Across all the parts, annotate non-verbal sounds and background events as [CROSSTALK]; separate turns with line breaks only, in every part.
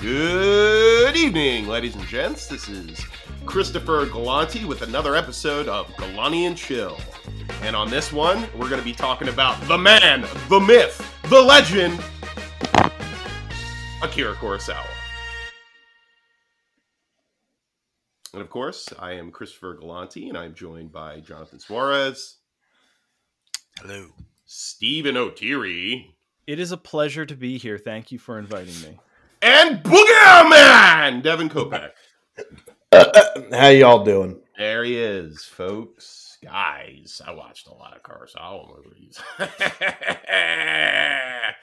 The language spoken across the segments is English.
Good evening, ladies and gents. This is Christopher Galanti with another episode of Galani and Chill. And on this one, we're going to be talking about the man, the myth, the legend, Akira Kurosawa. And of course, I am Christopher Galanti, and I'm joined by Jonathan Suarez,
Hello.
Stephen O'Teary,
It is a pleasure to be here. Thank you for inviting me.
and Booger Man, Devin Kopeck.
How y'all doing?
There he is, folks. Guys, I watched a lot of Kurosawa movies. [LAUGHS]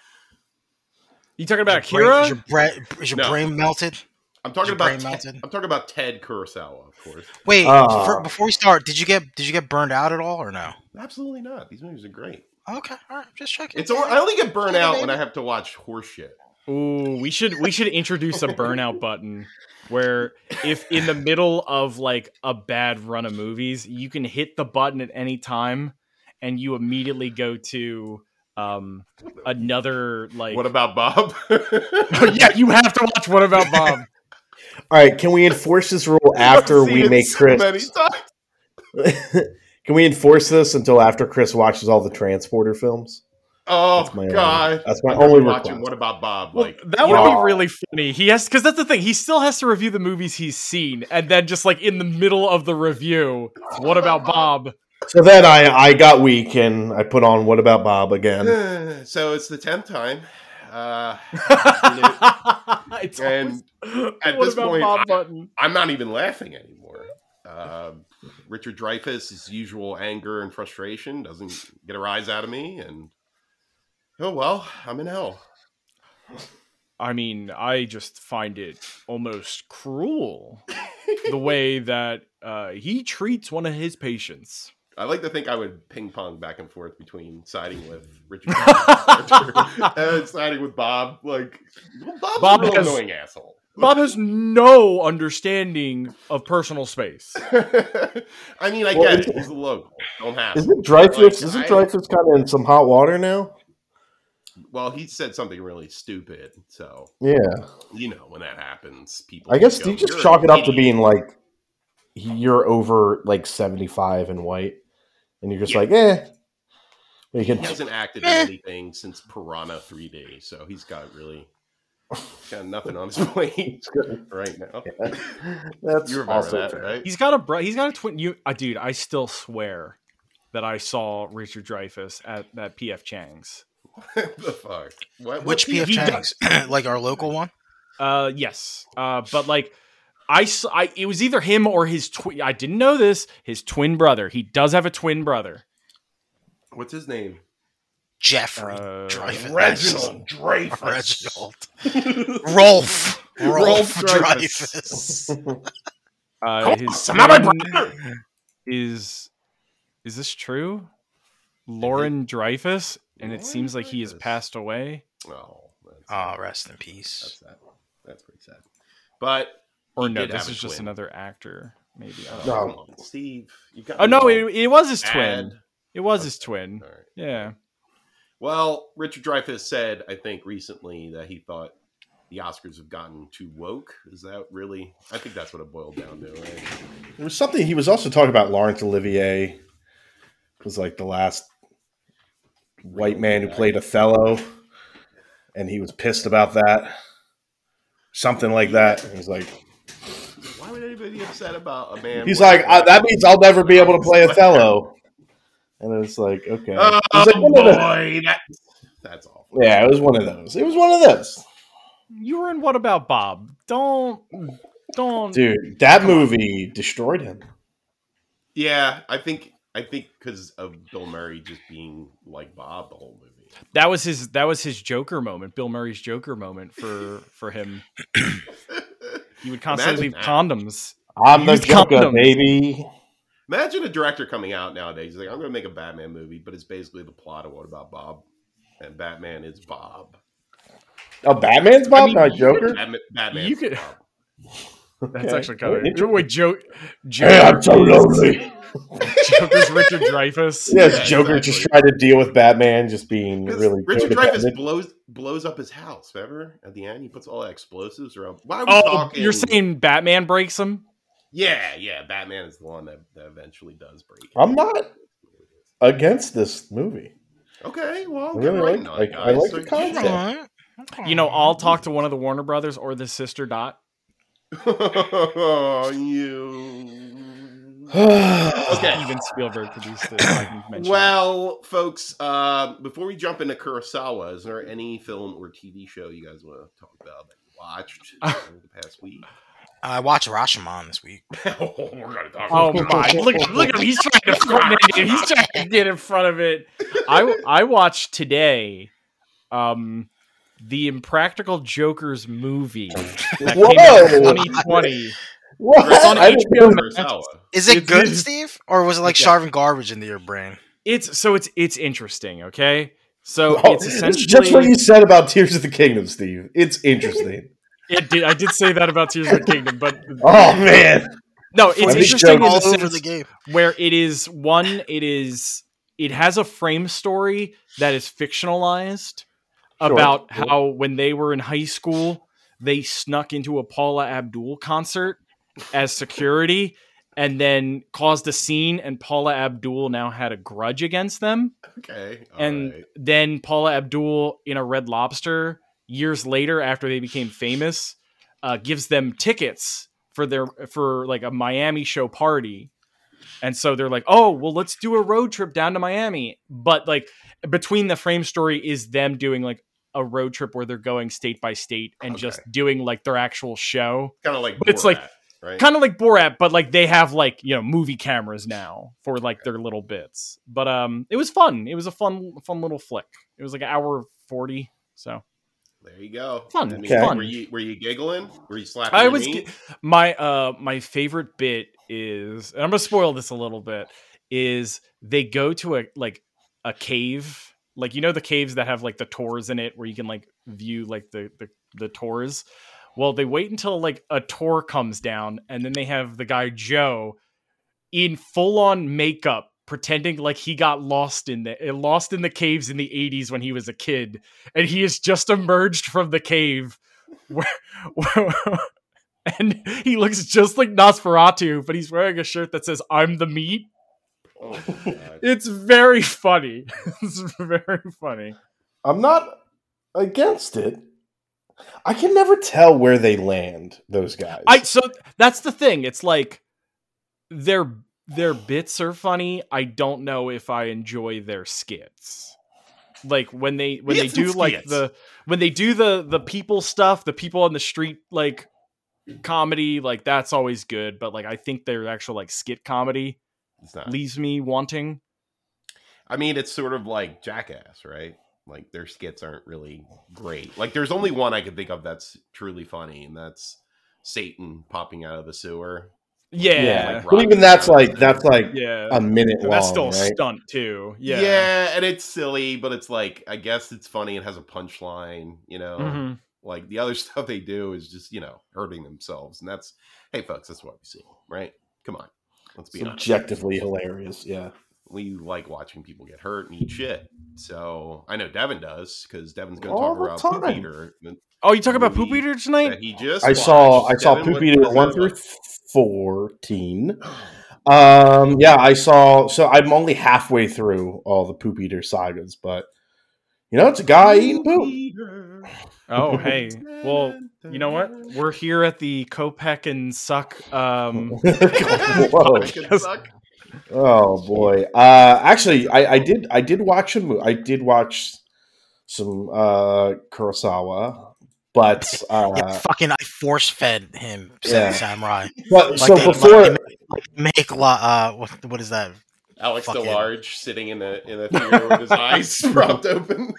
You talking about
Your brain-
Akira?
Is your, bra- is your
No.
brain melted?
I'm talking
Your
about
brain
Ted,
melted?
I'm talking about Ted Kurosawa, of course.
Wait,
Ah.
fir- before we start, did you get did you get burned out at all or no?
Absolutely not. These movies are great.
Okay, all right, just checking.
It's only, I only get burnt out when I have to watch horseshit.
Ooh, we should we should introduce a burnout button where if in the middle of like a bad run of movies, you can hit the button at any time and you immediately go to um another like [LAUGHS] Oh,
What about Bob? [LAUGHS]
Yeah, you have to watch What About Bob.
All right, can we enforce this rule after
[LAUGHS] I've seen
we
it
make
so many
Chris?
times.
[LAUGHS] can we enforce this until after Chris watches all the transporter films?
Oh
That's my only-
God!
that's my
I'm gonna
only
be watching.
request.
What about Bob?
[LAUGHS] Well,
Like
that would
yeah.
be really funny. He has because that's the thing. He still has to review the movies he's seen, and then just like in the middle of the review, what about Bob?
So then I I got weak and I put on What About Bob
[SIGHS]
again.
so it's the tenth time. Uh,
[LAUGHS] it's
And
always,
at
what
this
about
point,
Bob
I-
Button?
I'm not even laughing anymore. Uh, Richard Dreyfuss, his usual anger and frustration, doesn't get a rise out of me, and oh well, I'm in hell.
I mean, I just find it almost cruel the way that uh, he treats one of his patients.
I like to think I would ping pong back and forth between siding with Richard Dreyfuss [LAUGHS] and siding with Bob. Like well, Bob's
Bob
a real
has-
annoying asshole. [LAUGHS]
Bob has no understanding of personal space.
I mean, I
Well,
get it.
it's-
He's a local. Don't have. him.
Isn't Dreyfus
Like,
isn't
I-
Dreyfus kind of in some hot water now?
Well, he said something really stupid, so
Yeah,
you know when that happens, people.
I guess
go,
you just
"You're
chalk
an
it up to
idiot."
being like you're over like seventy five and white, and you're just
Yeah.
like eh. You
He
[LAUGHS]
can
hasn't acted in
Eh.
anything since Piranha 3D, so he's got
[LAUGHS]
really got nothing on his [LAUGHS] plate right now.
[LAUGHS]
[LAUGHS]
that's
You remember
also
that,
fair.
right?
He's got a bro- he's got a twin. You, uh, dude, I still swear that I saw Richard Dreyfuss at that PF Chang's.
[LAUGHS] what the fuck? What,
Which
He-
PF
he
Chang's? [CLEARS THROAT] like our local one?
Uh, yes. Uh, but like, I, s- I- it was either him or his twin. I didn't know this. His twin brother. He does have a twin brother.
[LAUGHS] What's his name?
Jeffrey
Uh,
Dreyfus.
Reginald [LAUGHS] Dreyfus.
[LAUGHS]
Reginald.
Oh,
Rolf. Rolf,
Rolf
Dreyfus.
Uh, his
Some of my
twin
brother.
is is this true? Lauren Dreyfus, and it
Lauren
seems like he has
Dreyfus.
passed away
Oh, that's,
Oh, rest in
that's
peace.
sad. That's pretty sad. But
or
He
no
did have
this
a
is just
twin.
another actor maybe I don't know.
No.
come on, Steve, you got
oh
me
no
all
it, it was his
mad.
twin it was his twin
All right.
yeah
Well, Richard Dreyfuss said, I think recently, that he thought the Oscars have gotten too woke. Is that really? I think that's what it boiled down to. Right?
There was something he was also talking about Laurence Olivier was like the last white man who played Othello, and he was pissed about that. Something like that. And he's like,
Why would anybody be upset about a man?
he's like, uh, that means I'll never be able to play Othello. And it was like, okay,
Oh,
[LAUGHS] It was like one of the-
boy, that- that's awful.
yeah, it was one of those. It was one of those,
you were in what about Bob don't don't
dude. That movie destroyed him.
Yeah, I think I think because of Bill Murray just being like Bob the whole movie. [LAUGHS]
that was his that was his Joker moment Bill Murray's Joker moment for for him he would constantly
Imagine
leave
that.
condoms
I'm the
Use
Joker,
condoms.
baby.
Imagine a director coming out nowadays. He's like, I'm going to make a Batman movie, but it's basically the plot of What About Bob, and Batman is Bob.
Oh, Batman's Bob,
mean,
not
you
Joker.
Batman, Batman's [LAUGHS]
You could-
Bob.
[LAUGHS] that's
Okay.
actually kind
Interesting.
of wait Joe
Hey, I'm so lonely.
Joker's Richard Dreyfus.
[LAUGHS] Yes,
Yeah,
Joker just
exactly.
tried to deal with Batman just being
'Cause
really
Richard
good at
Dreyfuss
Batman.
blows blows up his house. Remember at the end, he puts all the explosives around. Why are we
Oh,
talking?
you're saying Batman breaks him?
yeah, yeah. Batman is the one that, that eventually does break. it.
I'm not against this movie. [SIGHS]
Okay, well,
I
get
really
writing
like-
on
like,
it,
I
guys.
like
So
the
you-
concept.
Alright.
You know, I'll talk to one of the Warner Brothers or the sister dot.
[LAUGHS] oh,
[SIGHS]
you. Okay.
Even Spielberg produced it. I can mention it.
Well, folks, uh, before we jump into Kurosawa, is there any film or TV show you guys want to talk about that you watched over the past week?
I watched Rashomon this week.
[LAUGHS] oh, we're gonna talk.
[LAUGHS]
Oh
about
my! Look, look at him. He's trying to front it. He's trying to get in front of it. I I watched today, um, the Impractical Jokers movie that came out in
Whoa!
2020.
What?
It's
[LAUGHS]
on
[LAUGHS] I didn't
HBO
know-
Kurosawa.
Is it
It's-
good,
it's-
Steve? Or was it like
Yeah.
shoving garbage into your brain?
It's so it's it's interesting. Okay, so
Oh,
it's
[LAUGHS] it's
essentially
just what you said about Tears of the Kingdom, Steve. It's interesting.
It did, I did say that about Tears of the Kingdom, but
[LAUGHS] oh man,
no, it's
Let me
interesting in
show
the
All over
sense
the game.
where it is one, it is it has a frame story that is fictionalized
Sure.
about how when they were in high school they snuck into a Paula Abdul concert as security and then caused a scene and Paula Abdul now had a grudge against them
Okay, all
and
right.
then Paula Abdul in a Red Lobster years later after they became famous uh, gives them tickets for their for like a Miami show party. And so they're like, "Oh, well let's do a road trip down to Miami." But like between the frame story is them doing like a road trip where they're going state by state and just doing like their actual show.
kind of like
But it's like-
Borat, right?
Kind of like Borat, but like they have like, you know, movie cameras now for like their little bits. But um it was fun. It was a fun fun little flick. It was like an hour 40, so
there you go.
Fun,
I mean,
fun.
Were you were you giggling? Were you slapping?
I
your
was
knee?
g- my uh my favorite bit is and I'm gonna spoil this a little bit is they go to a like a cave like you know the caves that have like the tours in it where you can like view like the the, the tours. Well, they wait until like a tour comes down and then they have the guy Joe in full on makeup pretending like he got lost in the eh, lost in the caves in the 80s when he was a kid and he has just emerged from the cave [LAUGHS] where, and he looks just like Nosferatu, but he's wearing a shirt that says "I'm the meat."
Oh, my
[LAUGHS]
God.
It's very funny. [LAUGHS] it's very funny.
I'm not against it. I can never tell where they land. Those guys.
I so that's the thing. It's like their their bits are funny. I don't know if I enjoy their skits. Like when they when
Bits
they
and
do like
skits.
the when they do the the people stuff, the people on the street like comedy, like that's always good. But like I think their actual like skit comedy
It's not.
leaves me wanting.
I mean, it's sort of like Jackass, right? Like their skits aren't really great. Like there's only one I can think of that's truly funny, and that's Satan popping out of the sewer.
Yeah.
yeah,
like
but even
Rocky.
that's like that's like
Yeah.
a minute long.
And that's still a
right?
stunt too. Yeah.
yeah, and it's silly, but it's like I guess it's funny. It has a punchline, you know.
Mhm.
Like the other [LAUGHS] stuff they do is just you know hurting themselves, and that's hey folks, that's what we see, right? Come on, let's be honest.
Subjectively hilarious. Yeah.
we like watching people get hurt and eat shit. So I know Devin does because Devin's going to
All
talk
the
about Poop
time.
Eater th-
Oh, you talking about Poop
Movie
Eater
that
tonight?
he just.
I saw I
watched.
saw
Devin,
Poop
what
Eater
was
one
[LAUGHS] that
through [LAUGHS]
like?
[CLEARS THROAT] fourteen. Um, yeah, I saw. So I'm only halfway through all the Poop Eater sagas, but you know, it's a guy eating poop.
Eater.
Oh, hey. Well, you know what? We're here at the Kopek and Suck.
[LAUGHS]
Um,
[LAUGHS]
[LAUGHS]
Whoa.
I can suck.
Oh boy! Uh, actually, I, I did. I did watch a movie. I did watch some uh, Kurosawa, but
yeah,
uh,
fucking I force fed him
Yeah.
Seven Samurai.
but so
they-
before
like, they make, like, make la, uh, what, what is that?
Alex
Fuck it.
DeLarge sitting in the in the theater with his [LAUGHS] eyes propped open.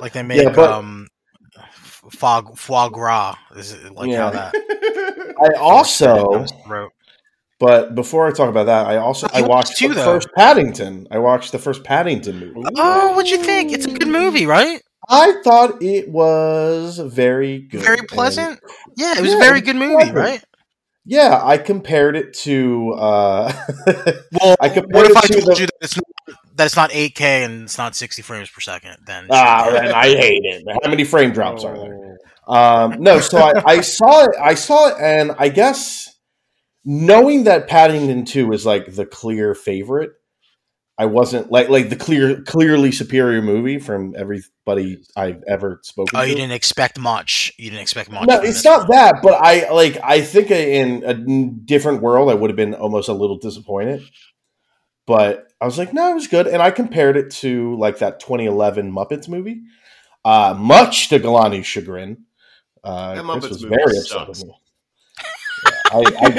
Like they make
but-
um, f- fog foie gras. Is it like
Yeah.
how that?
I also,
Throat.
but before I talk about that, I also
Oh,
I
you watched
watched
two,
the
though.
first Paddington. I watched the first Paddington movie.
Oh, what'd you think? It's a good movie, right?
I thought it was very good,
Very
and-
pleasant. Yeah, it was
Yeah,
a very good movie,
exactly.
right?
Yeah, I compared it to. Uh, [LAUGHS]
Well,
I compared
what if
it
I
to
told
the-
you that it's not, that it's not 8K and it's not 60 frames per second? Then
ah, man, I hate it. How many frame drops
Oh.
are there? Um, no, so I, I saw it. I saw it, and I guess knowing that Paddington Two is like the clear favorite, I wasn't like like the clear, clearly superior movie from everybody I've ever spoken.
oh,
to.
you didn't expect much. You didn't expect much.
No,
from
it's
this
not
one.
that, but I like. I think in a different world, I would have been almost a little disappointed. But I was like, no, it was good, and I compared it to like that 2011 Muppets movie, uh, much to Galani's chagrin. Uh,
That
Chris
Muppets
was
movie
very upset
sucks.
with me. Yeah,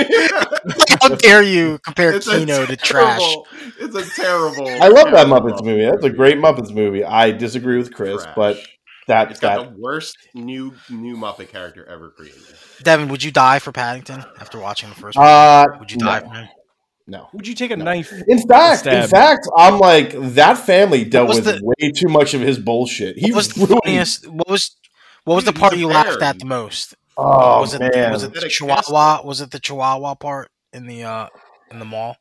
How dare you compare
It's a
Kino to trash?
terrible- It's a terrible.
I, I,
[LAUGHS]
I love that
terrible
Muppets movie. That's a great Muppets movie. I disagree with Chris,
Trash.
but that
it's
that
got the worst new new Muppet character ever created.
Devin, would you die for Paddington after watching the first one?
uh,
Would you
no,
die for him?
No,
Would you take a
No.
knife?
In fact, in
Stab.
fact, I'm like that family dealt
was
with
the-
way too much of his bullshit. He
What was
was
the funniest? What was what was the
Dude,
part
he's
you
a
laughed
bear.
at the most?
Oh
was it
man,
was it
That
the
a
Chihuahua? Was it the Chihuahua part in the uh in the mall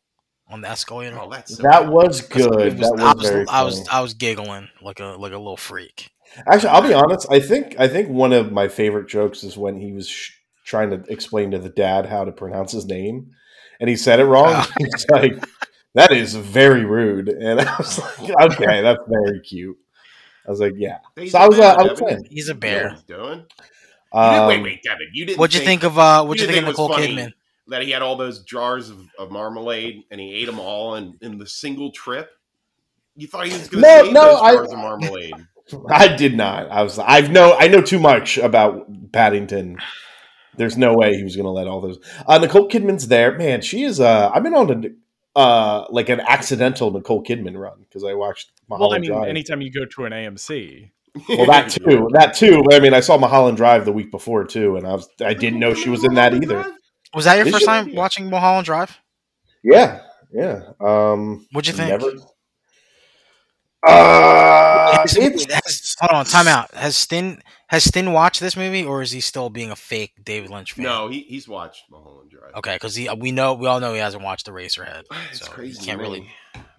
on the escalator?
Oh, that's so
that was good.
It was-
that was,
I was
very
I was
funny.
I was giggling like a like a little freak.
Actually, I'll be honest. I think I think one of my favorite jokes is when he was sh- trying to explain to the dad how to pronounce his name, and he said it wrong.
Ah.
[LAUGHS] He's like, "That is very rude," and I
[LAUGHS]
was like, "Okay, that's very cute." I was like, "Yeah."
He's
So I was,
a
uh,
man,
I was
Devin.
saying.
He's
You
a
know what
bear.
he's doing? You didn't-
Um,
wait, wait, Devin, you didn't.
What'd you think of uh what'd
you
you
didn't
think of
think it
Nicole
was funny?
Kidman?
that he had all those jars of, of marmalade and he ate them all in, in the single trip? You thought he was going to
No,
save
no,
those
I-
jars of marmalade?
I did not. I was. I've know. I know too much about Paddington. There's no way he was going to let all those. Uh, Nicole Kidman's there, man. She is. Uh, I've been on a uh, like an accidental Nicole Kidman run because I watched Mulholland
Well, I mean,
Drive.
anytime you go to an AMC,
[LAUGHS] well,
[LAUGHS]
[LAUGHS]
that too. That too. But I mean, I saw Mulholland Drive the week before too, and I was. I didn't know she was in that either.
Was that your
Did
first
you?
time watching Mulholland Drive?
Yeah. Yeah. Um.
What'd you think? [LAUGHS]
Never. Uh,
Has-
it's-
has- hold on, time out. Has Stin has Stin watched this movie, or is he still being a fake David Lynch fan?
No, he, he's watched Mulholland Drive.
Okay, because he we know we all know he hasn't watched the Racerhead.
[SIGHS] It's
So,
crazy.
you can't
to
really-
me.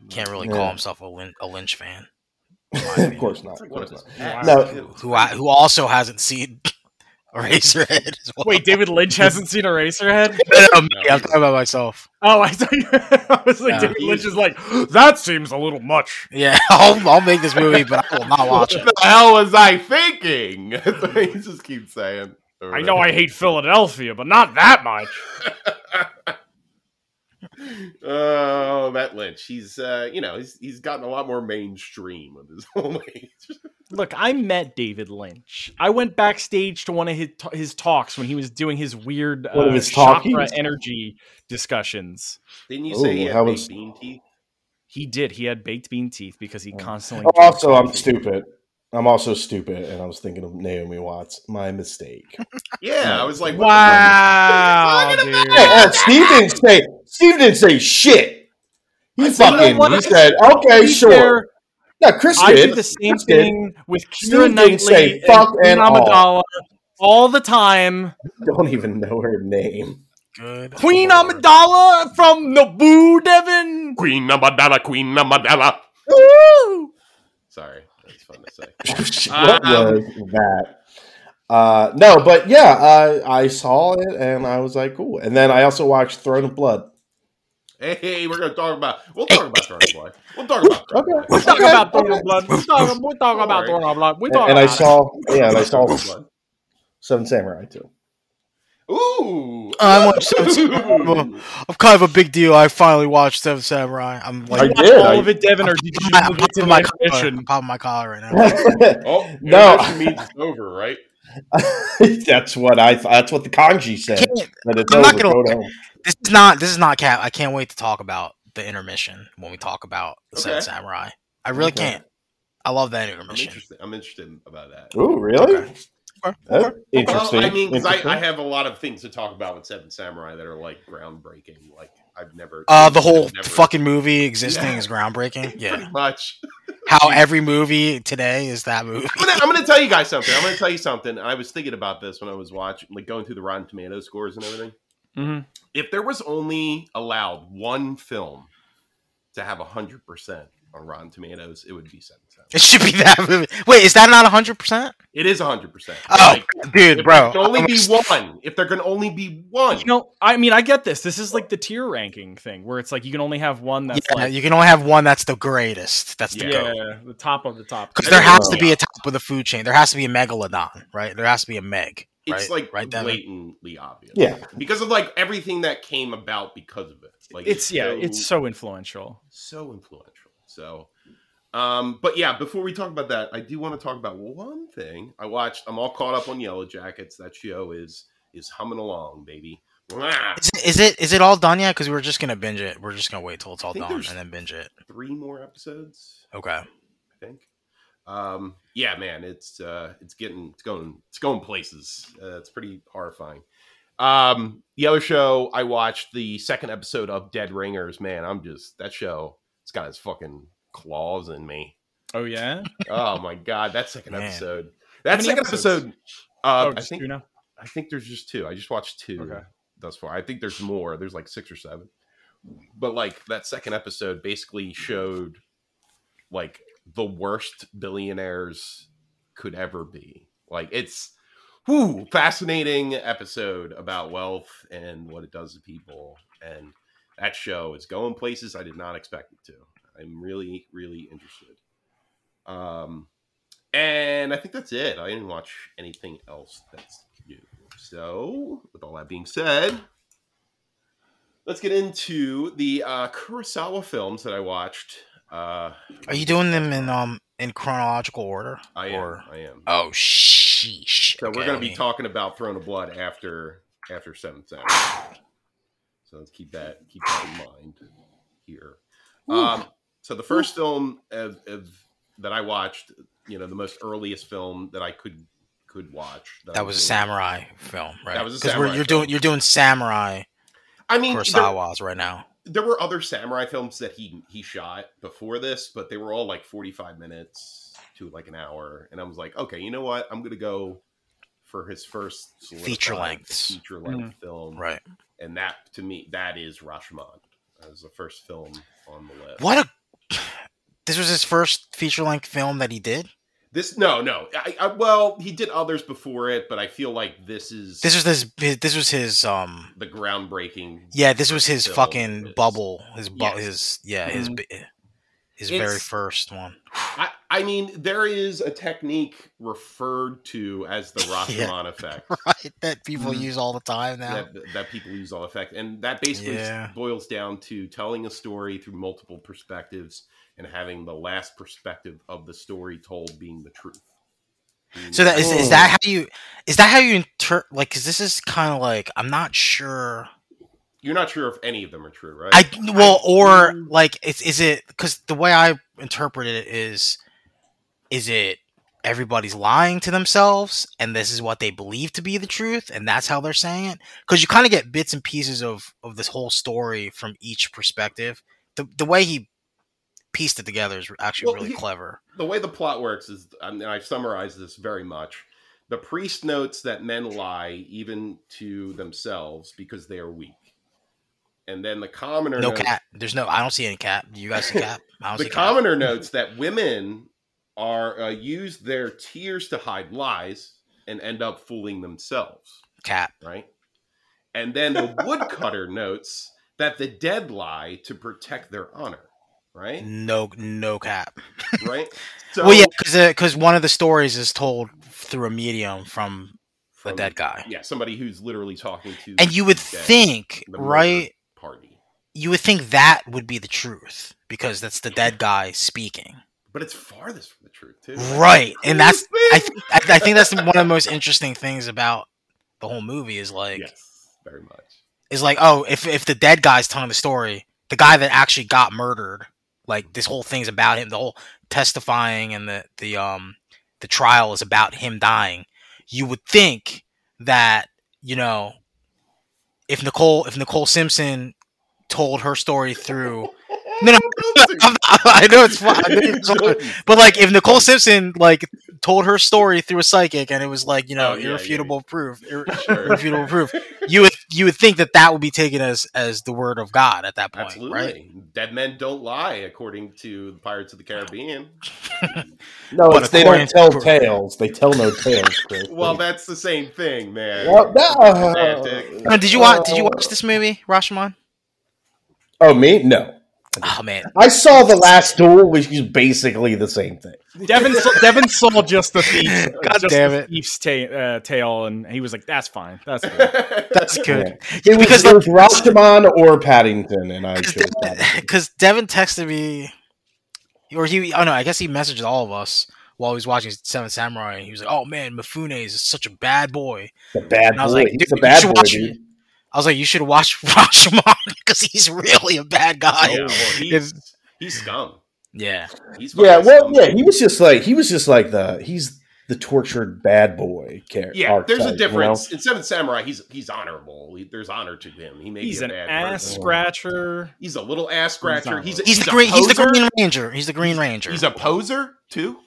Can't really
Yeah.
call himself a, Lyn- a Lynch fan,
[LAUGHS] of course not.
It's like one
Of
of
course not.
his past.
No.
It's
who I, who also hasn't seen [LAUGHS] Eraserhead. As well.
wait, David
[LAUGHS]
Lynch hasn't seen Eraserhead.
No, [LAUGHS] no, me,
No.
I'm talking about myself.
Oh, I thought you, [LAUGHS] I was like,
No.
David Lynch is like, that seems a little much.
Yeah, [LAUGHS] I'll, I'll make this movie, but I will not watch it.
What the hell was I thinking? [LAUGHS] That's what he just keeps saying. or
I know I hate Philadelphia, but not that much.
whatever. [LAUGHS] Oh, that Lynch. He's uh, you know, he's he's gotten a lot more mainstream with his [LAUGHS] whole age.
Look, I met David Lynch. I went backstage to one of his, his talks when he was doing his weird
One of
uh,
his talk-
chakra
he was-
energy discussions.
Didn't you
Ooh,
say he had
how
big
was-
bean teeth?
He did. He had baked bean teeth because he
Oh.
constantly.
Oh,
drank
also, I'm
coffee.
stupid. I'm also stupid, and I was thinking of Naomi Watts.
[LAUGHS]
My mistake. hey,
Yeah, I was like, what
Wow,
What are you talking
dude.
about?
uh, Steve didn't say. Steve didn't say shit. He
I said,
fucking.
you know
He
what?
said, "Okay,
To be
sure."
fair,
no, Chris
I
did.
did the same
Chris did.
thing with
Steve
Kira
didn't say
Knightley
fuck
and
and all.
Amidala all the time.
[LAUGHS] Don't even know her name. [LAUGHS]
Good.
Queen
Lord.
Amidala from Naboo, Devon.
Queen Amadala, Queen Amadala.
Woo!
Sorry, that's fun to say. [LAUGHS]
what
Um,
was that? Uh, no, but yeah, uh, I saw it and I was like, cool. And then I also watched Throne of Blood.
Hey, we're gonna talk about. We'll talk about Throne of Blood. We'll talk about Throne
Okay.
of Blood.
[LAUGHS]
We talk
Okay.
about Thorn of Blood. We talk, we talk about
Alright.
Thorn of Blood. We
And,
talk
and I
about it.
saw, yeah,
[LAUGHS]
and I saw
Throne of
Seven Samurai too.
Blood. Ooh.
Uh,
[LAUGHS]
I watched Seven Samurai. I'm kind of a big deal. I finally watched Seven Samurai. I'm
I
like,
Watch
did,
all
I-
of it, Devin, or
[LAUGHS]
did you
I'm
get to
popping
my
my collar.
commission?
I'm popping my collar right
[LAUGHS]
now.
[LAUGHS] That's
Oh
No.
no! means it's over, right?
what I. Th- [LAUGHS] that's what the kanji said.
Can't-
But it's
I'm not
over.
gonna
Go
lie.
home.
This is not. This is not cap. I can't wait to talk about the intermission when we talk about Seven
Okay.
Samurai. I really
Okay.
can't. I love that
I'm
intermission.
interested. I'm interested about that.
Ooh, really?
Okay. Okay.
That's
Well,
Interesting.
I mean, 'cause
Interesting.
I, I have a lot of things to talk about with Seven Samurai that are like groundbreaking. Like I've never.
Uh, the whole
I've never- [LAUGHS]
fucking movie existing
Yeah.
is groundbreaking. Yeah.
Pretty much.
How every movie today is that movie. [LAUGHS]
I'm gonna, I'm gonna tell you guys something. I'm gonna tell you something. I was thinking about this when I was watching, like going through the Rotten Tomato scores and everything.
hmm
if there was only allowed one film to have 100% on Rotten Tomatoes, it would be Seven Sense.
It should be that movie. Wait, is that not hundred percent?
It is 100%.
Oh,
Like,
dude,
if
bro.
there can only
I'm
be
s-
one. If there can only be one.
You know, I mean, I get this. This is like the tier ranking thing where it's like you can only have one that's
yeah,
like
you can only have one that's the greatest. That's the
yeah,
goat.
the top of the top.
Because there has to be a top of the food chain. There has to be a megalodon, right? There has to be a meg.
it's
right,
like
right, Devin?
blatantly obvious.
Yeah.
Because of like everything that came about because of it. Like
It's yeah,
so-
it's so influential.
so influential. So, um, but yeah, before we talk about that, I do want to talk about one thing I watched. I'm all caught up on Yellow Jackets. That show is is humming along, baby. Mwah!
Is it, is it is it all done yet? Because we're just gonna binge it. We're just gonna wait till it's all
I think
done and
there's-
then binge it.
Three more episodes,
Okay.
I think. Um, yeah, man, it's uh, it's getting it's going it's going places. Uh, it's pretty horrifying. Um, the other show I watched the second episode of Dead Ringers. Man, I'm just that show. It's got its fucking claws in
[LAUGHS]
me.
Oh yeah,
oh my god, that second
Man.
episode. That
many
second
episodes?
episode. Uh,
oh,
I
just
think [LAUGHS]
two now.
I think there's just two. I just watched two
Okay.
thus far. I think there's more. There's like six or seven. But like that second episode basically showed like the worst billionaires could ever be. Like it's whoo fascinating episode about wealth and what it does to people. And that show is going places I did not expect it to. I'm really, really interested. Um and I think that's it. I didn't watch anything else that's new. So, with all that being said, let's get into the uh, Kurosawa films that I watched. Uh,
Are you doing them in um in chronological order?
I am.
Or-
I am.
Oh sheesh.
so we're
Okay,
going
let
to be
me-
talking about Throne of Blood after after Seventh Sense. So let's keep that keep that in mind here. Um, so the first film of, of that I watched, you know, the most earliest film that I could could watch. I
That was a
really-
samurai film, right?
That was a
'Cause we're-
samurai
you're
film.
doing you're doing samurai
I mean, there,
Kurosawas right now.
there were other samurai films that he he shot before this, but they were all like 45 minutes to like an hour. And I was like, okay, you know what? I'm gonna go for his first
Feature lengths.
feature length film,
Right.
And that to me, that is Rashomon. That was the first film on the list.
What a [SIGHS] this was his first feature length film that he did?
This? No, no. I, I, well, he did others before it, but I feel like this is
This was his, his this was his um
the groundbreaking.
yeah, this was his
Film
fucking
is-
bubble. His bu-
Yes. Mm-hmm.
his yeah, his bi- his
It's-
very first one.
I, I mean, there is a technique referred to as the Rashomon
[LAUGHS] Yeah.
effect.
[LAUGHS] right that people
Mm-hmm.
Mhm.
use all the time now.
that, that people use on effect and that basically s-
Yeah.
boils down to telling a story through multiple perspectives and having the last perspective of the story told being the truth
So that is,
Whoa.
is that how you is that how you inter like cuz this is kind of like I'm not sure
you're not sure if any of them are true right
I well, or
do-
like, is is it because the way I interpret it is, is it everybody's lying to themselves, and this is what they believe to be the truth, and that's how they're saying it? Because you kind of get bits and pieces of of this whole story from each perspective. The the way he pieced it together is actually
Well,
really
he-
clever.
the way the plot works is and i summarize this very much the priest notes that men lie even to themselves because they are weak and then the commoner
No
notes-
cat. There's no. I don't see any cat. Do you guys see cat? I don't
the
see cat.
commoner notes that women are uh, use their tears to hide lies and end up fooling themselves,
Cat.
right? And then
[LAUGHS]
the woodcutter notes that the dead lie to protect their honor, right?
No. No cat.
Right? So
Mm. well, yeah, because one of the stories is told through a medium from a
from-
dead guy.
Yeah, somebody who's literally talking to
And you would
the dead
think,
the murder.
right?
party.
You would think that would be the truth because that's the dead guy speaking,
But it's farthest from the truth, too.
right? And that's I,
think
th- I, I think that's one of the most interesting things about the whole movie is like
yes, very much.
is like oh if if the dead guy's telling the story, the guy that actually got murdered, like this whole thing's about him, the whole testifying and the the um the trial is about him dying. You would think that you know if Nicole if Nicole Simpson told her story through [LAUGHS]
[LAUGHS]
No, no, I'm not- I know it's fine, I know [LAUGHS] it's fine. but like if Nicole Simpson like told her story through a psychic and it was like you know
Oh, yeah, yeah,
irrefutable proof, ir-
Sure.
irrefutable proof, you would you would think that that would be taken as as the word of God at that point,
Absolutely.
right?
Dead men don't lie, according to the Pirates of the Caribbean.
No,
But
it's, they
according
don't tell
to-
tales. They tell no tales. Chris.
[LAUGHS] Well,
[LAUGHS]
that's the same thing, man. [LAUGHS]
Well, no.
Semantic.
Uh, Did you watch? Did you watch this movie, Rashomon?
Oh, me? No.
Oh man,
I saw the last duel, which is basically the same thing.
Devin saw, Devin saw just the
[LAUGHS]
thief,
God
just
damn
the
it.
thief's ta- uh, tail, and he was like, "That's fine,
[LAUGHS]
that's good.
that's good.
It was,
because
it was Rashomon or Paddington, and I chose
[LAUGHS]
Paddington.
Because Devin texted me, or he, oh no, I guess he messaged all of us while he was watching Seven Samurai. And he was like, "Oh man, Mifune is such a bad boy."
The bad
And I was
boy.
like,
He's a
"Dude, you
bad
should
boy,
watch
dude.
it." I was like, "You should watch [LAUGHS] Rashomon because he's really a bad guy."
Yeah, well, he's, he's scum.
Yeah,
He's
Yeah,
fucking
well,
scum.
yeah, he was just like he was just like the he's the tortured bad boy character.
Yeah, there's a difference. In Seven Samurai, he's he's honorable. He- there's honor to him. He may
He's
be a
an
bad
ass
person.
scratcher."
He's a little ass scratcher.
honorable.
He's a,
he's, the
a
green. He's the
poser.
Green Ranger. He's the Green Ranger.
He's a poser too.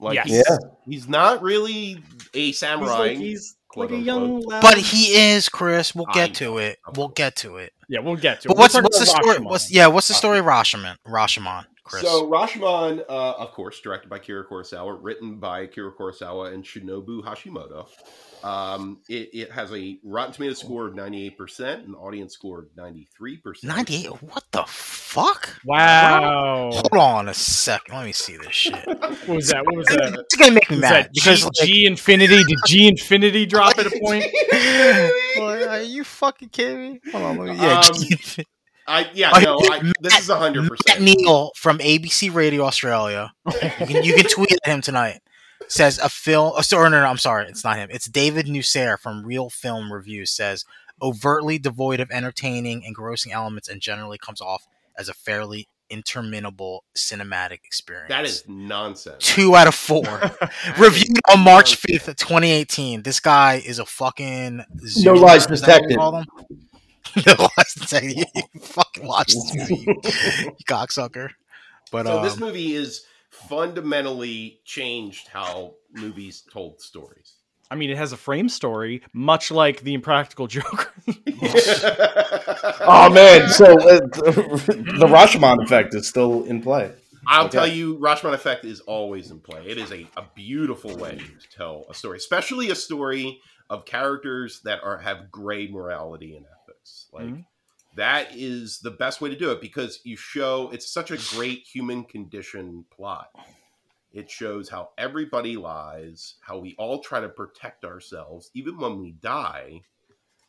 Like
Yes.
he's,
Yeah.
he's not really a
He's
samurai.
like, he's
quote
like a young lad.
but he is Chris. We'll
I
get to it.
know.
We'll get to it.
yeah, we'll get to. it.
But
We're
what's
talking
what's the
about
story?
Rashomon.
What's yeah? What's the story? of Rashomon. Rashomon. Chris.
So Rashomon, uh, of course, directed by Kira Kurosawa, written by Kira Kurosawa and Shinobu Hashimoto. Um, it, it has a Rotten Tomato score of 98%, an audience score of 93%.
98. What the fuck?
Wow,
Hold on a second. Let me see this shit.
[LAUGHS]
what was that? What was that?
it's gonna make me
Was
mad
that
because
G,
like,
G Infinity? Did G Infinity drop at a point?
Boy, are you fucking kidding me? Hold on, let me, yeah,
Um,
G-
[LAUGHS] I, yeah,
Are
no,
you-
I, this is 100%.
Matt Neal from ABC Radio Australia. You can, you can tweet at him tonight. Says a film. Oh, sorry, no, no, I'm sorry. It's not him. It's David Nusser from Real Film Review. Says overtly devoid of entertaining, engrossing elements, and generally comes off as a fairly interminable cinematic experience.
That is nonsense.
two out of four. Reviewed on March fifth, twenty eighteen. This guy is a fucking
No
Zeus,
lies
is that what
detected.
you call him? [LAUGHS] no lies detected. You, you fucking watch this movie, you, you cocksucker. But
So
um,
this movie is fundamentally changed how movies told stories.
I mean, it has a frame story, much like the Impractical Joker.
[LAUGHS] Oh
[LAUGHS]
man, so uh, the Rashomon effect is still in play.
I'll
Okay.
tell you, Rashomon Effect is always in play. It is a, a beautiful way to tell a story, especially a story of characters that are have gray morality and ethics. Like
Mhm.
that is the best way to do it because you show it's such a great human condition plot. It shows how everybody lies, how we all try to protect ourselves, even when we die.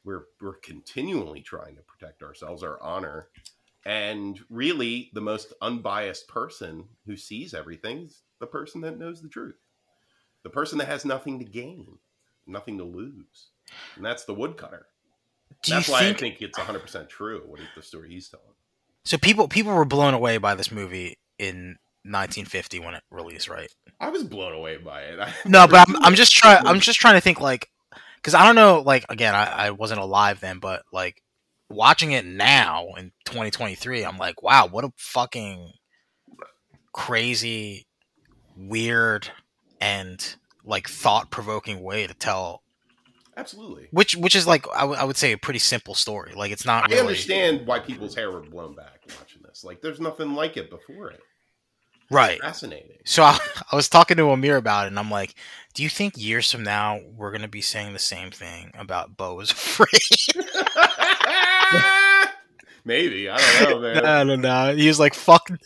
We're we're continually trying to protect ourselves, our honor, and really, the most unbiased person who sees everything is the person that knows the truth, the person that has nothing to gain, nothing to lose. And that's the woodcutter.
do you
that's why
think
I think it's 100% true what he- the story he's telling.
so? People people were blown away by this movie in 1950 when it released, right?
I was blown away by it. I-
No, but I'm, I'm just trying. I'm just trying to think like, because I don't know. Like again, I, I wasn't alive then, but like watching it now in 2023, I'm like, wow, what a fucking crazy, weird, and like thought provoking way to tell.
Absolutely.
Which which is like I would- I would say a pretty simple story. Like it's not
I
really
understand why people's hair were blown back watching this. Like, there's nothing like it before it.
right.
Fascinating. [LAUGHS]
So [LAUGHS] I, I was talking to Amir about it, and I'm like, "Do you think years from now we're gonna be saying the same thing about Bo is afraid?"
Maybe. I don't know, man.
[LAUGHS] I don't know. He was like, "Fuck no."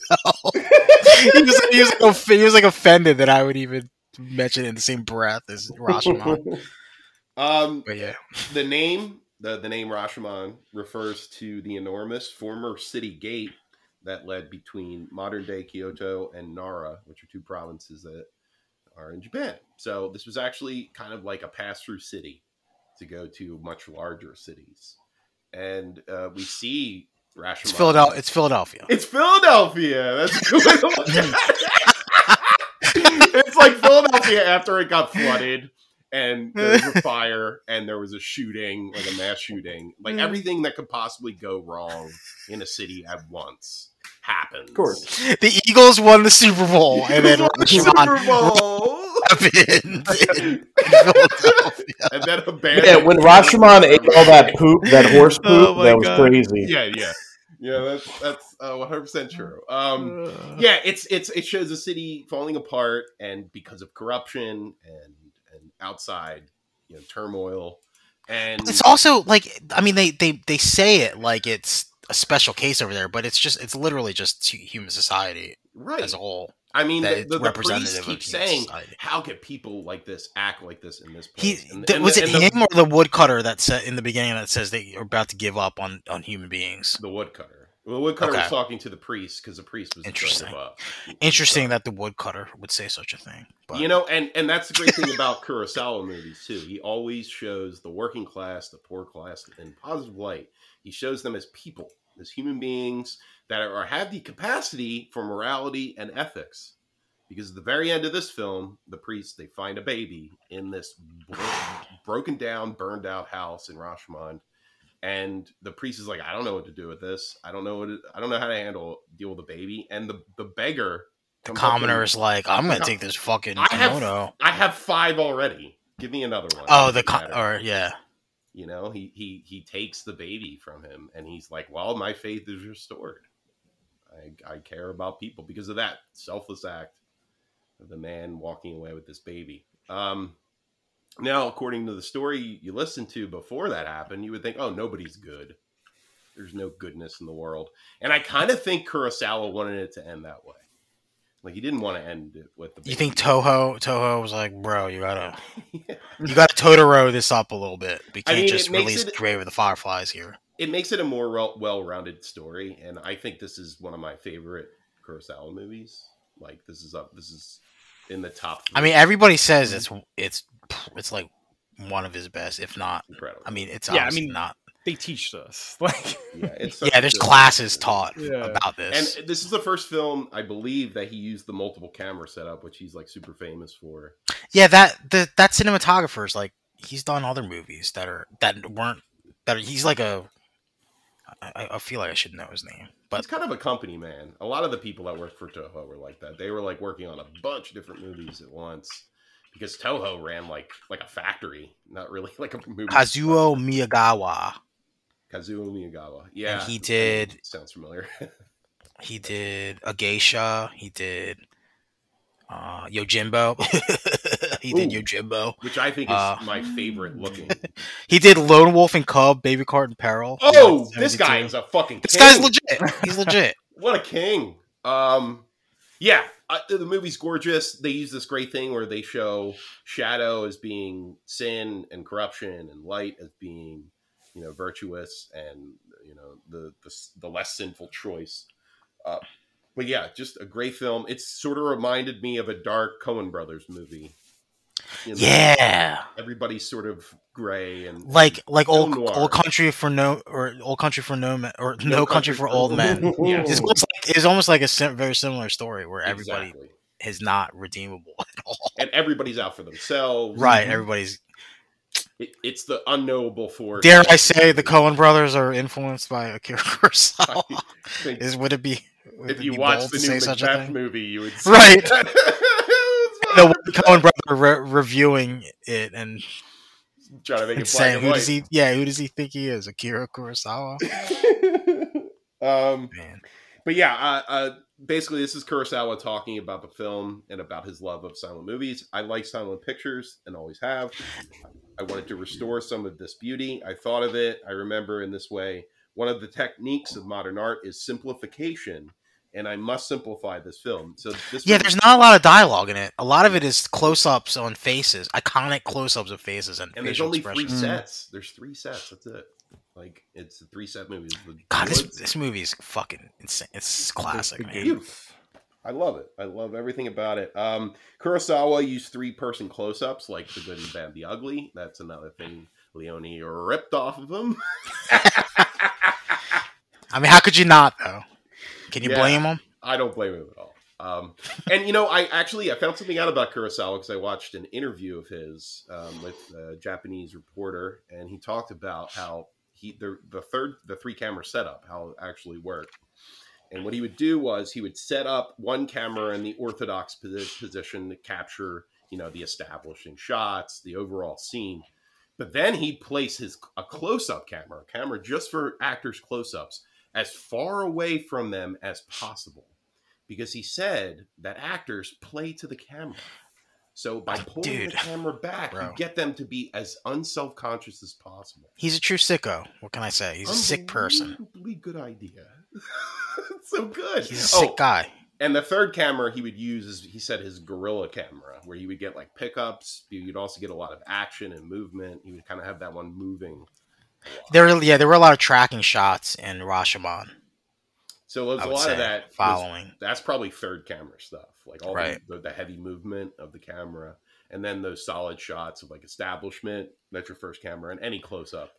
[LAUGHS] he, was, he, was like, off- he was like offended that I would even mention it in the same breath as
[LAUGHS]
Rashomon.
Um,
But yeah,
the name the, the name Rashomon refers to the enormous former city gate that led between modern day Kyoto and Nara, which are two provinces that are in Japan. So this was actually kind of like a pass through city to go to much larger cities, and uh, we see Rashomon.
it's Philadelphia. It's Philadelphia.
It's Philadelphia. That's [LAUGHS] a good way to look at it. It's like Philadelphia after it got flooded and there was a fire and there was a shooting, like a mass shooting, like everything that could possibly go wrong in a city at once. happens. Of
course.
The Eagles won the Super Bowl, and then
[LAUGHS] Super
Rashawn
Bowl. [LAUGHS]
happened in Philadelphia.
and then abandoned.
Yeah, when Rashomon ate all that poop, that horse poop,
[LAUGHS] Oh my
that was
God.
crazy.
yeah, yeah, yeah. That's that's uh, one hundred percent true. Um, yeah, it's it's it shows a city falling apart, and because of corruption and and outside you know turmoil, and
[LAUGHS] It's also like I mean they they they say it like it's a special case over there, but it's just it's literally just hu- human society
right.
as a whole
I mean,
that
the,
it's
the, the
representative
priest
of
keeps
human
saying,
society.
"How could people like this act like this in this
He
place?" And-
th-
and
was
the- and
it
the-
him or the woodcutter that said in the beginning that says they are about to give up on on human beings.
the woodcutter? Well, the woodcutter
Okay.
was talking to the priest because the priest was
Interesting.
Interesting.
Interesting that the woodcutter would say such a thing. But
You know, and and that's the great thing about Kurosawa movies too. He always shows the working class, the poor class, in positive light. He shows them as people, as human beings that are have the capacity for morality and ethics. Because at the very end of this film, the priests they find a baby in this bro-
[SIGHS]
broken down, burned out house in Rashomon, and the priest is like, "I don't know what to do with this. I don't know what it- I don't know how to handle deal with the baby." And the the beggar,
the
comes up to him-
commoner is like, I'm gonna take this fucking
I have-
kimono.
I have five already. Give me another one.
Oh, the con-
Doesn't matter.
or yeah,
you know he he he takes the baby from him, and he's like, "Well, my faith is restored. I I care about people because of that selfless act of the man walking away with this baby." Um, now, according to the story you listened to before that happened, you would think, "Oh, nobody's good. There's no goodness in the world." And I kind of think Kurosawa wanted it to end that way. Like he didn't want to end it with the.
you
baby.
think Toho Toho was like, bro,
[LAUGHS]
you gotta you gotta Totoro this up a little bit. We can't
mean,
just
it makes
release
it-
Grave of the Fireflies here.
it makes it a more well- well-rounded story and i think this is one of my favorite kurosawa movies like this is up this is in the top
I mean, everybody says
Mm-hmm.
it's it's it's like one of his best, if not.
incredible
I mean, it's
Yeah, I
obviously
mean,
not.
They teach us. [LAUGHS] Like
yeah it's such
Yeah,
a
there's
good-
classes taught
Yeah.
about this.
and this is the first film i believe that he used the multiple camera setup which he's like super famous for
yeah, that the that cinematographer's like he's done other movies that are that weren't that are, he's like a. I, I feel like I should know his name, but
he's kind of a company man a lot of the people that worked for toho were like that they were like working on a bunch of different movies at once because toho ran like like a factory not really [LAUGHS] like a movie
Kazuo Miyagawa.
kazuo miyagawa yeah
And he did-
sounds familiar
He did a geisha. He did uh, Yojimbo. [LAUGHS] he did
Ooh.
Yojimbo.
which I think is
Uh.
my favorite looking.
He did Lone Wolf and Cub, Baby Cart and Peril.
Oh, this guy
1972.
is a fucking.
This
king.
guy's legit. [LAUGHS] He's legit.
What a king. Um, yeah, uh, the movie's gorgeous. They use this great thing where they show shadow as being sin and corruption, and light as being, you know, virtuous and you know the the, s- the less sinful choice. Uh, but yeah, just a great film. It's sort of reminded me of a dark Cohen Brothers movie. in that
Yeah,
everybody's sort of gray and
like like old
Film noir.
old country for no or old country for no men or no, country, for old men.
Yeah. [LAUGHS]
It's almost like, it's almost like a sim- very similar story where everybody
Exactly.
is not redeemable [LAUGHS] at all.
and everybody's out for themselves.
Right? Everybody's
It, it's the unknowable force.
dare I say the Cohen brothers are influenced by Akira [LAUGHS] Kurosawa.
I think
Is would it be would
if
it
you
be
watch
bold
the
to
new
say such a
Macbeth
thing?
movie, you would see [LAUGHS]
Right. The
the
one
[LAUGHS]
Cohen brother re- reviewing it and,
trying to make
and
it black
saying
and
who does
white.
he yeah who does he think he is Akira
[LAUGHS]
Kurosawa
um,
man
but yeah, uh, uh, basically, this is Kurosawa talking about the film and about his love of silent movies. I like silent pictures and always have. I wanted to restore some of this beauty. I thought of it. I remember in this way. One of the techniques of modern art is simplification, and I must simplify this film. So this
yeah
film-
there's not a lot of dialogue in it a lot of it is close ups on faces iconic close ups of faces and,
and there's
facial
only
expressions.
three
expression. Mm.
sets. There's three sets. That's it. Like it's a three set movie. It's the
God this
woods.
this movie is fucking insane it's classic man
youth. I love it. I love everything about it. Um, Kurosawa used three person close ups like the good and bad, the ugly. That's another thing Leone ripped off of him.
I mean how could you not though can you
Yeah.
blame him
I don't blame him at all. Um, and you know, I actually I found something out about Kurosawa because I watched an interview of his um, with a Japanese reporter, and he talked about how he the, the third the three camera setup how it actually worked, And what he would do was he would set up one camera in the orthodox posi- position to capture, you know, the establishing shots, the overall scene. But then he'd place his a close-up camera, a camera just for actors' close-ups, as far away from them as possible, because he said that actors play to the camera. So by
Oh,
pulling
dude.
the camera back,
Bro.
you get them to be as unself-conscious as possible.
He's a true sicko. What can I say?
Oh.
He's a sick person.
Unbelievably good idea. [LAUGHS] so good. Oh,
He's a sick guy.
and the third camera he would use is he said his gorilla camera, where you would get like pickups. You'd also get a lot of action and movement. You would kind of have that one moving.
There, were- yeah, there were a lot of tracking shots in Rashomon.
So there's
I
a
would
lot
say
of that. was-
following.
That's probably third camera stuff, like all
Right.
the, the heavy movement of the camera, and then those solid shots of like establishment. That's your first camera, and any close up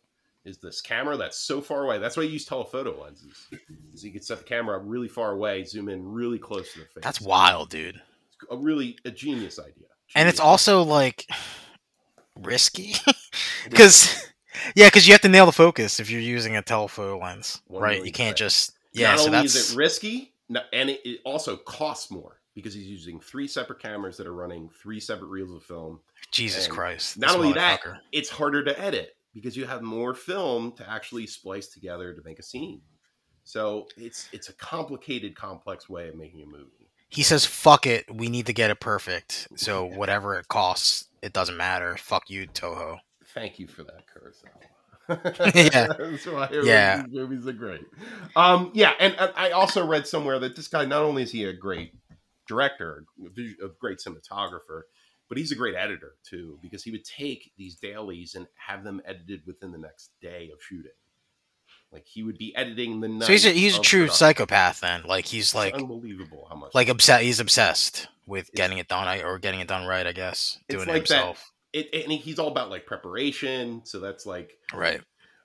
is this camera that's so far away. That's why you use telephoto lenses, is you can set the camera up really far away, zoom in really close to the face.
That's wild, dude.
a really a genius idea.
and it's
Genius.
also like risky [LAUGHS] because yeah because you have to nail the focus if you're using a telephoto lens
One
right you
million
can't
percent.
just yeah
not
so
only
that's
is it risky, no, and it, it also costs more because he's using three separate cameras that are running three separate reels of film.
jesus
and
christ
not
this
only that-
motherfucker.
It's harder to edit because you have more film to actually splice together to make a scene. So it's it's a complicated, complex way of making a movie.
he says fuck it we need to get it perfect so whatever it costs it doesn't matter fuck you toho
Thank you for that, Kurosawa.
[LAUGHS] Yeah.
[LAUGHS] That's why I
Yeah.
these movies are great. Um, yeah, and, and I also read somewhere that this guy not only is he a great director, a vis- a great cinematographer, but he's a great editor too because he would take these dailies and have them edited within the next day of shooting. Like he would be editing the night.
so he's a, he's a
of
true
production.
psychopath then like he's
It's
like
unbelievable how much
like obsessed he's obsessed with getting it done I- or getting it done right i guess
It's
doing it
like that-
himself
it, and he's all about like preparation. So that's like
right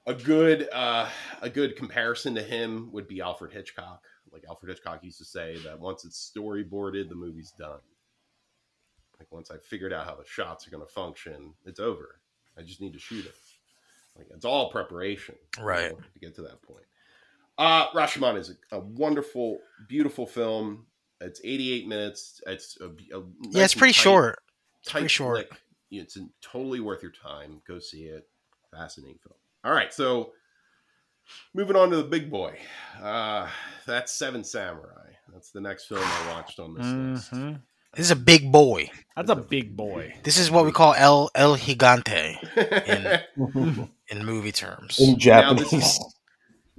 a good uh, a good comparison to him would be Alfred Hitchcock. Like Alfred Hitchcock used to say that once it's storyboarded, the movie's done. Like once I figured out how the shots are going to function, it's over. I just need to shoot it. Like it's all preparation, you
Right.
know, to get to that point. Uh, Rashomon is a, a wonderful, beautiful film. It's 88 minutes. It's a, a
yeah
nice
it's
and
pretty
tight-
short
tight
Pretty short.
flick. It's a- totally worth your time. Go see it. Fascinating film. All right, so moving on to the big boy. Uh, that's Seven Samurai. That's the next film I watched on this
Mm-hmm.
list.
Mhm.
this is a big boy
That's a big boy.
This is what
Mm-hmm.
we call El El Gigante
And
in movie terms.
in
this
[LAUGHS]
Japanese.
is- [LAUGHS]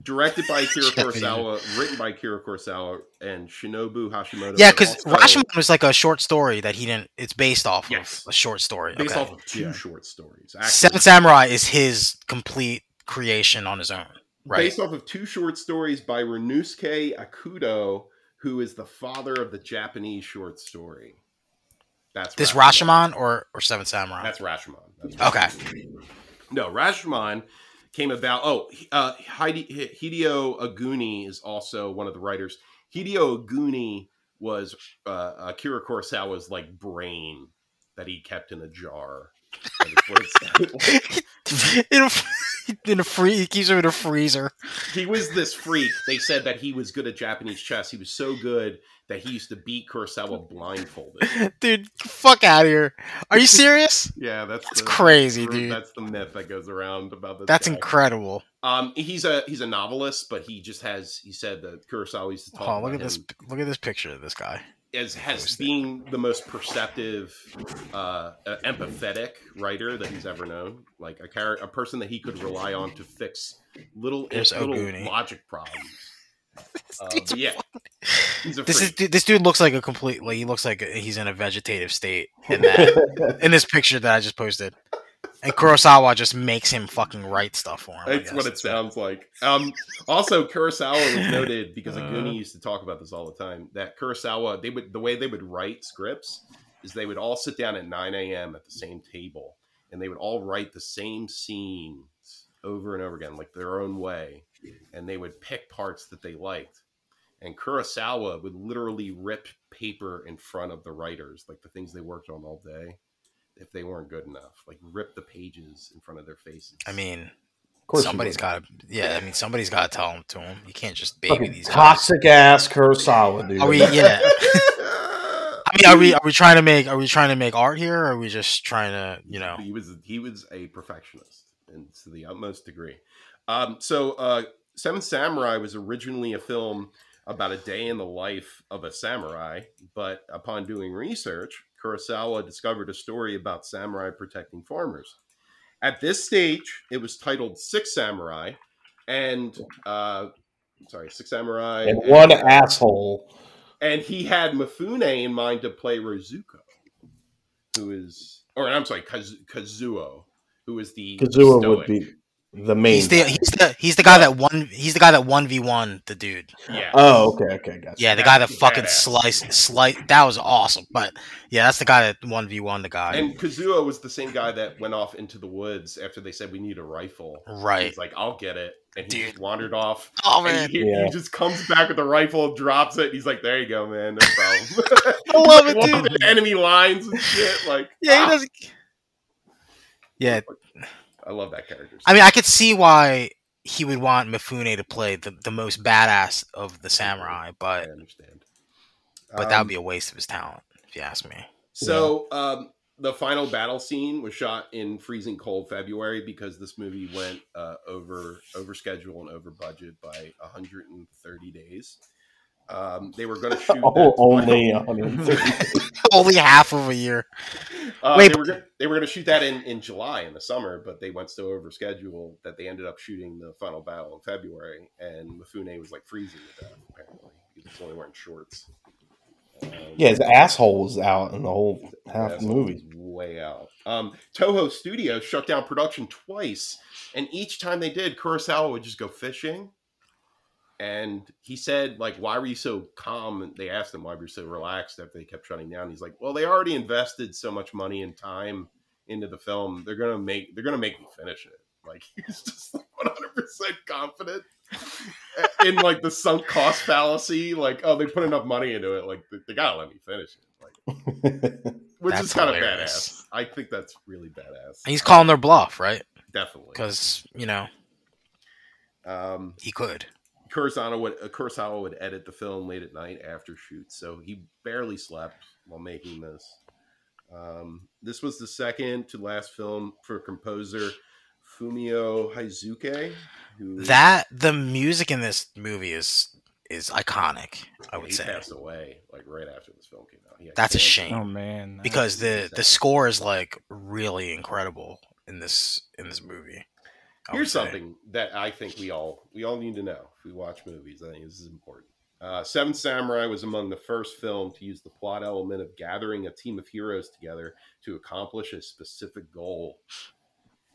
Directed by Kira
Japanese.
Kurosawa, written by Kira Kurosawa, and Shinobu Hashimoto.
Yeah,
and
because
also
Rashomon was like a short story that he didn't. It's based off
Yes.
of a short story.
based
okay.
off of two
Yeah.
short stories.
Seven Samurai is his complete creation on his own. Right.
based off of two short stories by Ryunosuke Akudo, who is the father of the Japanese short story. That's
this Rashomon or or Seven Samurai.
That's Rashomon. That's
Okay.
Rashomon. No, Rashomon came about. Oh, uh, Heidi, Hideo Aguni is also one of the writers. Hideo Aguni was uh, uh, Kira Kurosawa's like brain that he kept in a
[LAUGHS]
jar.
in a [LAUGHS] in a free, he keeps him in a freezer. [LAUGHS]
he was this freak. They said that he was good at Japanese chess. He was so good that he used to beat Kurosawa blindfolded.
Dude, fuck out of here. Are you serious?
Yeah, that's
That's crazy,
that's
dude.
That's the myth that goes around about this.
That's
guy.
incredible.
Um, he's a he's a novelist, but he just has he said that Kurosawa used to talk.
Oh, look at
about
this!
him
Look at this picture of this guy.
As has
Post it.
being the most perceptive, uh, uh, empathetic writer that he's ever known, like a char- a person that he could rely on to fix little
There's
little
Oguni.
logic problems.
[LAUGHS]
Uh,
dude's
but yeah, he's a
This
freak.
is this dude looks like a complete like he looks like he's in a vegetative state in that
[LAUGHS]
in this picture that I just posted. And Kurosawa just makes him fucking write stuff for him. I
That's what
guess.
it sounds like. Um, also, Kurosawa
[LAUGHS]
was noted because
Uh-huh.
Uh.
Aguni used to talk about this all the time. That Kurosawa, they would the way they would write scripts is they would all sit down at 9 a.m. at the same table and they would all write the same scenes over and over again, like their own way, and they would pick parts that they liked. And Kurosawa would literally rip paper in front of the writers, like the things they worked on all day, if they weren't good enough. Like rip the pages in front of their faces.
I mean,
course, you
somebody's
would.
got to. Yeah, I mean, somebody's got to tell them to him. You can't just baby
Fucking
these guys.
toxic ass Kurosawa, dude.
Are we? Yeah. [LAUGHS] I mean, are we? Are we trying to make? Are we trying to make art here? Or are we just trying to? [LAUGHS] You know.
He was he was a perfectionist and to the utmost degree. Um, so uh, Seven Samurai was originally a film about a day in the life of a samurai, but upon doing research, Kurosawa discovered a story about samurai protecting farmers. At this stage, it was titled Six Samurai, and uh, sorry, Six Samurai,
and one asshole.
and he had Mifune in mind to play Rozuko, who is, or I'm sorry, Kaz- Kazuo, who is the
Kazuo
Stoic.
would be the main.
He's the he's the he's the guy that one he's the guy that one v one the dude.
yeah.
oh, okay, okay, gotcha.
Yeah, the guy that
That's
fucking
badass.
sliced slice that was awesome. But yeah, that's the guy that one v one the guy.
and Kazuo was the same guy that went off into the woods after they said we need a rifle.
right.
He's like, I'll get it, and he
Dude.
just wandered off.
[LAUGHS] Oh
And
man,
he,
Yeah.
he just comes back with a rifle, drops it. And he's like, "There you go, man. No
[LAUGHS]
problem." [LAUGHS]
I love it,
Walking
dude.
in Enemy lines and shit. Like, ah,
Yeah, he doesn't. Yeah,
I love that character.
I mean, I could see why he would want Mifune to play the, the most badass of the samurai,
I
but
understand.
but that
Um,
would be a waste of his talent, if you ask me.
So um, the final battle scene was shot in freezing cold February because this movie went uh, over over schedule and over budget by 130 days. Um, they were going to shoot
[LAUGHS] Oh,
[LAUGHS]
that
only
final-
150.
Only half of a year.
uh,
Wait,
they were gonna, they were going to shoot that in in July in the summer, but they went so over schedule that they ended up shooting the final battle in February, and Mifune was like freezing to death apparently because he's only wearing shorts. Um,
yeah, his asshole was out in the whole half
That's
the movie.
always Way out. Um, Toho Studios shut down production twice, and each time they did, Kurosawa would just go fishing. And he said, like, why were you so calm? And they asked him why were you so relaxed after they kept shutting down. He's like, well, they already invested so much money and time into the film. They're gonna make they're gonna make me finish it. Like [LAUGHS] he's just like 100 percent confident in like the sunk cost fallacy. Like, oh, they put enough money into it. Like they, they gotta let me finish it. Like
[LAUGHS]
which
That's
is kind of
hilarious.
badass. I think that's really badass.
And he's calling their bluff, right?
Definitely.
Because you know
Um,
he could.
Kurosawa would uh, Kurosawa would edit the film late at night after shoots, so he barely slept while making this. Um, this was the second to last film for composer Fumio Heizuke. Who
That the music in this movie is is iconic. I would
he
say
passed away like right after this film came out. He had
that's a
cancer.
Oh
shame
man, that-
because the the
sad.
score is like really incredible in this in this movie. I would
Here's
say.
something that I think we all we all need to know if we watch movies. I think this is important. Uh, Seven Samurai was among the first film to use the plot element of gathering a team of heroes together to accomplish a specific goal.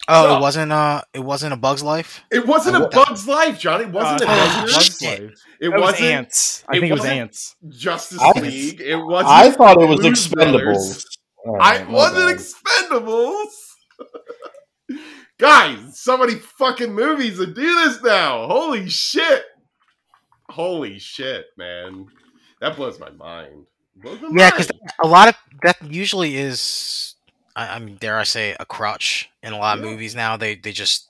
Oh,
Sup?
it wasn't uh, it wasn't a Bug's Life.
It wasn't a Bug's Life, John. It wasn't
Uh,
a
I
Oh,
thought it
Bug's Life.
was
shit.
Bug's Life.
It
That was
wasn't
ants. I
it
think it was
wasn't-
ants.
Justice
I-
League. It wasn't.
I thought it was
Blues
Expendables.
Brothers.
All
I
right, my
wasn't
bad.
Expendables. [LAUGHS] Guys, so many fucking movies that do this now. Holy shit. Holy shit, man. That blows my mind. Blows my
Yeah, 'cause
mind.
a lot of that usually is I, I mean dare i say a crutch in a lot of
Yeah.
movies now they they just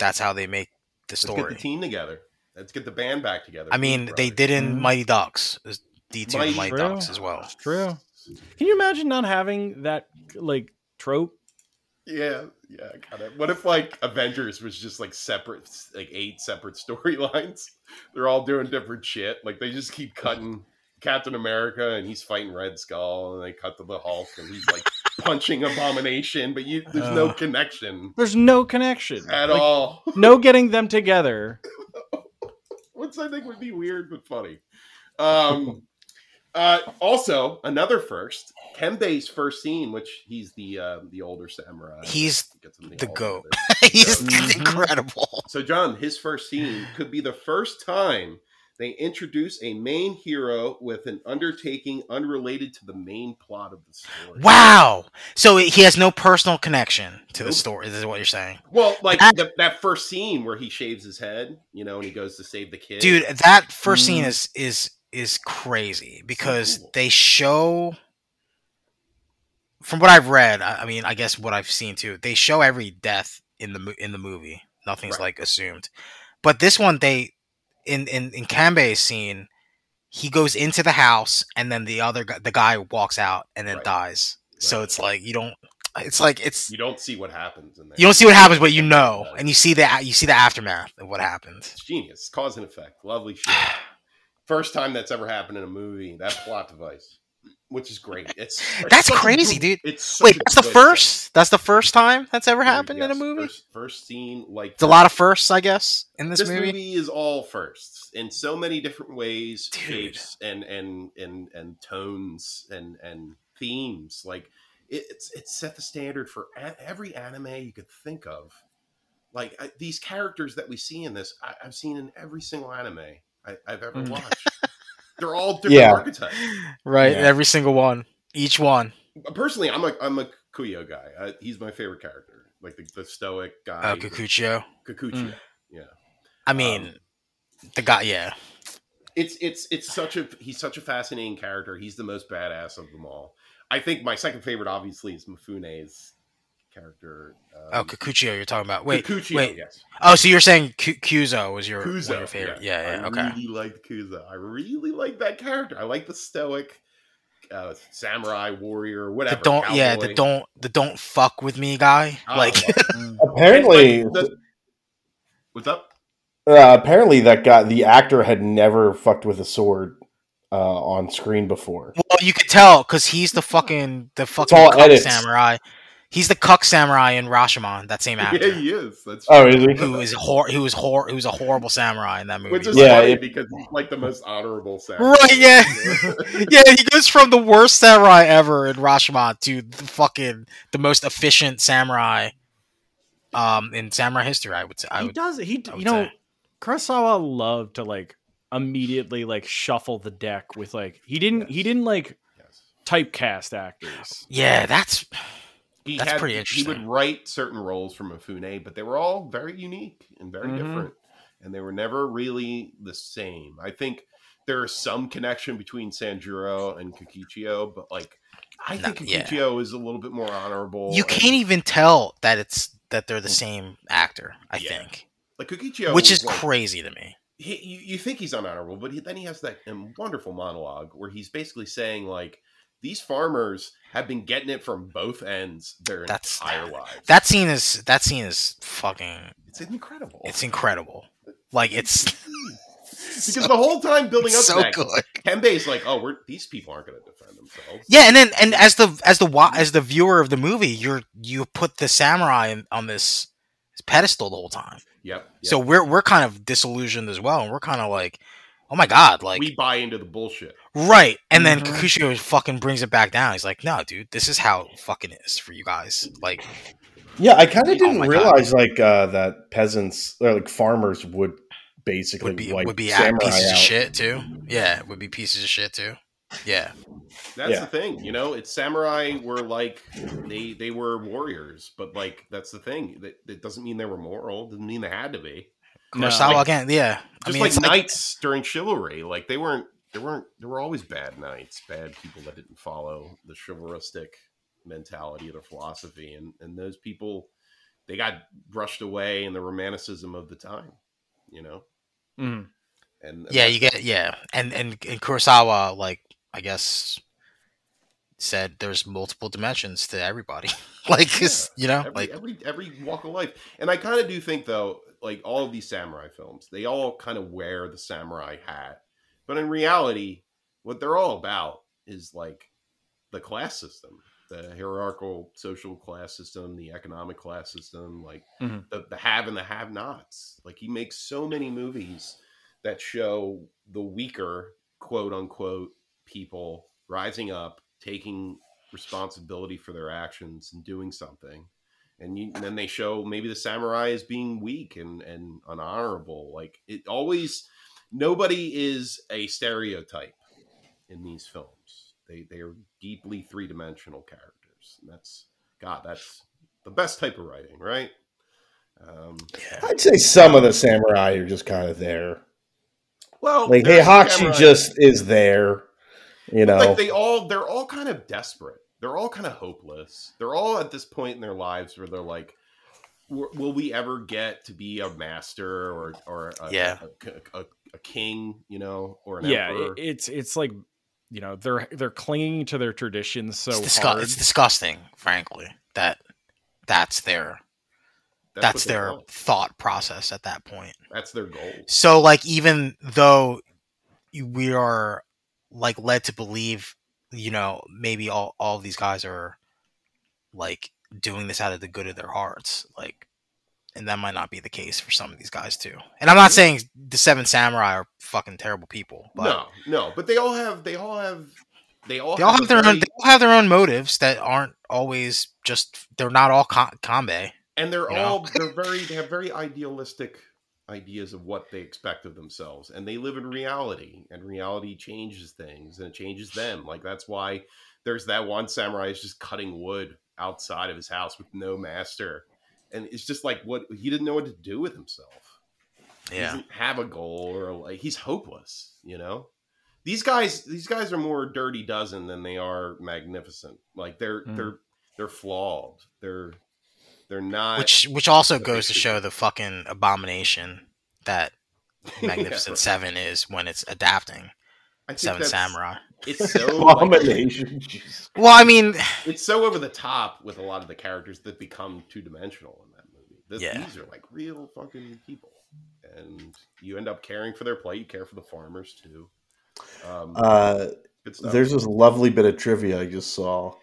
that's how they make the
let's get the
story
team together. Let's get the band back together.
i mean
Blues
they
Brothers.
did in
Mhm.
mighty ducks It was d2 mighty,
Mm-hmm. Mighty-
mighty
True.
ducks as well
It's true. Can you imagine not having that like trope?
Yeah, yeah, kind of. What if like Avengers was just like separate, like eight separate storylines? [LAUGHS] They're all doing different shit. Like they just keep cutting Captain America, and he's fighting Red Skull, and they cut to the Hulk, and he's
[LAUGHS]
like punching Abomination, but you there's no
Uh.
connection
There's no connection
at
Like,
all. [LAUGHS]
No getting them together.
Which I think would be weird but funny.
[LAUGHS]
Um, uh, also, another first, Kembe's first scene, which he's the uh, the older samurai.
He's [LAUGHS]
Gets him
the
all
goat.
of it.
he's [LAUGHS]
Mhm.
Mm-hmm.
incredible
So, John, his first scene could be the first time they introduce a main hero with an undertaking unrelated to the main plot of the story.
wow so he has no personal connection to the
Nope.
story this is what you're saying
Well, like
That-
the, that first scene where he shaves his head, you know, and he goes to save the kid.
dude that first scene
Mm.
is is is crazy because
cool.
they show from what i've read I, I mean i guess what i've seen too they show every death in the mo- in the movie Nothing's
Right.
like assumed. But this one, they in in in Kanbe's scene, he goes into the house and then the other gu- the guy walks out and then
Right.
dies. So
Right.
it's like you don't. It's like it's
You don't see what happens in there.
you don't see what happens, but you
[LAUGHS]
know,
Yeah.
and you see the you see the aftermath of what happened.
It's genius. Cause and effect. Lovely shit. [SIGHS] First time that's ever happened in a movie. That plot device, which is great. It's
That's
such a
crazy,
good-
dude.
It's such
Wait,
a
that's the
good-
first. That's the first time that's ever
Yes,
happened in a movie.
First, first scene, like
It's a lot of firsts, I guess, in this, movie.
is all firsts in so many different ways,
Dude.
shapes, and and and and tones and and themes. Like it, it's it set the standard for a- every anime you could think of. Like I, these characters that we see in this, I, I've seen in every single anime I, I've ever
Hmm. [LAUGHS]
Mm.
watched. They're all different
Yeah.
archetypes.
Right,
Yeah.
every single one, each one.
Personally, I'm a I'm a Kuyo guy. I, he's my favorite character, like the, the stoic guy,
Uh, Kikuchio.
Kikuchi.
Mm.
Yeah.
I mean,
Um,
the guy. Yeah,
it's it's it's such a he's such a fascinating character. He's the most badass of them all. I think my second favorite, obviously, is Mifune's character.
Oh,
Um,
Kikuchio, you're talking about. Wait.
Kikuchi,
wait.
yes,
Oh, so you're saying Ku- Kuzo was your, one of
Kuzo,
your favorite? Yeah, yeah.
I
okay.
really liked Kuzo. I really like that character. I like the stoic uh, samurai warrior,
the
whatever.
don't. Yeah, the
cowboy. Oh,
don't. The don't fuck with me guy.
I
like, [LAUGHS]
love it.
Apparently,
Like, the- what's
[LAUGHS]
up?
uh, apparently that guy, the actor, had never fucked with a sword uh, on screen before.
well, you could tell because he's the fucking the fucking
all
cuck
edits.
samurai. He's the cuck samurai in Rashomon. That same actor.
[LAUGHS] Yeah, he is. That's
Oh, is he?
Who is hor- who is hor- who's a horrible samurai in that movie?
Which is
Yeah,
funny
it-
because he's like the most honorable samurai.
Right, yeah. yeah, he goes from the worst samurai ever in Rashomon to the fucking the most efficient samurai um in samurai history, I would say. I
he
would,
does. He d-
I
you
would
know,
say.
Kurosawa loved to like immediately like shuffle the deck with like he didn't he
Yes.
didn't like
[LAUGHS] Yes.
typecast actors.
yeah, that's
he
That's
had-
pretty
He
interesting.
would write certain roles for Mifune, but they were all very unique and very
Mm-hmm.
Mhm.
different, and they were never really the same. I think there is some connection between Sanjuro and Kikichio, but like I
No,
think
yeah.
Kikichio is a little bit more honorable.
you
and-
can't e even tell that it's that they're the same actor, I
Yeah.
think.
like Kikichio,
Which is
like,
crazy to me.
he, you, you think he's unhonorable, but he, then he has that um, wonderful monologue where he's basically saying like. These farmers have been getting it from both ends their
That's-
entire lives.
That scene is that scene is fucking
it's incredible.
it's incredible. Like it's
because the whole time building up
[LAUGHS] so
to that,
good.
Kembe's like, oh, we're these people aren't going to defend themselves.
Yeah, and then and as the as the wa- as the viewer of the movie, you're you put the samurai in, on this pedestal the whole time.
Yep. yep.
So we're we're kind of disillusioned as well, and we're kind of like, oh my god, like
we Mm-hmm. buy into the bullshit.
right. And then
Mhm.
Kikuchio fucking brings it back down. He's like, no, dude, this is how it fucking is for you guys. Like,
Yeah, I kind of didn't
Oh my God.
realize like uh, that peasants or like farmers would basically
would be
wipe
would be at
samurai
pieces
out.
of shit too. Yeah, would be pieces of shit too. Yeah,
That's
Yeah.
the thing, you know. It's samurai were like they they were warriors, but like that's the thing. That, that doesn't mean they were moral. Doesn't mean they had to be.
No,
Kurosawa [LAUGHS]
like-
again. Yeah, I
Just
mean,
like
it's like,
knights during chivalry, like they weren't. They weren't. There were always bad knights, bad people that didn't follow the chivalristic mentality of their philosophy, and and those people, they got brushed away in the romanticism of the time, you know.
Mm.
And
yeah, you get yeah, and and and Kurosawa, like I guess, said there's multiple dimensions to everybody. [LAUGHS] like, it's- you know,
every,
like
every every walk of life. And I kind of do think though, like all of these samurai films, they all kind of wear the samurai hat, but in reality, what they're all about is like the class system, the hierarchical social class system, the economic class system, like
Mm-hmm.
Mhm.
the, the have and the have-nots. Like he makes so many movies that show the weaker quote unquote people rising up, taking responsibility for their actions and doing something. And, you, and then they show maybe the samurai as being weak and, and unhonorable. Like it always, nobody is a stereotype in these films. They they are deeply three dimensional characters. And that's God. That's the best type of writing, right? Um,
yeah.
I'd say some of the samurai are just kind of there.
well,
Like
Oh, there's some
Heihachi
samurai-
just is there, you know.
like they all they're all kind of desperate. They're all kind of hopeless. They're all at this point in their lives where they're like, w- will we ever get to be a master or or a,
Yeah.
a, a- a king, you know, or an
yeah,
emperor?
it, it's it's like you know they're they're clinging to their traditions so
it's, disgu-
hard.
it's disgusting, frankly. That that's their
what
that's,
they
their
want.
thought process at that point.
that's their goal.
So like even though you- we are like led to believe, you know, maybe all all these guys are like doing this out of the good of their hearts, like and that might not be the case for some of these guys too. And I'm not saying the seven samurai are fucking terrible people, but
no, no, but they all have they all have they all
they all have their
a
own
very-
they all have their own motives that aren't always just they're not all com- combe.
and they're
you know?
all they're very they have very idealistic ideas of what they expect of themselves and they live in reality and reality changes things and it changes them like that's why there's that one samurai is just cutting wood outside of his house with no master and it's just like what he didn't know what to do with himself he
Yeah.
doesn't have a goal or like he's hopeless you know these guys these guys are more dirty dozen than they are magnificent like they're
Hmm.
Mm.
they're they're flawed they're they're not
Which which also
I
goes to
see.
show the fucking abomination that
[LAUGHS] Yeah,
Magnificent
right.
Seven is when it's adapting
I think
Seven
that's- [LAUGHS]
Samurai. [LAUGHS]
[LAUGHS]
It's so like,
Abomination. [LAUGHS] Jesus.
Well, I mean,
it's so over the top with a lot of the characters that become two dimensional in that movie. This,
Yeah.
These are like real fucking people, and you end up caring for their plight. You care for the farmers too. Um,
Uh,
good stuff.
There's this lovely bit of trivia I just saw.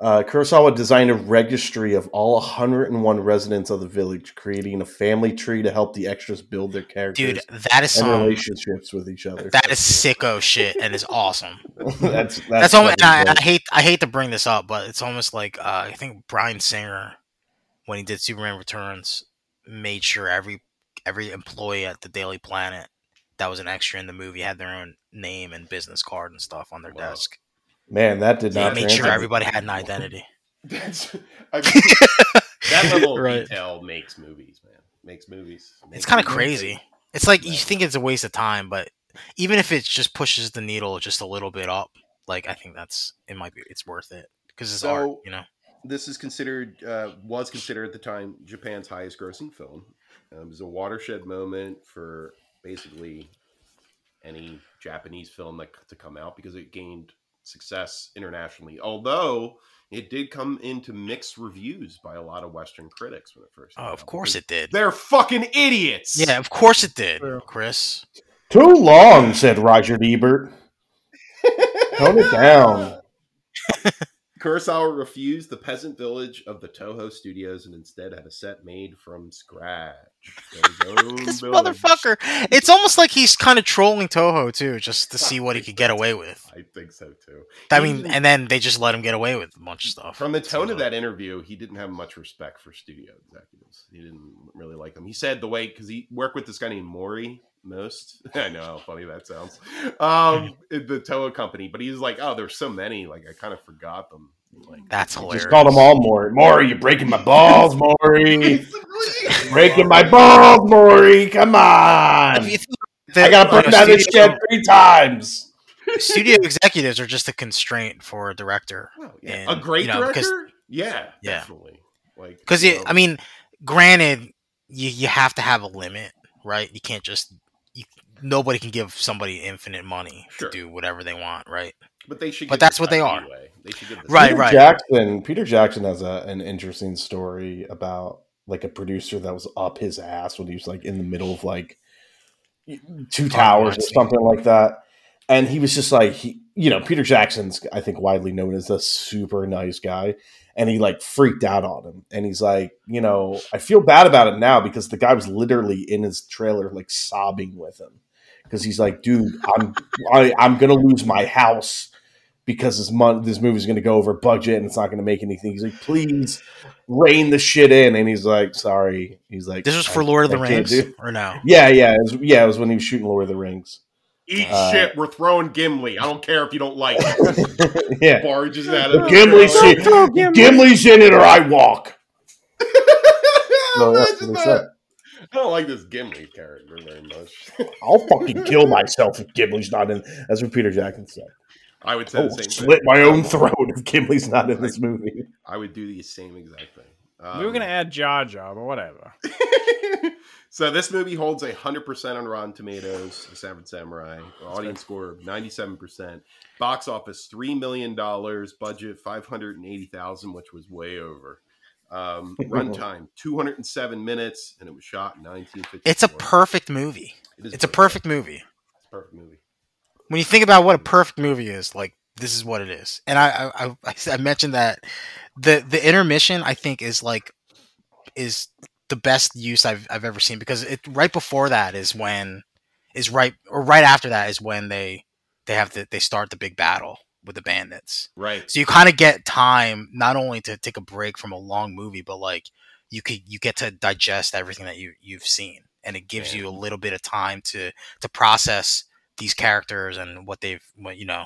Uh, Kurosawa designed a registry of all 101 residents of the village, creating a family tree to help the extras build their characters
dude, that is
and
some
relationships with each other.
that is sicko shit and is awesome.
[LAUGHS] that's
That's,
[LAUGHS] that's,
almost. And I,
fucking
I hate I hate to bring this up, but it's almost like uh, I think Brian Singer, when he did Superman Returns, made sure every every employee at the Daily Planet that was an extra in the movie had their own name and business card and stuff on their
Wow.
desk.
great. man. That did
They
not
made sure
translate.
everybody had an
[LAUGHS]
identity.
[LAUGHS]
[LAUGHS]
That's I mean, that level of
Right.
detail makes movies, man. Makes movies.
It's
Makes
kind of
movies.
crazy. It's like you think it's a waste of time, but even if it just pushes the needle just a little bit up, like I think that's it might be it's worth it because it's art,
So-
you know.
This is considered uh, was considered at the time Japan's highest grossing film. Um, it was a watershed moment for basically any Japanese film that to come out because it gained success internationally. Although it did come into mixed reviews by a lot of Western critics when it first.
Oh, of course it did.
They're fucking idiots.
Yeah, of course it did,
True.
Chris.
Too long, said Roger Ebert. Tone it down.
[LAUGHS]
Kurosawa refused the peasant village of the Toho Studios and instead had a set made from scratch.
[LAUGHS] This motherfucker. It's almost like he's kind of trolling Toho too, just to see what he could get away with.
I think so too.
I mean, and then they just let him get away with a bunch of stuff.
From the tone
Seems
of that interview, he didn't have much respect for studio executives. He didn't really like them. He said the way because he worked with this guy named Mori most. [LAUGHS] I know how funny that sounds.
[LAUGHS]
Um, the Toho company, but he was like, "Oh, there's so many. Like I kind of forgot them." Like
That's hilarious.
Just called them all Maury. Maury, you're breaking my balls, Maury. breaking my balls, Maury. Come on.
If you think
I
that-
got
you
burned
know,
down this
studio-
shed three times.
Studio executives are just a constraint for a director.
Oh, yeah.
And,
a great
you know, because-
director? Yeah,
Yeah.
definitely. Like
Because
you know,
I mean, granted, you you have to have a limit, right? You can't just you, nobody can give somebody infinite money
Sure.
to do whatever they want, right?
but they should.
but
give the
that's what they
side
are.
leeway. They should give the
Right,
side-
Peter
right.
Jackson. Peter Jackson has a, an interesting story about like a producer that was up his ass when he was like in the middle of like two towers or
Weinstein.
something like that, and he was just like he, you know, Peter Jackson's I think widely known as a super nice guy, and he like freaked out on him, and he's like, you know, I feel bad about it now because the guy was literally in his trailer like sobbing with him because he's like, dude, I'm I, I'm gonna lose my house because this month this movie's gonna go over budget and it's not gonna make anything. He's like, please rein the shit in, and he's like, sorry. He's like,
This was for
"I-
Lord of
I
the Rings,
can't do-"
or
[LAUGHS]
no?
Yeah, yeah, it was, yeah. It was when he was shooting Lord of the Rings. [LAUGHS]
Eat
Uh,
shit. We're throwing Gimli. I don't care if you don't like it.
[LAUGHS]
yeah,
barges out
the
of
Gimli
trailer.
shit. Gimli's in it, or I [LAUGHS] walk. No,
[LAUGHS]
that's
Imagine
what they
that.
said.
I don't like this Gimli character very much.
I'll fucking kill myself if Gimli's not in. That's what Peter Jackson said.
I would say
Oh,
the same thing.
slit my own throat if Gimli's not in this movie.
I would do the same exact thing. Um,
we were gonna add Jaw Jaw, but whatever.
[LAUGHS] so this movie holds a hundred percent on Rotten Tomatoes. The Seven Samurai audience score of ninety-seven percent, box office three million dollars, budget five hundred and eighty thousand, which was way over. Um, runtime two hundred and seven minutes, and it was shot in nineteen fifty.
It's a perfect movie. It's a perfect movie.
It's a perfect movie.
When you think about what a perfect movie is, like this is what it is. And I I, I, I mentioned that the the intermission I think is like is the best use I've I've ever seen because it right before that is when is right or right after that is when they they have to they start the big battle with the bandits.
Right.
So you kind of get time not only to take a break from a long movie, but like you could you get to digest everything that you you've seen, and it gives
Yeah.
you a little bit of time to to process these characters and what they've what you know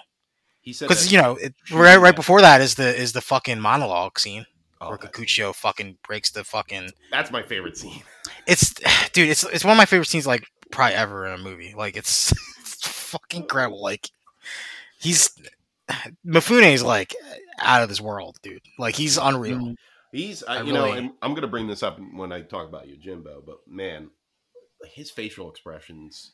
He said
because
because
you know it, right right before that is the is the fucking monologue scene
Oh,
where Kikuchio fucking breaks the fucking
that's my favorite scene.
it's [SIGHS] dude it's it's one of my favorite scenes like probably ever in a movie like it's, [LAUGHS] it's fucking incredible like he's [SIGHS] Mifune is like out of this world dude like he's unreal
Mm-hmm. He's, I,
I
you know,
really-
and I'm going to bring this up when I talk about Yojimbo, but man, his facial expressions,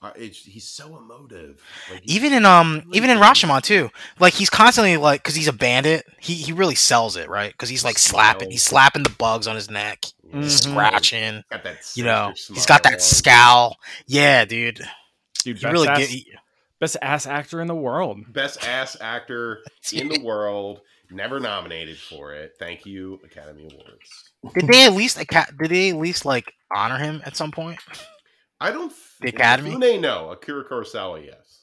are, it's, he's so emotive. Like, he's-
even in um
really
even in
good.
Rashomon too like he's constantly like because he's a bandit he he really sells it right because he's like slapping he's slapping the bugs on his neck he's
Mm-hmm.
Mhm.
scratching
got that,
you know
sinister
he's got
smile
that
on.
scowl yeah dude
Dude,
you
best,
really
ass,
get he-
best ass actor in the world.
Best ass
[LAUGHS]
actor in the world, never nominated for it. Thank you, Academy Awards.
did they at least aca- did they at least like honor him at some point
I don't.
The Academy?
Fune, no. Akira Kurosawa, yes.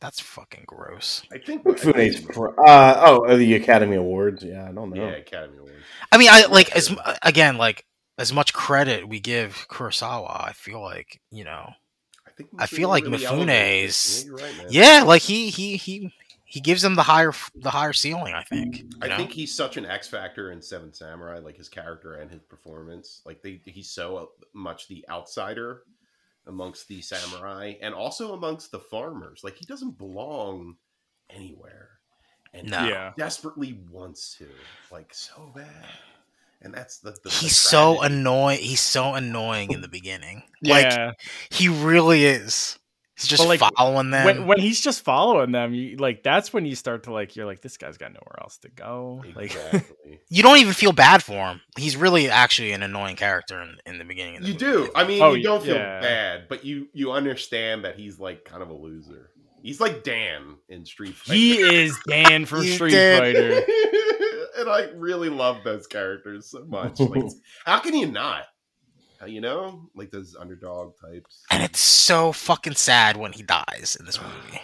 that's fucking gross
I think.
Fune's pro- uh, oh, uh, the Academy Awards. Yeah, I don't know.
yeah, Academy Awards.
I mean, I like
Yeah,
as
sure.
again, like as much credit we give Kurosawa, I feel like you know,
I think.
I feel like
elevated it.
Mifune's-
Yeah, you're right, man.
yeah, like he he he he gives them the higher the higher ceiling. I think. you
I
know?
think he's such an X factor in Seven Samurai, like his character and his performance. Like they, he's so uh, much the outsider amongst the samurai and also amongst the farmers. Like he doesn't belong anywhere, and
No.
he
Yeah.
desperately wants to, like so bad. And that's the, the- the
he's so
tragedy.
annoying. He's so annoying in the beginning. Like
Yeah.
he really is. He's just
like,
following them.
when, when he's just following them, you, like that's when you start to like you're like this guy's got nowhere else to go.
[LAUGHS]
Like
exactly.
you don't even feel bad for him. He's really actually an annoying character in, in the beginning. Of the
you
movie.
do. I mean,
Oh,
you don't feel
yeah.
bad, but you you understand that he's like kind of a loser. He's like Dan in Street Fighter.
he is Dan from
You
Street
did.
Fighter.
[LAUGHS] and I really love those characters so much.
[LAUGHS]
Like, how can you not? Uh, You know, like those underdog types.
and it's so fucking sad when he dies in this movie.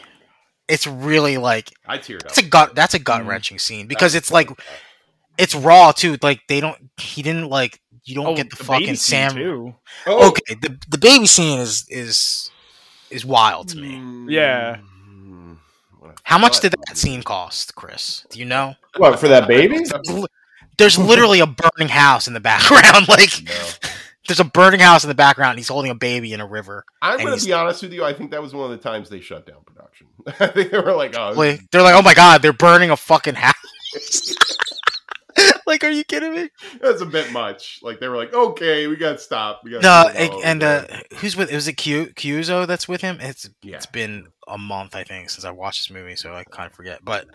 It's really like
I teared up.
that's a gut that's a gut
Mhm.
wrenching scene
That
because
was
it's like
really tough.
it's raw too. Like they don't. He didn't like. You don't get the,
Oh, baby
fucking
scene,
Sam.
too.
oh,
Okay, the the baby scene is is is wild to
Mm-hmm.
me.
Yeah.
Mm. What a
How much
fuck
did that
movie.
scene cost, Chris? Do you know?
What for that baby?
L- There's literally a burning house in the [LAUGHS] background. Like
No.
there's a burning house in the background. And he's holding a baby in a river.
I'm
And
going to
he's-
be honest with you. I think that was one of the times they shut down production. [LAUGHS] I think they were like, oh, this
Like, they're like, oh my god, they're burning a fucking house. [LAUGHS] like, are you kidding me?
That's a bit much. Like they were like, okay, we got to stop. We got
No, and, and uh, who's with? Is it Q Cuzo that's with him? It's
yeah,
it's been a month I think since I watched this movie, so I kind of forget. But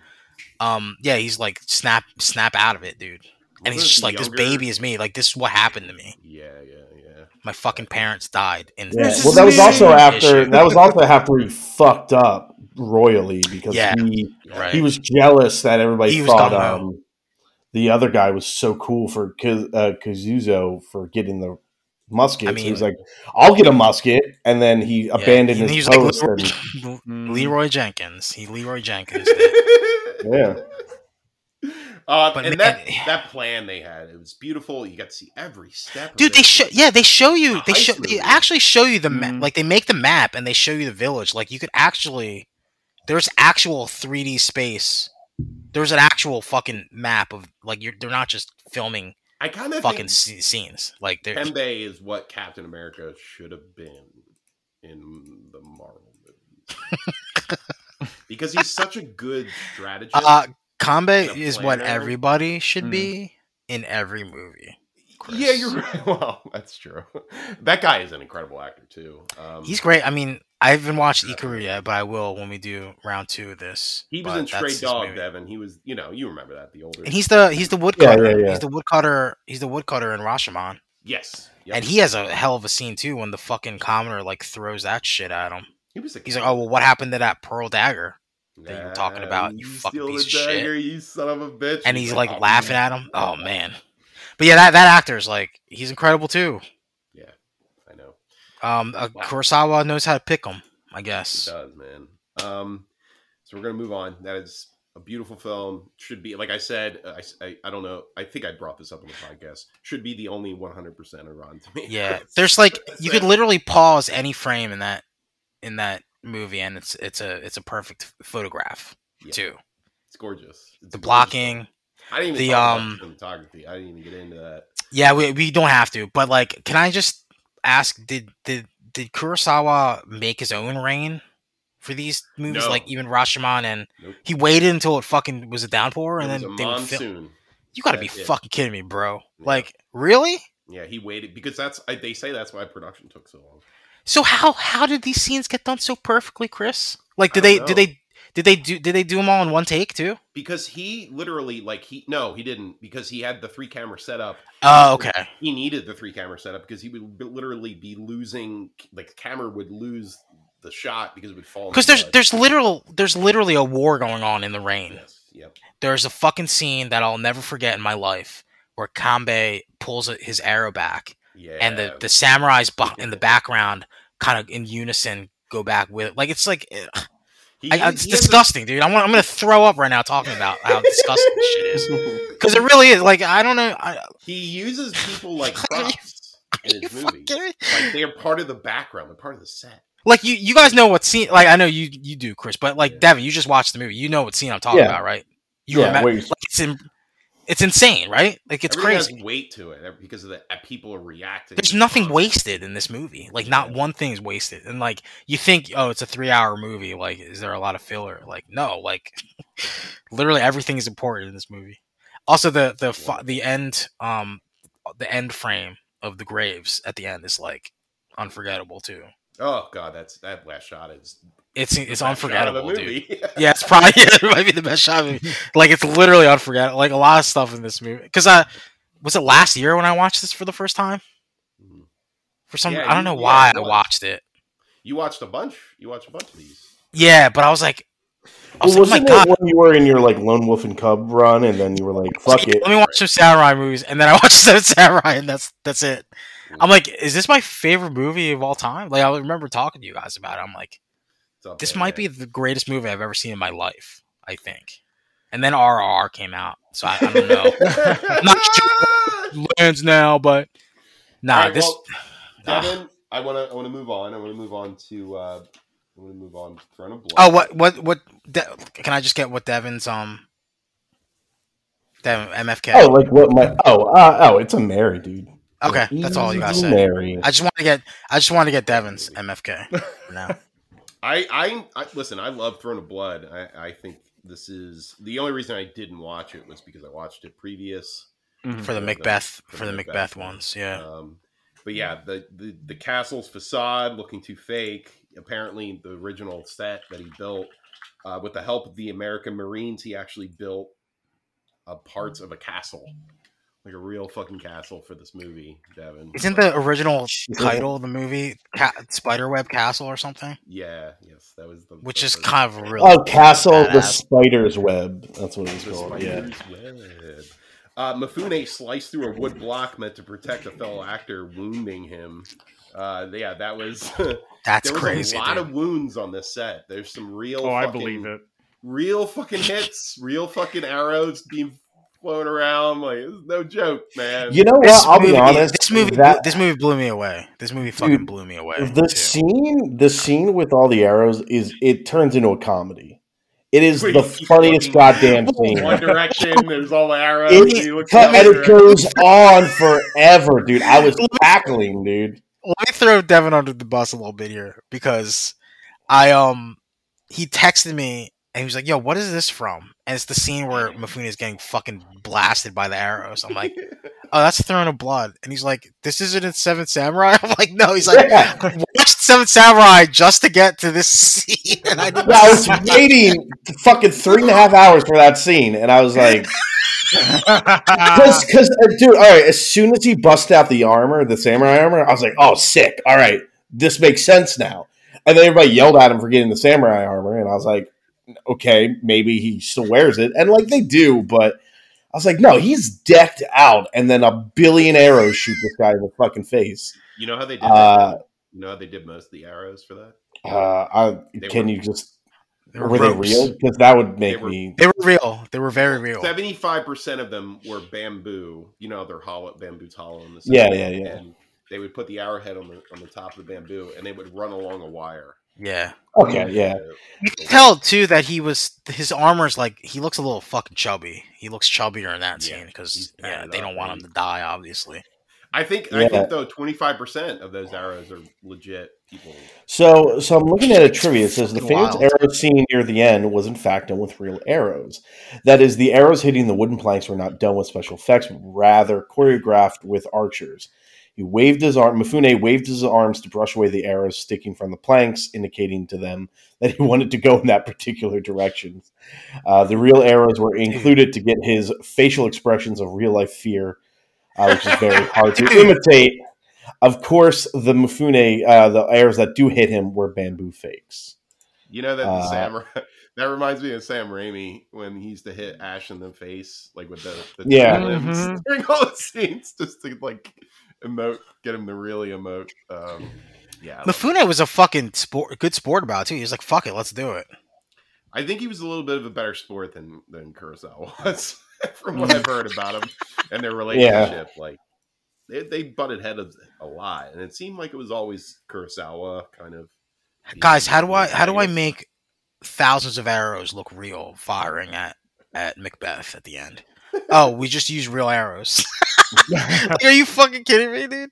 um, yeah, he's like snap snap out of it, dude. And he's
Wasn't
just
the
like, this
younger-
baby is me. Like this is what happened to me.
Yeah, yeah, yeah.
My fucking parents died. And
Yeah.
This
Well,
is
that was
me.
also after
Issue.
that was also after he fucked up royally because
Yeah.
he
right.
he was jealous that everybody
He was
thought
gung-ho.
um, the other guy was so cool for Ku- uh, Kazuzo for getting the musket.
I
so he
mean-
was like, "I'll get a musket," and then he
Yeah.
abandoned
And
his
he was
post.
Leroy,
and,
Mm.
Leroy Jenkins. He Leroy
[LAUGHS]
Jenkins. did.
yeah.
[LAUGHS] Yeah.
Uh,
But
and
man-
that that plan they had, it was beautiful. You got to see every step. of
Dude, they
it.
show yeah, they show you
A
they
heist
show
movie.
they actually show you the map.
Mm-hmm.
Mhm.
Like they make the map and they show you the village. Like you could actually there's actual 3D space. There's an actual fucking map of like you're they're not just filming
I kind [LAUGHS] of fucking
fucking sce- scenes. Like they're
Pembe is what Captain America should have been in the Marvel movies because
[LAUGHS]
he's such a good strategist.
uh Kambe
The
is what
planner.
everybody should
Mhm.
be. in every movie. Chris.
Yeah, you're right. [LAUGHS] Well, that's true. That guy is an incredible actor too. Um,
He's great. I mean, I haven't watched Ikaru yet, but I will when we do round two of this.
he was
but
in
that's
Stray
his
Dog,
movie.
Devin. He was, you know, you remember that the older.
And he's the he's the woodcutter.
yeah, yeah.
He's the woodcutter. He's the woodcutter in Rashomon,
yes, Yep.
and he has a hell of a scene too when the fucking commoner like throws that shit at him.
he was a
He's like, "Oh well, what happened to that pearl dagger?" that you were talking
Nah,
about, you fucking
steal
piece
the
of shit.
dagger, You son of a bitch.
And he's
"Oh,
like laughing at him. Oh man, but yeah, that that actor is like he's incredible too.
I know.
Um, uh,
Wow.
Kurosawa knows how to pick him, I
It
guess.
does, man. Um, so we're gonna move on. That is a beautiful film. Should be, like I said, I, I, I don't know. I think I brought this up on the podcast. Should be the only 100 percent [LAUGHS] Iran to me.
Yeah, there's like you could
That's it.
literally pause any frame in that in that movie, and it's it's a it's a perfect photograph
Yeah.
too.
It's gorgeous. It's
The
gorgeous.
blocking,
I didn't even
the,
the um
um,
cinematography. I didn't even get into that.
yeah, we we don't have to, but like, can I just ask did did did Kurosawa make his own rain for these movies?
No.
Like even Rashomon, and
Nope.
he waited until it fucking was a downpour, and
it was a
then they would film.
monsoon.
You gotta be
That's it.
fucking kidding me, bro.
Yeah.
Like, really?
Yeah, he waited because that's I, they say that's why production took so long.
So how how did these scenes get done so perfectly, Chris? Like,
I
did they
don't
did they did they do did they do them all in one take too?
Because he literally like he no he didn't because he had the three camera setup.
Oh, okay.
He needed the three camera setup because he would be- literally be losing like the camera would lose the shot because it would fall. in
Because
the
there's
mud.
there's literal there's literally a war going on in the rain.
yes, yep.
There's a fucking scene that I'll never forget in my life where Kanbei pulls his arrow back,
yeah
and the the samurais
[LAUGHS]
beh- in the background kind of in unison go back with it. Like it's like ugh,
He-
I,
he-
it's
he has a-
disgusting, dude. I'm I'm gonna throw up right now talking about how disgusting [LAUGHS] this shit is.
[LAUGHS]
Because it really is. Like I don't know. I,
He uses people
[LAUGHS]
like
Are you-
props in
[LAUGHS] you
his movies.
fucking-
Like they are part of the background. They're part of the set.
like you you guys know what scene like i know you you do chris but like
Yeah.
devin you just watched the movie you know what scene i'm talking
Yeah.
about right you oh,
Yeah,
remember
what
like
you're-
it's in, it's insane right like it's
Everything
crazy
Has weight to it because of the uh, people are reacting.
there's nothing wasted in this movie like not one thing is wasted and like you think oh it's a three hour movie like is there a lot of filler like no like [LAUGHS] literally everything is important in this movie also the the fi- the end um the end frame of the graves at the end is like unforgettable too
Oh god, that's that last shot is
it's it's unforgettable dude
[LAUGHS] dude.
Yeah, it's probably [LAUGHS] it might be the best shot. Movie. Like it's literally unforgettable. Like a lot of stuff in this movie. Because I was it last year when I watched this for the first time.
Mhm.
For some,
Yeah,
I don't
you-
know
yeah,
why
it
I
was.
watched it.
You watched a bunch. You watched a bunch of these.
Yeah, but I was like, I was
Well,
like,
wasn't
oh my
it
god,
when you were in your like lone wolf and cub run, and then you were like, "Fuck it."
let me watch some samurai movies, and then I [LAUGHS] watched some samurai, and that's that's it. I'm like, is this my favorite movie of all time? Like I remember talking to you guys about it. I'm like,
It's up
this
there,
might
yeah.
be the greatest movie I've ever seen in my life. I think. And then RRR came out, so I, I
[LAUGHS]
don't know. Not Lands now, but nah,
All right,
this.
well,
ah.
Devin, I want to. I want to move on. I want to move on to. Uh, I want to move on to Throne of Blood.
Oh, what, what, what? De- can I just get what Devin's um, Devin MFK?
Oh, like what? My oh, uh, oh, it's a Mary, dude.
okay, that's all you gotta
Easy
say.
Mary.
I just want to get, I just want to get Devin's MFK. No,
I, I, I listen. I love Throne of Blood. I, I think this is the only reason I didn't watch it was because I watched it previous.
Mm-hmm.
for the
Yeah,
Macbeth,
the-
for the
the
Macbeth
Macbeth one.
ones, yeah.
Um, but yeah, the, the the castle's facade looking too fake. Apparently, the original set that he built uh, with the help of the American Marines, he actually built uh, parts of a castle, like a real fucking castle for this movie. Devin,
Isn't the original title of the movie Ca- Spiderweb Castle or something?
yeah, yes, that was the
Which
the
is
first-
kind of really.
Oh, Castle the
Badass.
Spider's Web. That's what it was
The
called. Yeah.
spider's web. Uh, Mifune sliced through a wood block meant to protect a fellow actor, wounding him. Uh, yeah, that was. [LAUGHS]
That's
there was
crazy.
a lot
dude.
of wounds on this set. There's some real.
Oh, I
fucking-
believe it.
Real fucking
[LAUGHS]
hits, real fucking arrows being flown around. Like it's no joke, man.
You know
This
what? I'll
movie,
be honest.
this movie,
that-
this movie blew me away. This movie fucking blew me away.
the
too.
scene, the scene with all the arrows is it turns into a comedy. It is
Wait,
the
you
funniest
fucking-
goddamn
[LAUGHS]
thing.
One Direction. There's all the arrows.
It-
you look
Cut-
down
and
there.
it goes on forever, dude. I was cackling, dude.
let me throw Devin under the bus a little bit here because I um he texted me And he was like, "Yo, what is this from?" And it's the scene where Mifune is getting fucking blasted by the arrows. I'm like, "Oh, that's Throne of Blood." And he's like, "This isn't in Seven Samurai." [LAUGHS] I'm like, "No." He's like,
Yeah.
"Watched Seven Samurai just to get to this [LAUGHS] scene," and I didn't.
Well, I was waiting fucking three and a half hours for that scene, and I was like, because, dude, all right, as soon as he busted out the armor, the samurai armor, I was like, oh, sick. All right, this makes sense now. And then everybody yelled at him for getting the samurai armor, and I was like, okay, maybe he still wears it. And like, they do, but I was like, no, he's decked out, and then a billion arrows shoot this guy in the fucking face.
You know how they did.
Uh,
that? You know how they did most of the arrows for that.
uh, I,
They
can
were-
you just,
They
were,
were
they
ropes.
real? Because that would make
were-
me.
They were real. They were very real.
Seventy-five percent of them were bamboo. You know, they're hollow. Bamboo's hollow in the
Yeah,
center,
yeah, yeah.
And they would put the arrowhead on the on the top of the bamboo, and they would run along a wire.
Yeah.
Okay, yeah.
You can tell too that he was his armor's like he looks a little fucking chubby. He looks chubbier in that
Yeah,
scene
he's
because
padded
yeah, they
up,
don't want him
right?
to die, obviously.
I think
Yeah.
I think though twenty-five percent of those arrows are legit people.
So, so I'm looking at a trivia. It says the
Fucking
famous
wild.
arrow scene near the end was in fact done with real arrows. That is, the arrows hitting the wooden planks were not done with special effects, but rather choreographed with archers. He waved his arm. Mifune waved his arms to brush away the arrows sticking from the planks, indicating to them that he [LAUGHS] wanted to go in that particular direction. Uh, the real arrows were included to get his facial expressions of real life fear, uh, which
[LAUGHS]
is very hard to imitate. Of course, the Mufune, uh, the arrows that do hit him were bamboo fakes.
You know that
Uh,
Sam [LAUGHS] that reminds me of Sam Raimi when he used to hit Ash in the face, like with the, the
Yeah.
limbs
Mhm.
during all the scenes, just to like emote, get him to really emote. Um, yeah, I love it.
Mifune was a fucking sport, good sport about it too. He was like, "Fuck it, let's do it."
I think he was a little bit of a better sport than than Kurosawa [LAUGHS] was, from what I've heard about him and
[LAUGHS]
their relationship. Like they, they butted heads a lot, and it seemed like it was always Kurosawa kind of.
Guys, how do I how do I
make?
make thousands of arrows look real firing at at Macbeth at the end? Oh, we just use real arrows. [LAUGHS] Like, are you fucking kidding me, dude?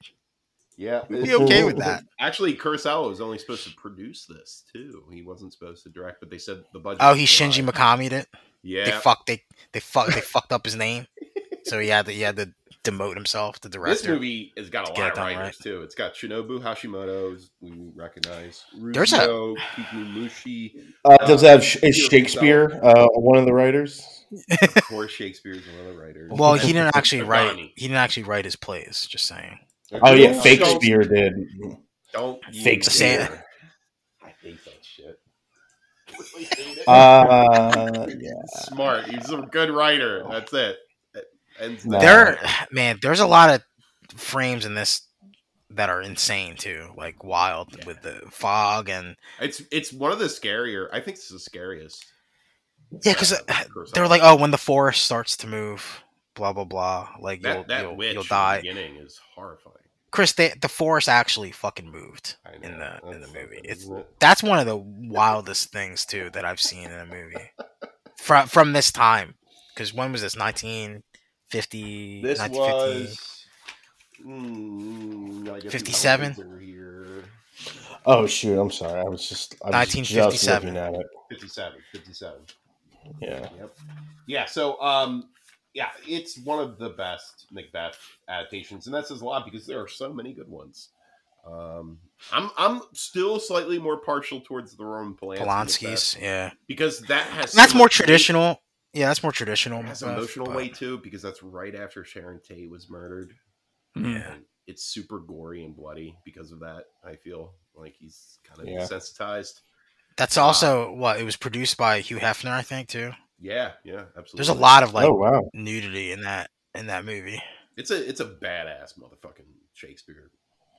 Yeah,
We'd be
it's-
okay with that.
Actually, Kurosawa was only supposed to produce this too. He wasn't supposed to direct, but they said the budget.
Oh,
was
he
too
Shinji
high.
Mikami'd it. They
Yeah,
fucked they they fucked they fucked up his name, so he had to he had to demote himself to director.
this movie has got a
Let's get
lot
it
of
done
writers
right.
too. It's got Shinobu Hashimoto, who's- we recognize.
There's a-
Ruzio
[LAUGHS]
Kikumushi.
Uh, does that have, is Shakespeare uh, one of the writers?
Of course, Shakespeare's one of the writers. [LAUGHS]
Well, he didn't actually write.
Donnie.
He didn't actually write his plays. Just saying.
Oh yeah,
Don't-
fake Spear did.
Don't, don't you
Fake
Sam. [LAUGHS]
dare. I hate that shit.
Uh,
Smart. He's a good writer. That's it. That ends the-
No.
There, man. There's a lot of frames in this that are insane too, like wild with the fog and
It's it's one of the scarier. I think it's the scariest.
yeah, because
uh,
they were like, oh, when the forest starts to move, blah blah blah, like
that,
oh, you'll
that
you'll,
witch
you'll
in
die.
The beginning is horrifying.
Chris, they, the forest actually fucking moved.
I
In the- in
That's
the movie.
something,
It's-
isn't it?
That's one of the wildest things too that I've seen in a movie from from this time. Because when was this? 1950,
this
1950.
was. mm, I guess
57?
the Hellraisers are Here.
oh shoot, I'm sorry. I was just I was just
1957.
looking at it.
57, 57.
Yeah,
Yep. Yeah. So, um, yeah, it's one of the best Macbeth adaptations, and that says a lot because there are so many good ones. Um, I'm I'm still slightly more partial towards the Roman Polanski Macbeth
Polanski's, yeah.
because that has
And that's
so
more
much weight.
traditional. Yeah, that's more traditional.
It has
Macbeth,
emotional
but-
weight too because that's right after Sharon Tate was murdered.
Mm.
And it's super gory and bloody because of that. I feel like he's kind of
Yeah.
desensitized.
That's also what it was produced by Hugh Hefner, I think, too.
Yeah, yeah, absolutely.
There's a lot of like
oh wow.
nudity in that in that movie,
It's a it's a badass motherfucking Shakespeare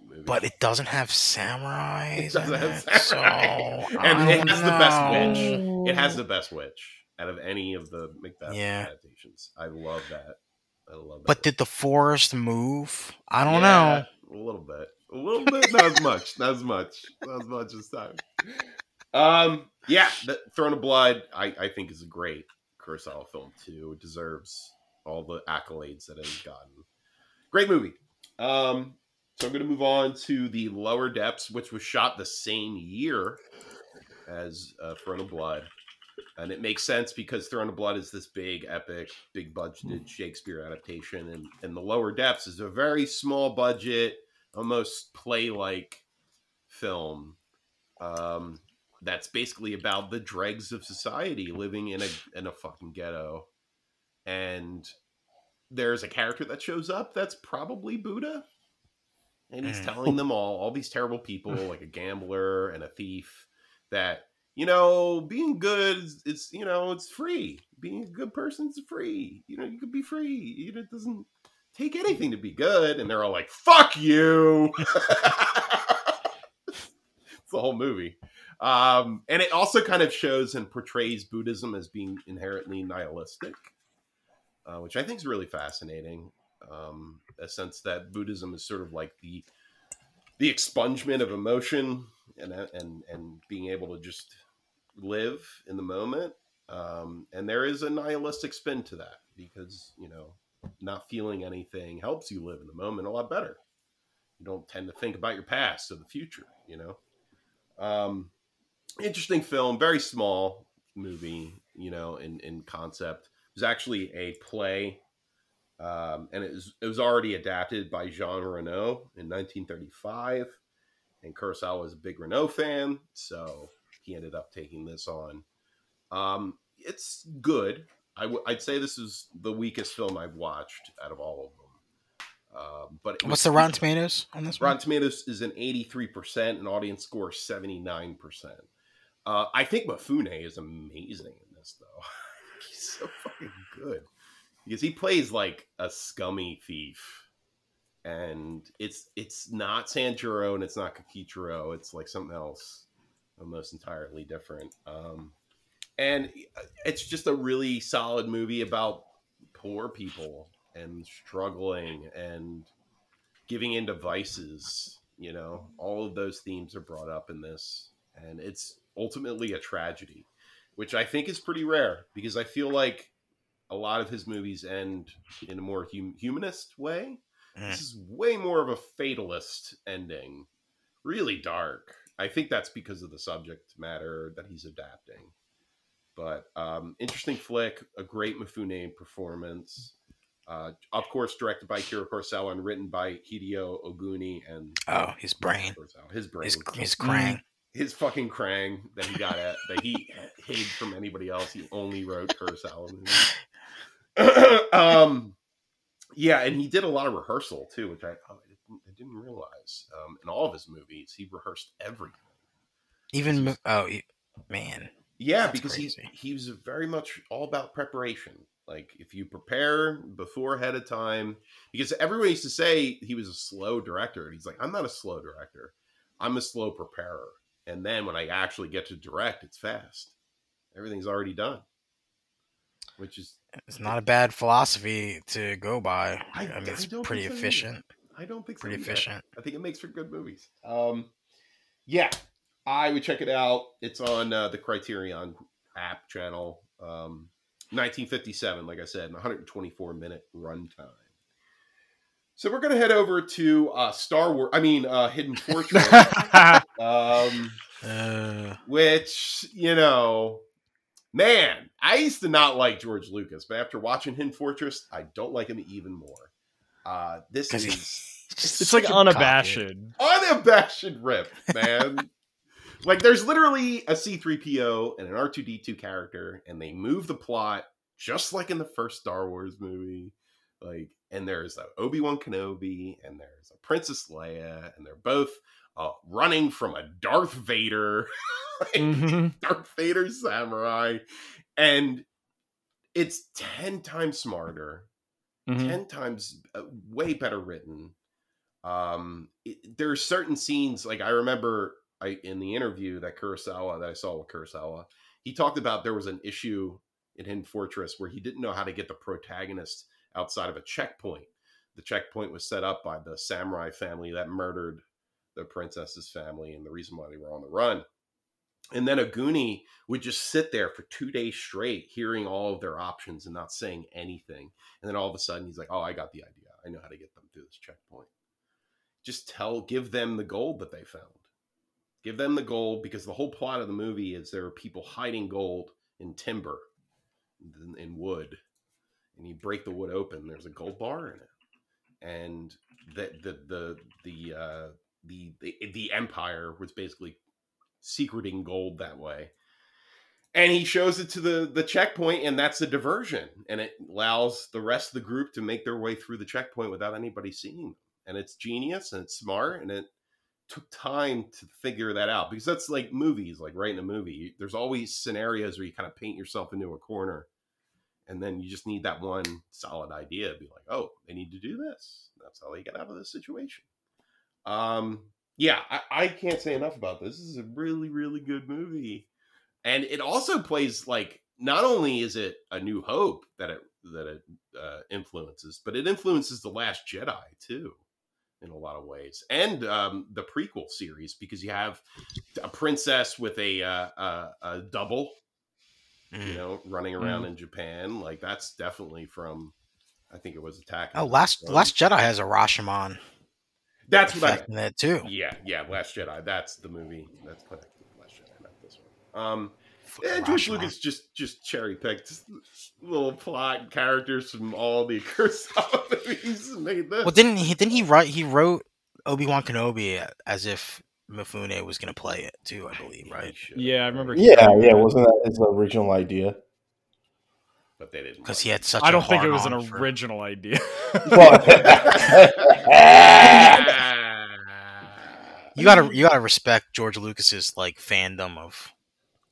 movie.
but it doesn't have samurai.
It doesn't have samurai.
so
and
I
it
don't
has the best
know.
witch. It has the best witch out of any of the Macbeth
Yeah.
adaptations. I love that. I love that.
But did the forest move? I don't know.
know. A little bit. A little bit. Not as much. Not as much. Not as much this time. Um. Yeah. The Throne of Blood. I I think is a great Kurosawa film too. It deserves all the accolades that it's gotten. Great movie. Um. So I'm going to move on to the Lower Depths, which was shot the same year as uh, Throne of Blood. and it makes sense because Throne of Blood is this big, epic, big budgeted Shakespeare adaptation, and and the Lower Depths is a very small budget, almost play like film. Um, that's basically about the dregs of society living in a in a fucking ghetto, and there's a character that shows up that's probably Buddha, and he's
Mm.
telling them all all these terrible people like a gambler and a thief that you know, being good, is- it's you know, it's free. Being a good person's free. You know, you could be free. You know, it doesn't take anything to be good. And they're all like, "Fuck you." [LAUGHS] it's the whole movie, um, and it also kind of shows and portrays Buddhism as being inherently nihilistic, uh, which I think is really fascinating. Um, a sense that Buddhism is sort of like the the expungement of emotion and and and being able to just live in the moment. Um, and there is a nihilistic spin to that because you know not feeling anything helps you live in the moment a lot better. You don't tend to think about your past or the future. You know, um, interesting film, very small movie. You know, in in concept, it was actually a play. Um, and it was, it was already adapted by Jean Renault in 1935 and Kurosawa was a big Renault fan, so he ended up taking this on. Um, it's good. I w- I'd say this is the weakest film I've watched out of all of them. Um, but it was-
What's the Rotten Tomatoes on this
Rotten
one?
Tomatoes is an 83% and audience score is 79%. Uh, I think Mafune is amazing in this, though. [LAUGHS] He's so fucking good because he plays like a scummy thief. And it's it's not Sanjuro and it's not Kakichiro. It's like something else almost entirely different. Um, and uh, it's just a really solid movie about poor people and struggling and giving into vices you know all of those themes are brought up in this and it's ultimately a tragedy which i think is pretty rare because i feel like a lot of his movies end in a more hum- humanist way this is way more of a fatalist ending really dark i think that's because of the subject matter that he's adapting but um, interesting flick a great mifune performance uh, of course, directed by Kira Kurosawa and written by Hideo Oguni and
Oh, his brain.
Kurosawa. His brain,
His,
his,
his Krang.
fucking Krang that he got at that he hid from anybody else. He only wrote Kurosawa movies. [CLEARS THROAT] um, yeah, and he did a lot of rehearsal too, which I oh, I, didn't, I didn't realize. Um, in all of his movies, he rehearsed everything.
Even mo- oh e- man,
Yeah,
That's
because he
crazy.
he was very much all about preparation. Like if you prepare before ahead of time, because everyone used to say he was a slow director, and he's like, I'm not a slow director. I'm a slow preparer. And then when I actually get to direct, it's fast. Everything's already done. Which is
it's not a bad philosophy to go by.
I-
I, mean,
I
it's
don't
pretty
think so either.
efficient.
I don't think so
Pretty
either.
efficient.
I think it makes for good movies. Um, yeah, I would check it out. It's on uh, the Criterion app channel. Um, 1957, like I said, and 124 minute runtime. So we're gonna head over to uh, Star Wars. I mean, uh, Hidden
[LAUGHS]
Fortress,
[LAUGHS]
um,
Uh,
which you know, man, I used to not like George Lucas, but after watching Hidden Fortress, I don't like him even more. Uh, this
'Cause he-
is
just
It's like
such a cock, dude.
unabashed.
unabashed rip, man. like there's literally a C3PO and an R2D2 character, and they move the plot just like in the first Star Wars movie. Like, and there's a Obi-Wan Kenobi, and there's a Princess Leia, and they're both uh, running from a Darth Vader. [LAUGHS]
Mhm.
Darth Vader samurai, and it's ten times smarter,
Mhm.
ten times uh, way better written. Um, it, there are certain scenes like I remember I in the interview that Kurosawa that I saw with Kurosawa, he talked about there was an issue in Hidden Fortress where he didn't know how to get the protagonist outside of a checkpoint. The checkpoint was set up by the samurai family that murdered the princess's family and the reason why they were on the run. And then Aguni would just sit there for two days straight, hearing all of their options and not saying anything. And then all of a sudden, he's like, "Oh, I got the idea. I know how to get them through this checkpoint. Just tell, give them the gold that they found. Give them the gold because the whole plot of the movie is there are people hiding gold in in timber, in, in wood, and you break the wood open. There's a gold bar in it, and the the the the uh, the, the the empire was basically secreting gold that way. And he shows it to the the checkpoint, and that's the diversion, and it allows the rest of the group to make their way through the checkpoint without anybody seeing them. And it's genius, and it's smart, and it took time to figure that out because that's like movies, like writing a movie. There's always scenarios where you kind of paint yourself into a corner, and then you just need that one solid idea to be like, oh, they need to do this. That's how they get out of this situation. Um, yeah, I, I can't say enough about this. This is a really, really good movie, and it also plays like not only is it a New Hope that it that it uh, influences, but it influences the Last Jedi too in a lot of ways, and um, the prequel series because you have a princess with a uh, a, a double, you know, running around in Japan. Like that's definitely from, I think it was Attack. of
Oh,
the
last
Clones.
Last Jedi has a Rashomon
That's what I
effect in that too.
Yeah, yeah, Last Jedi. That's the movie. That's connected to Last Jedi, not this one. Um,
Fucking
yeah, George
Rashomon.
Lucas just just cherry picked little plot and characters from all the [LAUGHS] Kurosawa movies and made this.
Well, didn't he? Didn't he write? He wrote Obi Wan Kenobi as if Mifune was going to play it too. I believe, right?
Yeah, I remember.
Yeah, yeah. Wasn't that his original
[LAUGHS]
idea?
but they didn't.
Because
like
he
[LAUGHS]
had such.
I
a
don't think it was an
hard-on for-
original idea.
Well-
it.
You
Mm-hmm.
gotta, you gotta respect George Lucas's like fandom of,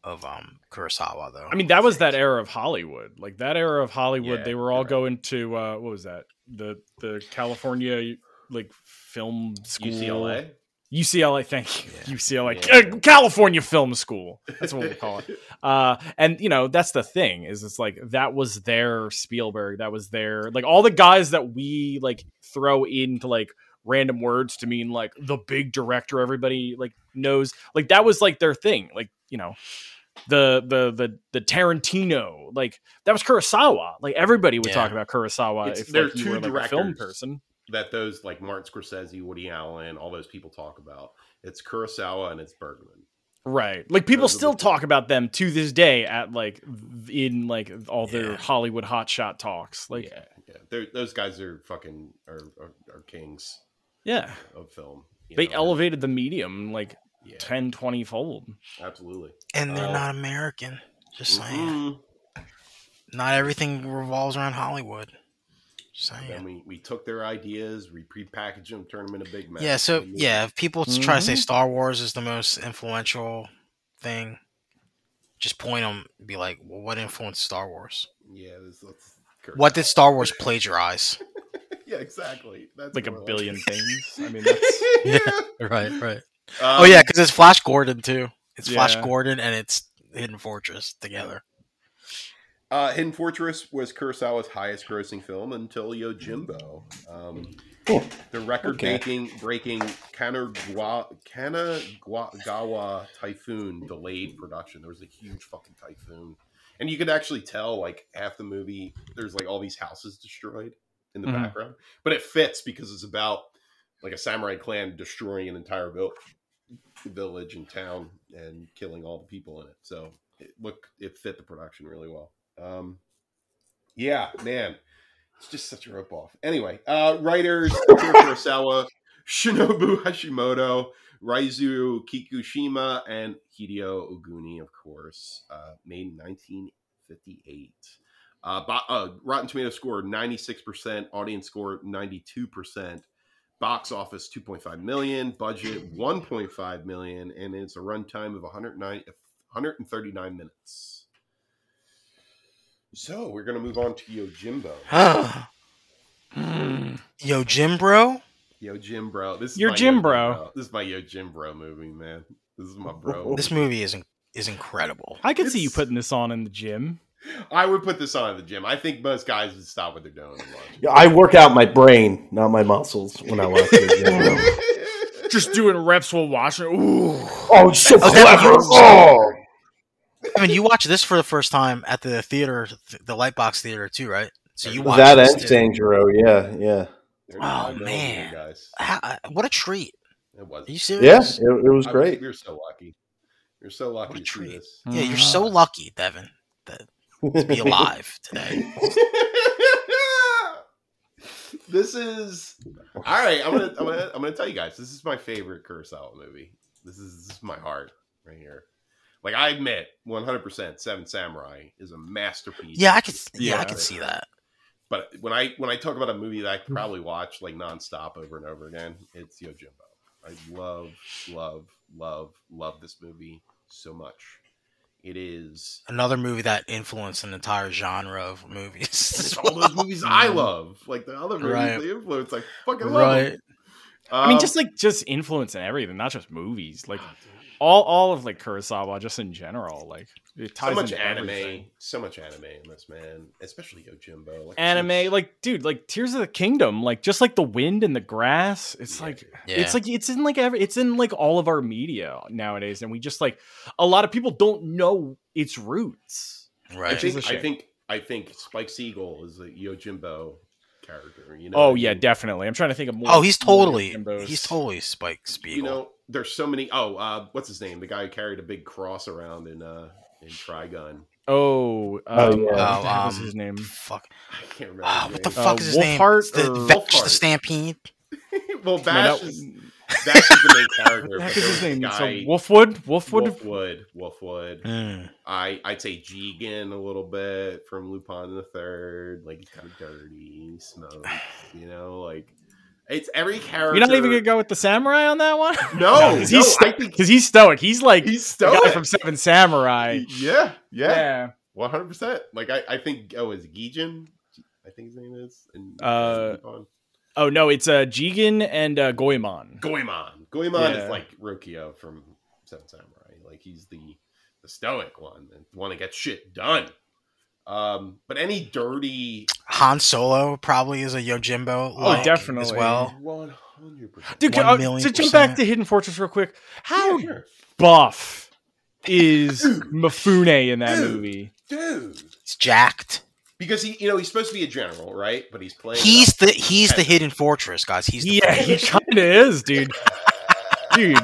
of um Kurosawa though.
[LAUGHS] I mean, that was [LAUGHS] that era of Hollywood. Like that era of Hollywood,
Yeah,
they were all
you're right.
going to uh, what was that? The the California like film school,
UCLA.
UCLA. Thank you,
Yeah.
UCLA,
Yeah.
Uh, California Film School. That's what we call it. Uh, and you know, that's the thing is, it's like that was their Spielberg. That was their like all the guys that we like throw into like random words to mean like the big director everybody like knows like that was like their thing like you know the the the the Tarantino like that was Kurosawa like everybody would
Yeah.
talk about Kurosawa
It's-
if
there
like,
are
you
two
were like, a film
directors.
person
[LAUGHS] That those like Martin Scorsese, Woody Allen, all those people talk about. It's Kurosawa and it's Bergman.
right like people
Those are the
still
two.
talk about them to this day at like th- in like all their
Yeah.
Hollywood hotshot talks like
yeah, yeah. They're, those guys are fucking are are, are kings
yeah
of film. you
they
know,
elevated the medium like
Yeah,
10 20 fold
absolutely.
and they're
uh,
not American. Just saying,
Mhm.
not everything revolves around Hollywood. Just
Then
saying.
we, we took their ideas, we prepackaged them, turned them into big mess.
Yeah. So
And
yeah, if people try to say
Mhm.
Star Wars is the most influential thing, just point them. Be like, well, what influenced Star Wars?
yeah. This, that's
What did Star Wars
[LAUGHS]
plagiarize?
[LAUGHS] yeah, exactly. That's
like a
more it. [LAUGHS]
billion things i mean that's
[LAUGHS]
yeah.
right. Right.
Um,
oh yeah, because it's Flash Gordon too. It's Flash
Yeah.
Gordon and it's Hidden Fortress together.
Uh, Hidden Fortress was Kurosawa's highest grossing film until Yojimbo. Um,
Cool.
The record
Okay.
breaking breaking Kanagawa, Kanagawa typhoon delayed production. There was a huge fucking typhoon. And you could actually tell, like, half the movie, there's like all these houses destroyed in the
Mhm.
background. But it fits because it's about like a samurai clan destroying an entire vil- village and town and killing all the people in it. So it look it fit the production really well. Um, yeah, man, it's just such a ripoff. Anyway, uh, writers Akira Kurosawa, Shinobu Hashimoto, Raizu Kikushima, and Hideo Oguni, of course, uh, made in 1958. Uh, bo- uh, Rotten Tomato score 96%, audience score 92%, box office 2.5 million, budget 1.5 million, and it's a runtime of 109, 139 minutes. So we're going to move on to Yojimbo.
[SIGHS] Yo, Jim Bro,
Yo, Jim Bro. This is
Your
my
Jim
Yo
Bro.
This is my Yo Jim Bro movie, man. This is my bro.
[LAUGHS] this movie is in- is incredible.
i could see you
It's-
putting this on in the gym
[LAUGHS] I would put this on at the gym. I think most guys would stop what they're doing and watch. it.
Yeah, [LAUGHS] I work out my brain, not my muscles, when I watch it. you
[LAUGHS]
[LAUGHS]
know.
[LAUGHS]
just doing reps while watching Ooh.
oh, so
Oh, that
clever.
was-
Oh.
I mean, you watch this for the first time at the theater, th- the Lightbox Theater too, right? So you watch
That
this
and
too.
Sanjuro, yeah, yeah.
They're not
Oh,
alone,
man.
you guys.
Ha- uh, what a treat!
It was.
Are you
Yeah,
serious?
it, it was
I
great.
You're so lucky. You're so
What
lucky to see
a treat.
this.
Yeah, you're so lucky, Devin. that to
[LAUGHS]
be alive today.
this is all right. I'm gonna, I'm gonna, I'm gonna tell you guys. This is my favorite Kurosawa movie. This is, this is my heart right here. Like I admit, 100 percent Seven Samurai is a masterpiece.
Yeah, I could. Yeah, I
Yeah.
could see that.
But when I when I talk about a movie that I could probably watch like nonstop over and over again, it's Yojimbo. I love, love, love, love this movie so much. It is
Another movie that influenced an entire genre of movies. [LAUGHS]
It's
as
all those
well.
movies I love. Like the other movies,
Right.
the influence, I fucking love.
right?
Them. Um,
I mean, just like just influence and everything, not just movies.
Ah,
Like all all of like Kurosawa, just in general. Like it ties
so much
into
anime,
everything.
so much anime in this man, especially Yojimbo. Like,
anime
like
like dude like tears of the kingdom like just like the wind and the grass it's
Yeah.
like
Yeah.
it's like it's in like every it's in like all of our media nowadays and we just like a lot of people don't know its roots
I
Right.
which is
think,
a
I
shame.
think, I think Spike Siegel is a Yojimbo character. You know?
oh
what I
yeah
mean?
definitely i'm trying to think of more
oh, he's
more
totally.
Jimbos.
He's totally Spike Spiegel.
You know, there's so many. Oh, uh, what's his name? The guy who carried a big cross around in uh in Trigun. [LAUGHS]
oh um,
yeah.
Oh,
what the heck was
um,
his name
Fuck.
I can't remember.
Ah,
his
what the
name.
fuck
Uh,
is his name?
Wolfhard
It's the,
or-
Bash the
Wolfhard.
Stampede.
well,
No,
Bash
that-
is Bash is the main character.
[LAUGHS] what the
but there
heck is
was
his
a
name so
guy-
wolfwood wolfwood
Wolfwood. Wolfwood.
Hmm.
Mm.
I I'd say Jigen a little bit from Lupin the Third. Like he's kind of dirty, he smokes, you know, like it's every character.
you're not even gonna go with the samurai on that one [LAUGHS]
No, no,
because he's,
I
sto-
think
'cause he's stoic [LAUGHS] he's like
he's
the
stoic.
guy from seven samurai
yeah, yeah,
yeah.
one hundred percent. Like I I think oh is Gijin. I think his name is. And
Uh,
Lupin.
Oh no, it's uh Jigen and uh Goemon.
Goemon. Goemon
Yeah.
is like Rokio from Seven Samurai. Like he's the the stoic one, the one that gets shit done. Um, but any dirty
Han Solo probably is a Yojimbo.
Oh,
like,
definitely.
As well.
one hundred percent.
Dude,
One
uh,
million
to jump
percent.
back to Hidden Fortress real quick, how
Yeah, sure.
buff is
Dude.
Mifune in that
Dude.
movie?
dude?
It's jacked.
Because he, you know, he's supposed to be a general, right? But he's playing.
He's the he's the hidden fortress, guys. He's the [LAUGHS]
yeah, he kind of is, dude. Dude,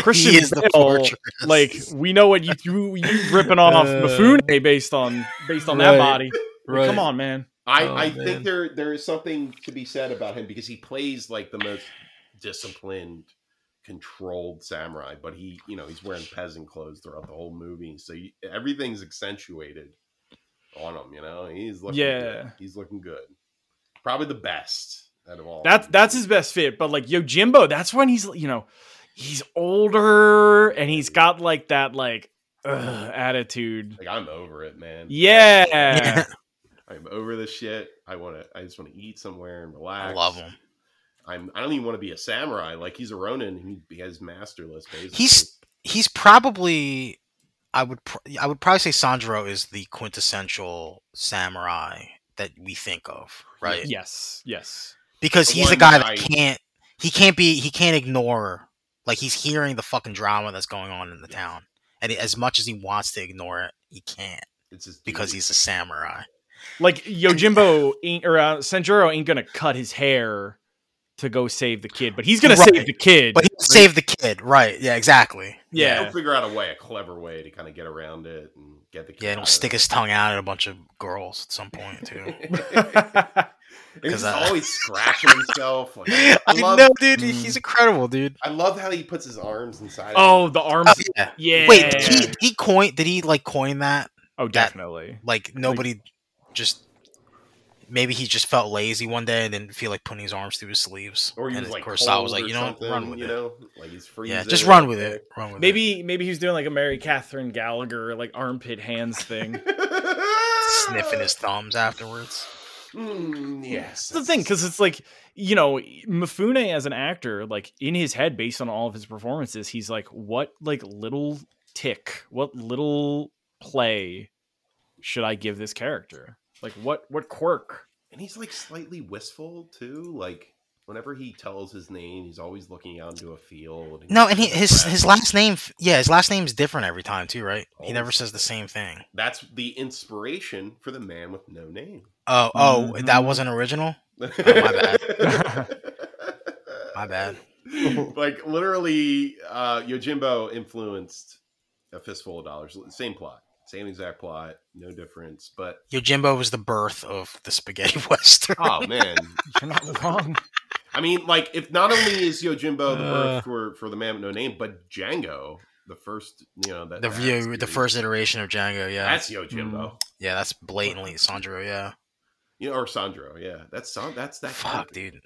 Christian
he is the
Bale,
fortress.
like we know what you you, you ripping off
Uh,
Mifune based on based on that
right,
body.
Right.
Come on, man.
I,
Oh,
I
man.
think there there is something to be said about him because he plays like the most disciplined, controlled samurai. But he, you know, he's wearing peasant clothes throughout the whole movie, so you, everything's accentuated on him. You know, he's looking
Yeah.
good. he's looking good. Probably the best out of all.
That's that's his best fit. But like Yojimbo, that's when he's you know he's older and he's got like that like ugh, attitude.
Like I'm over it, man.
Yeah.
I'm over this shit. I want to. I just want to eat somewhere and relax.
I love him.
I'm. I don't even want to be a samurai. Like he's a ronin. and He, he has masterless. Basically.
He's he's probably I would pr- I would probably say Sanjuro is the quintessential samurai that we think of, right?
Yes, yes.
Because
The
he's the
one
guy
that
that
I-
can't he can't be he can't ignore like he's hearing the fucking drama that's going on in the town. And as much as he wants to ignore it, he can't
it's his
because
duty.
he's a samurai.
Like Yojimbo ain't or uh, Sanjuro ain't gonna cut his hair to go save the kid, but he's gonna
Right.
save the kid.
But he saved the kid, right? Yeah, exactly.
yeah.
He'll figure out a way, a clever way to kind of get around it and get the kid
Yeah,
out
and
of
he'll
it.
stick
[LAUGHS]
his tongue out at a bunch of girls at some point too.
And [LAUGHS] he's
'Cause, uh,
always scratching himself. Like,
[LAUGHS]
I,
I
love,
know, dude.
Mm.
He's incredible, dude.
I love how he puts his arms inside. of
oh,
him.
the arms.
yeah.
yeah.
Wait, did he, did he coin? Did he like coin that?
oh, definitely.
Like nobody just. Maybe he just felt lazy one day and didn't feel like putting his arms through his sleeves.
or he
and
was like,
Kurosawa
cold
was like,
or
you know, what? run
something,
with
you
it.
know, like he's freezing.
yeah, just
[LAUGHS]
run with it. Run with it.
Maybe maybe he was doing like a Mary Catherine Gallagher like armpit hands [LAUGHS] thing.
sniffing his thumbs afterwards.
Mm, yes,
That's the thing, because it's like you know Mifune as an actor, like in his head, based on all of his performances, he's like, what like little tick, what little play should I give this character? Like what what quirk?
and he's like slightly wistful too. Like whenever he tells his name, he's always looking out into a field.
No, and he, his
Right.
his last name, yeah, his last name's different every time too, right? He never
Always.
says the same thing.
that's the inspiration for the man with no name.
Oh, oh, that
Mm-hmm.
Mhm.
wasn't original.
my
bad.
[LAUGHS]
My bad.
like literally, uh, Yojimbo influenced a fistful of dollars. Same plot, Same exact plot, no difference. But
Yojimbo was the birth of the spaghetti [LAUGHS] western.
oh man,
You're not wrong.
I mean, like if not only is Yojimbo the
Uh.
birth for for the man with no name, but Django, the first, you know, that
the
that
view, the
series,
first iteration of Django. Yeah, Mm.
That's Yojimbo.
yeah, that's blatantly Sandro. Yeah,
You know, or Sandro, yeah. That's San- that's that kind of
fuck, dude.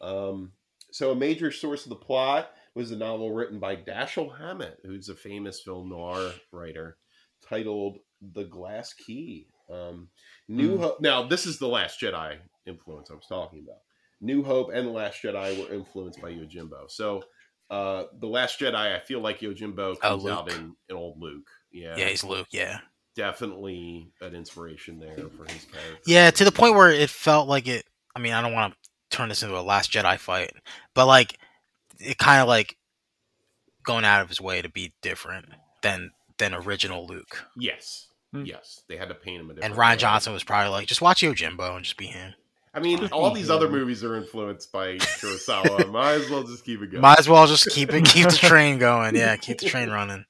Um, so a major source of the plot was a novel written by Dashiell Hammett, who's a famous film noir writer, titled "The Glass Key." Um, New
Hmm.
Hope. Now, this is the Last Jedi influence I was talking about. New Hope and the Last Jedi were influenced by Yojimbo. So, uh, the Last Jedi, I feel like Yojimbo comes out
Oh, Luke.
in, in old Luke. Yeah,
Yeah, he's Luke. Yeah,
definitely an inspiration there for his character.
yeah. To the point where it felt like it. I mean, I don't want to turn this into a Last Jedi fight, but like, it kind of like going out of his way to be different than than original Luke.
yes,
Hmm.
yes, they had to paint him a different.
And Ryan
way.
Johnson was probably like, just watch Yojimbo and just be him.
I mean, all these
Yeah.
other movies are influenced by Kurosawa. Might as well just keep it going.
Might as well just keep
[LAUGHS]
it, keep the train going. Yeah, keep the train running.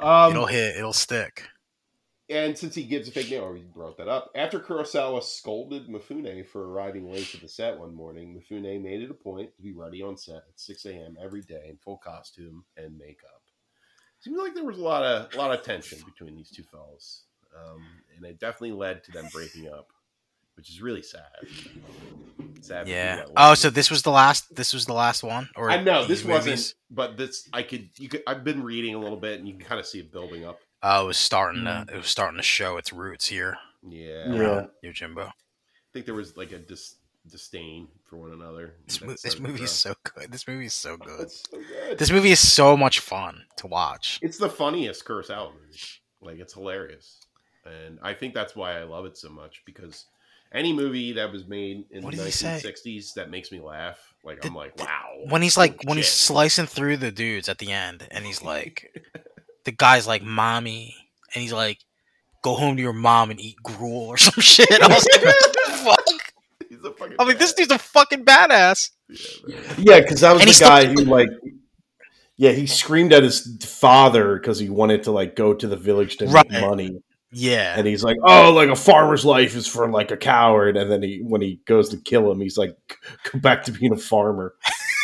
It'll
um,
hit. It'll stick.
and since he gives a big name, or he brought that up. After Kurosawa scolded Mifune for arriving late to the set one morning, Mifune made it a point to be ready on set at 6 a.m. every day in full costume and makeup. Seems like there was a lot of a lot of tension between these two fellas, um, and it definitely led to them breaking up, which is really sad. Sad. for
Yeah.
people that
Oh,
love
so this was the last. This was the last one. Or
I know
these
this
movies?
wasn't, but this I could. You could. I've been reading a little bit, and you can kind of see it building up.
Oh, it was starting to. It was starting to show its roots here.
Mm-hmm. Yeah,
Yeah.
I
around Yojimbo.
think there was like a dis- disdain for one another.
This, mo-
That's
this
so
movie is
gross.
so good. This movie is so good.
It's so good.
This movie is so much fun to watch.
it's the funniest curse out movie. Like it's hilarious, and I think that's why I love it so much because any movie that was made in
What
the
did he say?
1960s that makes me laugh, like I'm
Did-
like,
did-
wow.
When he's like,
Holy
when he's
shit.
slicing through the dudes at the end, and he's like, the guy's like, "Mommy," and he's like, "Go home to your mom and eat gruel or [LAUGHS] some shit." I was like, what the "Fuck."
He's a fucking
I'm like, this
badass.
dude's a fucking badass.
Yeah, man.
Yeah, because that was
And he
the
still-
guy who like. Yeah, he screamed at his father because he wanted to like go to the village to
Right.
make money,
Yeah.
and he's like, "Oh, like a farmer's life is for like a coward." And then he, when he goes to kill him, he's like, "Go back to being a farmer."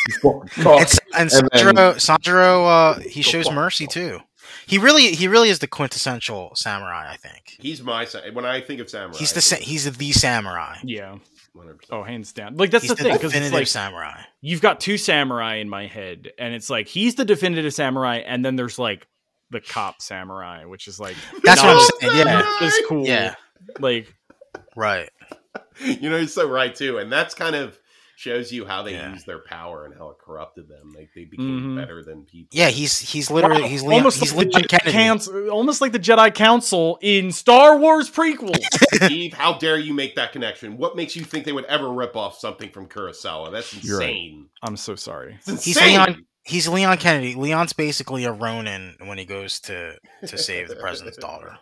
You fucking cock.
And, and
And then-
Sandro, Sandro uh, he
Go
shows
fuck
mercy too.
yourself.
He really, he really is the quintessential samurai. I think
He's my sa- when I think of samurai.
he's the sa- he's the samurai.
[LAUGHS] Yeah.
100%.
Oh, hands down. Like that's
he's
the, thing because
definitive
it's like
samurai.
you've got two samurai in my head, and it's like he's the definitive samurai, and then there's like the cop samurai, which is like
That's what
not
I'm saying. Yeah,
not this cool.
Yeah.
Like
right.
[LAUGHS] you know, he's so right too, and that's kind of shows you how they
Yeah.
use their power and how it corrupted them. Like they became
Mhm.
better than people.
Yeah, he's he's literally
Wow,
he's Leon,
almost
he's
like the
Leon
Jedi
Kennedy.
Council, almost like the Jedi Council in Star Wars
[LAUGHS]
prequels.
Eve, how dare you make that connection? What makes you think they would ever rip off something from Kurosawa? That's
You're right.
insane.
I'm so sorry.
It's insane.
He's Leon. He's Leon Kennedy. Leon's basically a Ronin when he goes to to save the president's daughter.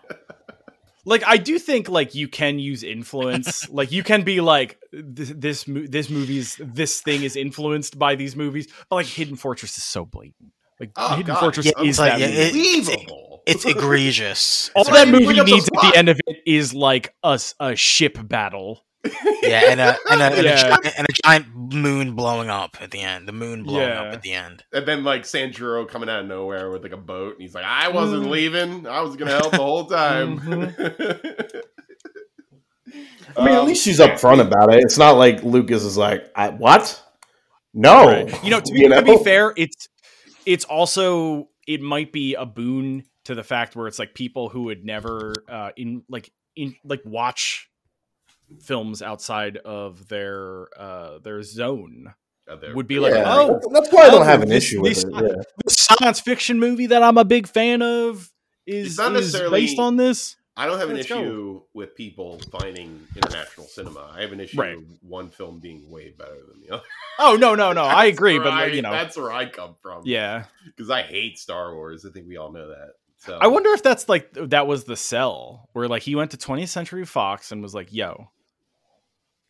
Like I do think like you can
[LAUGHS]
use influence. like you can be like this this, mo- this movie's this thing is influenced by these movies, but like Hidden Fortress is so blatant. Like
Oh,
Hidden
God.
Fortress
Yeah,
is
it's like-
that
yeah,
movie.
it-
Unbelievable.
It's
[LAUGHS]
egregious.
all
It's
Why
that
didn't you bring
movie
up those
needs at
plots?
the end of it is like us a ship battle.
Yeah, and a and a, and,
Yeah.
a giant, and a giant moon blowing up at the end. The moon blowing up
Yeah.
at the end.
and then like Sanjuro coming out of nowhere with like a boat, and he's like, "I wasn't
Mm. Mm-hmm.
leaving. I was gonna help the whole time." [LAUGHS]
I mean, at
Um,
least she's upfront about it. It's not like Lucas is like, I, "What? No."
Oh, You know, to, be- to be fair, it's it's also it might be a boon to the fact where it's like people who would never uh in like in like watch films outside of their uh their zone
uh, there-
would be like
Yeah.
oh
that's why I
oh,
don't have an
this-
issue with
this-
it. yeah.
this science fiction movie that i'm a big fan of
It's
is,
not
is
necessarily-
based on this
I don't have an
Let's
issue with people finding international cinema. I have an issue
Right.
with one film being way better than the other.
oh no no no i
That's
agree but
where
like,
I-
you know
that's where I come from.
yeah
because I hate Star Wars. I think we all know that. So
I wonder if that's like that was the sell where like he went to 20th Century Fox and was like, "Yo,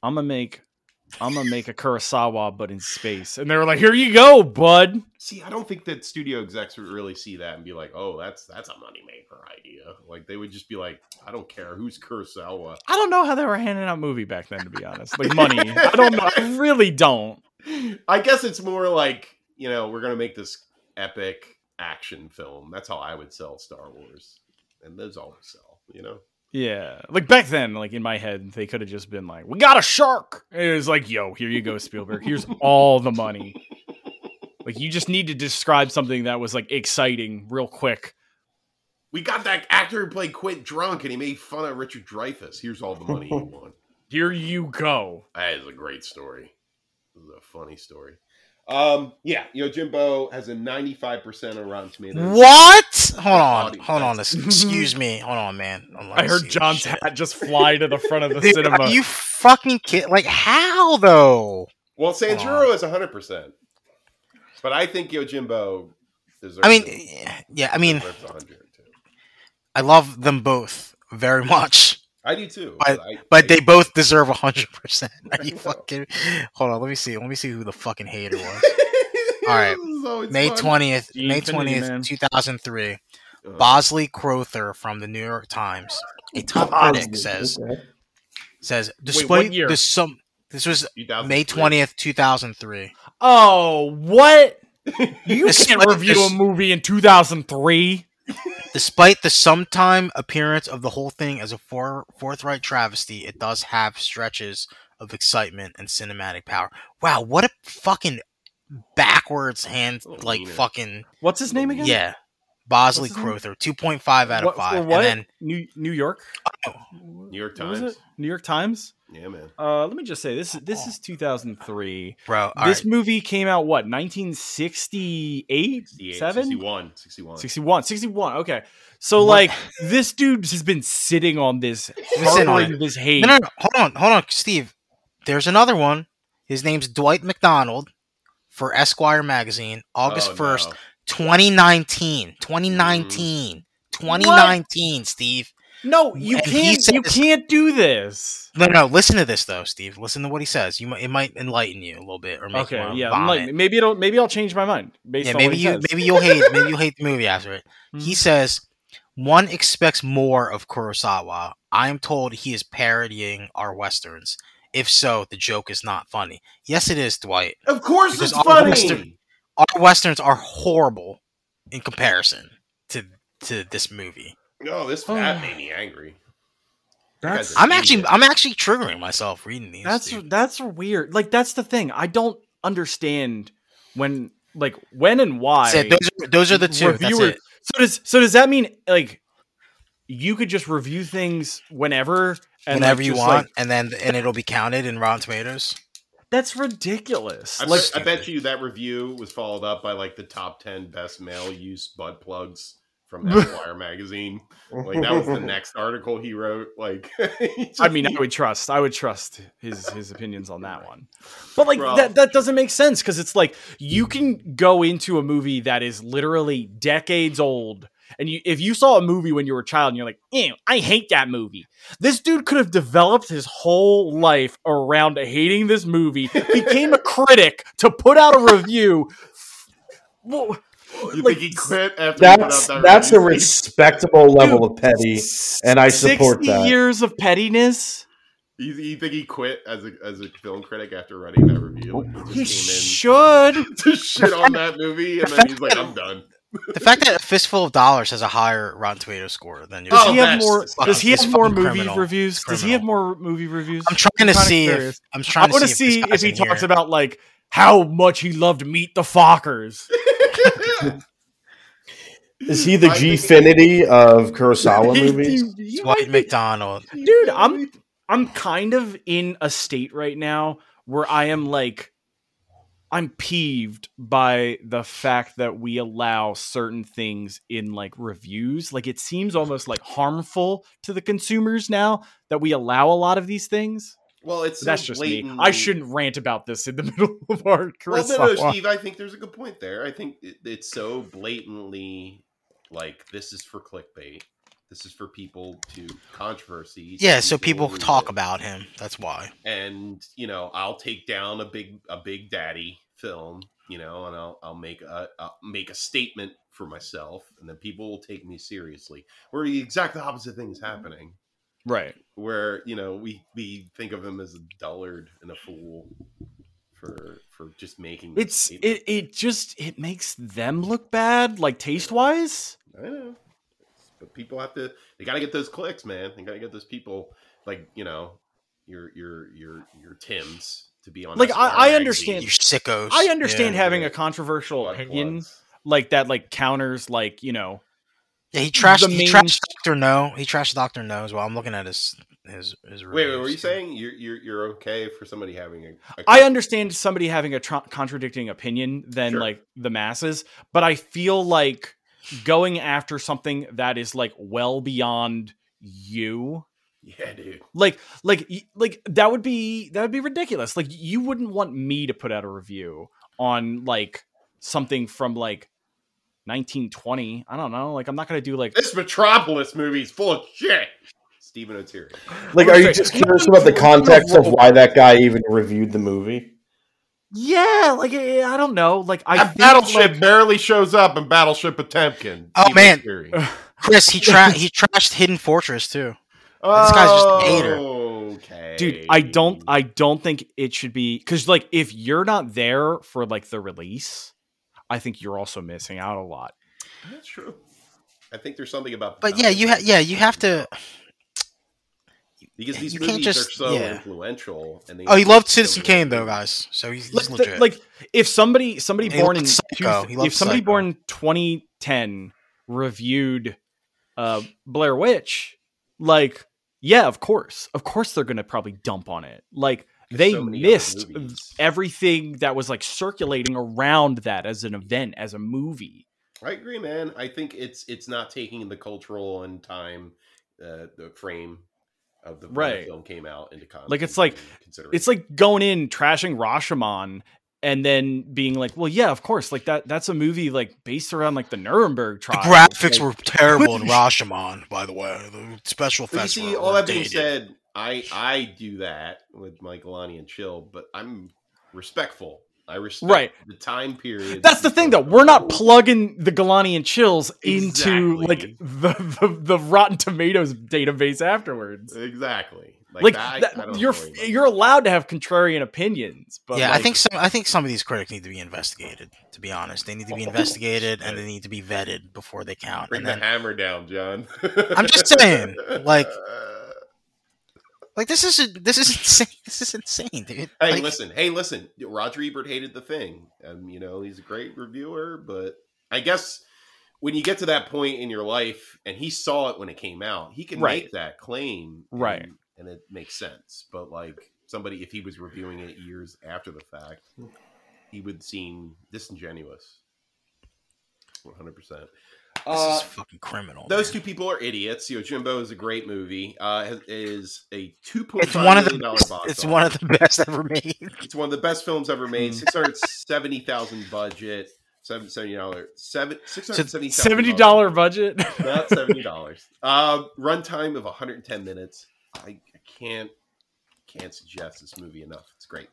I'm gonna make I'm gonna make a Kurosawa, but in space. And they were like, "Here you go, bud."
See, I don't think that studio execs would really see that and be like, "Oh, that's that's a moneymaker idea." Like they would just be like, "I don't care who's Kurosawa."
I don't know how they were handing out movie back then, to be honest. Like money, I don't know. I really don't.
I guess it's more like you know we're gonna make this epic action film. That's how I would sell Star Wars, and those always sell. You know,
Yeah, like back then, like in my head, they could have just been like, "We got a shark." And it was like, "Yo, here you go, Spielberg. Here's all the money." Like you just need to describe something that was like exciting real quick.
we got that actor who played Quint drunk, and he made fun of Richard Dreyfuss. Here's all the
[LAUGHS]
money you want.
Here you go.
That is a great story. This is a funny story. Um, yeah, you know, Jimbo has a 95% on Rotten Tomatoes.
What? Hold on, hold on. this- Excuse me. Hold on, man. I'm like,
I heard
excuse
John's
shit.
hat just fly to the front
[LAUGHS]
of the
Dude,
cinema.
Are you fucking kid? Like how though?
Well, Sanjuro is 100%. But I think Yo Jimbo deserves
I mean,
it.
yeah. I mean,
Deserves 100 too.
I love them both very much,
I do too.
But-
I- [LAUGHS]
but they both deserve hundred percent.
[LAUGHS]
Are you fucking? Hold on. Let me see. Let me see who the fucking hater
[LAUGHS]
was. All right.
This is always
May
fun.
twentieth,
The
May
Infinity Man.
twentieth, two thousand three.
Uh,
Bosley Crowther from the New York Times,
[LAUGHS]
a top critic, says
Okay.
says
what
despite
year?
the some. This was
2003.
May twentieth, two thousand three.
oh, what?
[LAUGHS]
You
This-
can't review
this-
a movie in 2003.
Despite the sometime appearance of the whole thing as a for- forthright travesty, it does have stretches of excitement and cinematic power. Wow, what a fucking backwards hand,
Little
like
wiener.
fucking
What's his name again?
yeah. Bosley
What's his name?
Crowther, two point five out of
What- for
five,
what?
and Oh.
New New York.
then
New York
What was
Times.
it? New York Times.
Yeah, man.
Uh, let me just say this. This is 2003.
bro, all
this
right.
movie came out what 1968
68,
7
61. 61.
61 61 okay so
What?
like this dude has been sitting on this
been sitting on
harboring this hate
No, no, no, hold on, hold on, Steve. There's another one. His name's Dwight McDonald for Esquire magazine, August
Oh,
first,
no.
Mm.
2019. 2019. 2019, Steve.
no you
And he
can't you
says-
can't do this
No, no. Listen to this though, Steve. Listen to what he says. You might, it might enlighten you a little bit, or make you
okay
wanna
yeah I'm
vomit.
like, maybe it'll maybe i'll change my mind based
yeah.
on
Maybe
what he
you,
says.
maybe you'll hate, maybe
[LAUGHS]
you'll hate the movie after it. He
Mhm.
says one expects more of Kurosawa. I am told he is parodying our westerns. If so, the joke is not funny. Yes, it is, Dwight.
Of course
Because
it's
all
funny.
Western- Our westerns are horrible in comparison to to this movie.
No, this
Oh.
fat made me angry.
That's-
I'm actually, I'm actually triggering myself reading these.
that's
dude.
that's weird like that's the thing i don't understand when like when and why
That's it. Those are, those are the two. That's
Reviewer-
it.
So does so does that mean like you could just review things whenever and
whenever
like,
you
just,
want,
like-
and then
[LAUGHS]
and it'll be counted in Rotten Tomatoes.
that's ridiculous.
I,
like
bet, I bet you that review was followed up by like the top 10 best male use butt plugs
[LAUGHS]
from Esquire magazine. Like that was the next article he wrote. Like, [LAUGHS] he just-
I mean, I would trust. I would trust his his opinions on that one. But like
Bro.
that that doesn't make sense because it's like you can go into a movie that is literally decades old, and you if you saw a movie when you were a child and you're like, "Ew, I hate that movie." This dude could have developed his whole life around hating this movie, became a critic to put out a review. Whoa,
you think
like,
he quit after he
That's
put out that
that's a
review?
respectable level of petty. and I support
60
that.
years of pettiness.
[LAUGHS] You, you think he quit as a, as a film critic after writing that review? Like,
He
he just
should.
came in [LAUGHS] to shit on that movie, and then he's like, "I'm
[LAUGHS]
done."
The fact that a fistful of dollars has a higher Rotten Tomato score than yours.
Does
Oh,
he have
that's
more?
fucking-
Does he have
it's
more
fucking
movie
criminal.
reviews?
It's
Does he have
criminal.
more movie reviews?
I'm trying to
kinda
see. If,
curious.
I'm
I
trying
want to
to
see if
this guy's
he
in
talks
here.
about like how much he loved Meet the Fockers.
Is he the
I think-
Gfinity
[LAUGHS]
of Kurosawa
You-
movies?
you- you [LAUGHS]
Dwight
might be-
McDonald.
Dude, I'm I'm kind of in a state right now where I am like I'm peeved by the fact that we allow certain things in like reviews. Like it seems almost like harmful to the consumers now that we allow a lot of these things.
Well, it's so
That's just me.
blatantly-
I shouldn't rant about this in the [LAUGHS] middle of our
Well,
Chris.
no, no, Steve. I think there's a good point there. I think it, it's so blatantly like this is for clickbait. This is for people to controversy.
Yeah, so people
read
talk
it.
about him. That's why.
and you know I'll take down a big a big daddy film, you know, and I'll I'll make a I'll make a statement for myself, and then people will take me seriously. Where the exact opposite thing is happening,
Right.
where you know we we think of him as a dullard and a fool for for just making this
It's
statement.
it it just it makes them look bad, like taste wise.
I know. But people have to they gotta get those clicks, man. They gotta get those people like, you know, your your your your Tim's to be on.
Like, I-
Esquire
I
magazine.
understand-
You sickos.
I understand
Yeah.
having a controversial
Blood
opinion
plugs.
like that, like counters, like you know,
Yeah, he trashed.
the
He
main-
trashed Doctor No. He trashed Doctor No as well. I'm looking at his his his.
Wait, wait, were you
reviews.
saying you're you're, you're okay for somebody having a? a
I understand somebody having a tr- contradicting opinion than
Sure.
like the masses, but I feel like going after something that is like well beyond you
Yeah, dude.
like like y- like that would be that would be ridiculous like you wouldn't want me to put out a review on like something from like 1920 i don't know like i'm not gonna do like
This Metropolis movie is full of shit. Stephen O'Teary.
Like, are you just curious about the context of why that guy even reviewed the movie?
yeah like eh, i don't know like i
That
think,
battleship barely shows up in Battleship Potemkin.
Oh,
Stephen
man.
O'Teary.
like,
Chris? He tra-
[LAUGHS]
he trashed Hidden Fortress too.
Oh,
guy's just a hater.
Okay,
dude i don't i don't think it should be because like if you're not there for like the release i think you're also missing out a lot
That's true. I think there's something about. the
But yeah,
timing.
you ha- yeah you have to.
because these
you can't
movies are
just-
so
yeah.
influential. And they
Oh, he loved
Citizen
Citizen Kane though, guys. So he's, he's
like, the-
legit.
like, if somebody somebody
He
born in
loves Psycho.
two-
He loves
if somebody
Psycho.
born in 2010 reviewed uh Blair Witch, like yeah, of course, of course they're gonna probably dump on it. Like they missed everything that was like circulating around that as an event, as a movie.
I agree, man. I think it's it's not taking the cultural and time, uh, the frame of the when the
Right.
film came out into con-
Like, it's like-
into consideration.
It's like going in trashing Rashomon. And then being like, well, yeah, of course, like that—that's a movie like based around like the Nuremberg
the
trial.
graphics were terrible [LAUGHS] in Rashomon, by the way. The special
But you
effects.
see,
were-
all
were
that being
dated.
said, I I do that with Michelani and Chill, but I'm respectful. I respect
Right.
the time period.
That's the thing, though. We're not plugging the Galani and Chills into
Exactly.
like the, the the Rotten Tomatoes database afterwards.
exactly like,
Like
that,
that-
I don't
you're
worry about
you're allowed to have contrarian opinions, but
yeah, I
like,
think some. I think some of these critics need to be investigated. To be honest, they need to
[LAUGHS]
be
Oh,
investigated and
shit.
they need to be vetted before they count.
Bring
and
[LAUGHS]
then,
the hammer down, John.
I'm just saying,
[LAUGHS]
like- like this is this is [LAUGHS] insane. This is insane, dude.
hey,
Like,
listen, hey, listen. Roger Ebert hated the thing. Um, you know, he's a great reviewer, but I guess when you get to that point in your life, and he saw it when it came out, he can
Right.
make that claim, and-
Right.
And it makes sense. But like somebody, if he was reviewing it years after the fact, he would seem disingenuous. One hundred percent. Uh,
This is fucking criminal.
Those
man.
two people are idiots. You know, Jimbo is a great movie. Uh, has- is a two point
It's one
five
of
million
the.
dollar
best-
box.
It's
office.
one of the best ever made.
It's one of the best films ever made.
Hmm.
Mm.
Six hundred seventy thousand budget. Seven seventy dollars. Seven six hundred seventy
seventy dollar budget. [LAUGHS]
Not seventy dollars. um, runtime of one hundred and ten minutes. I, I can't can't suggest this movie enough. It's great.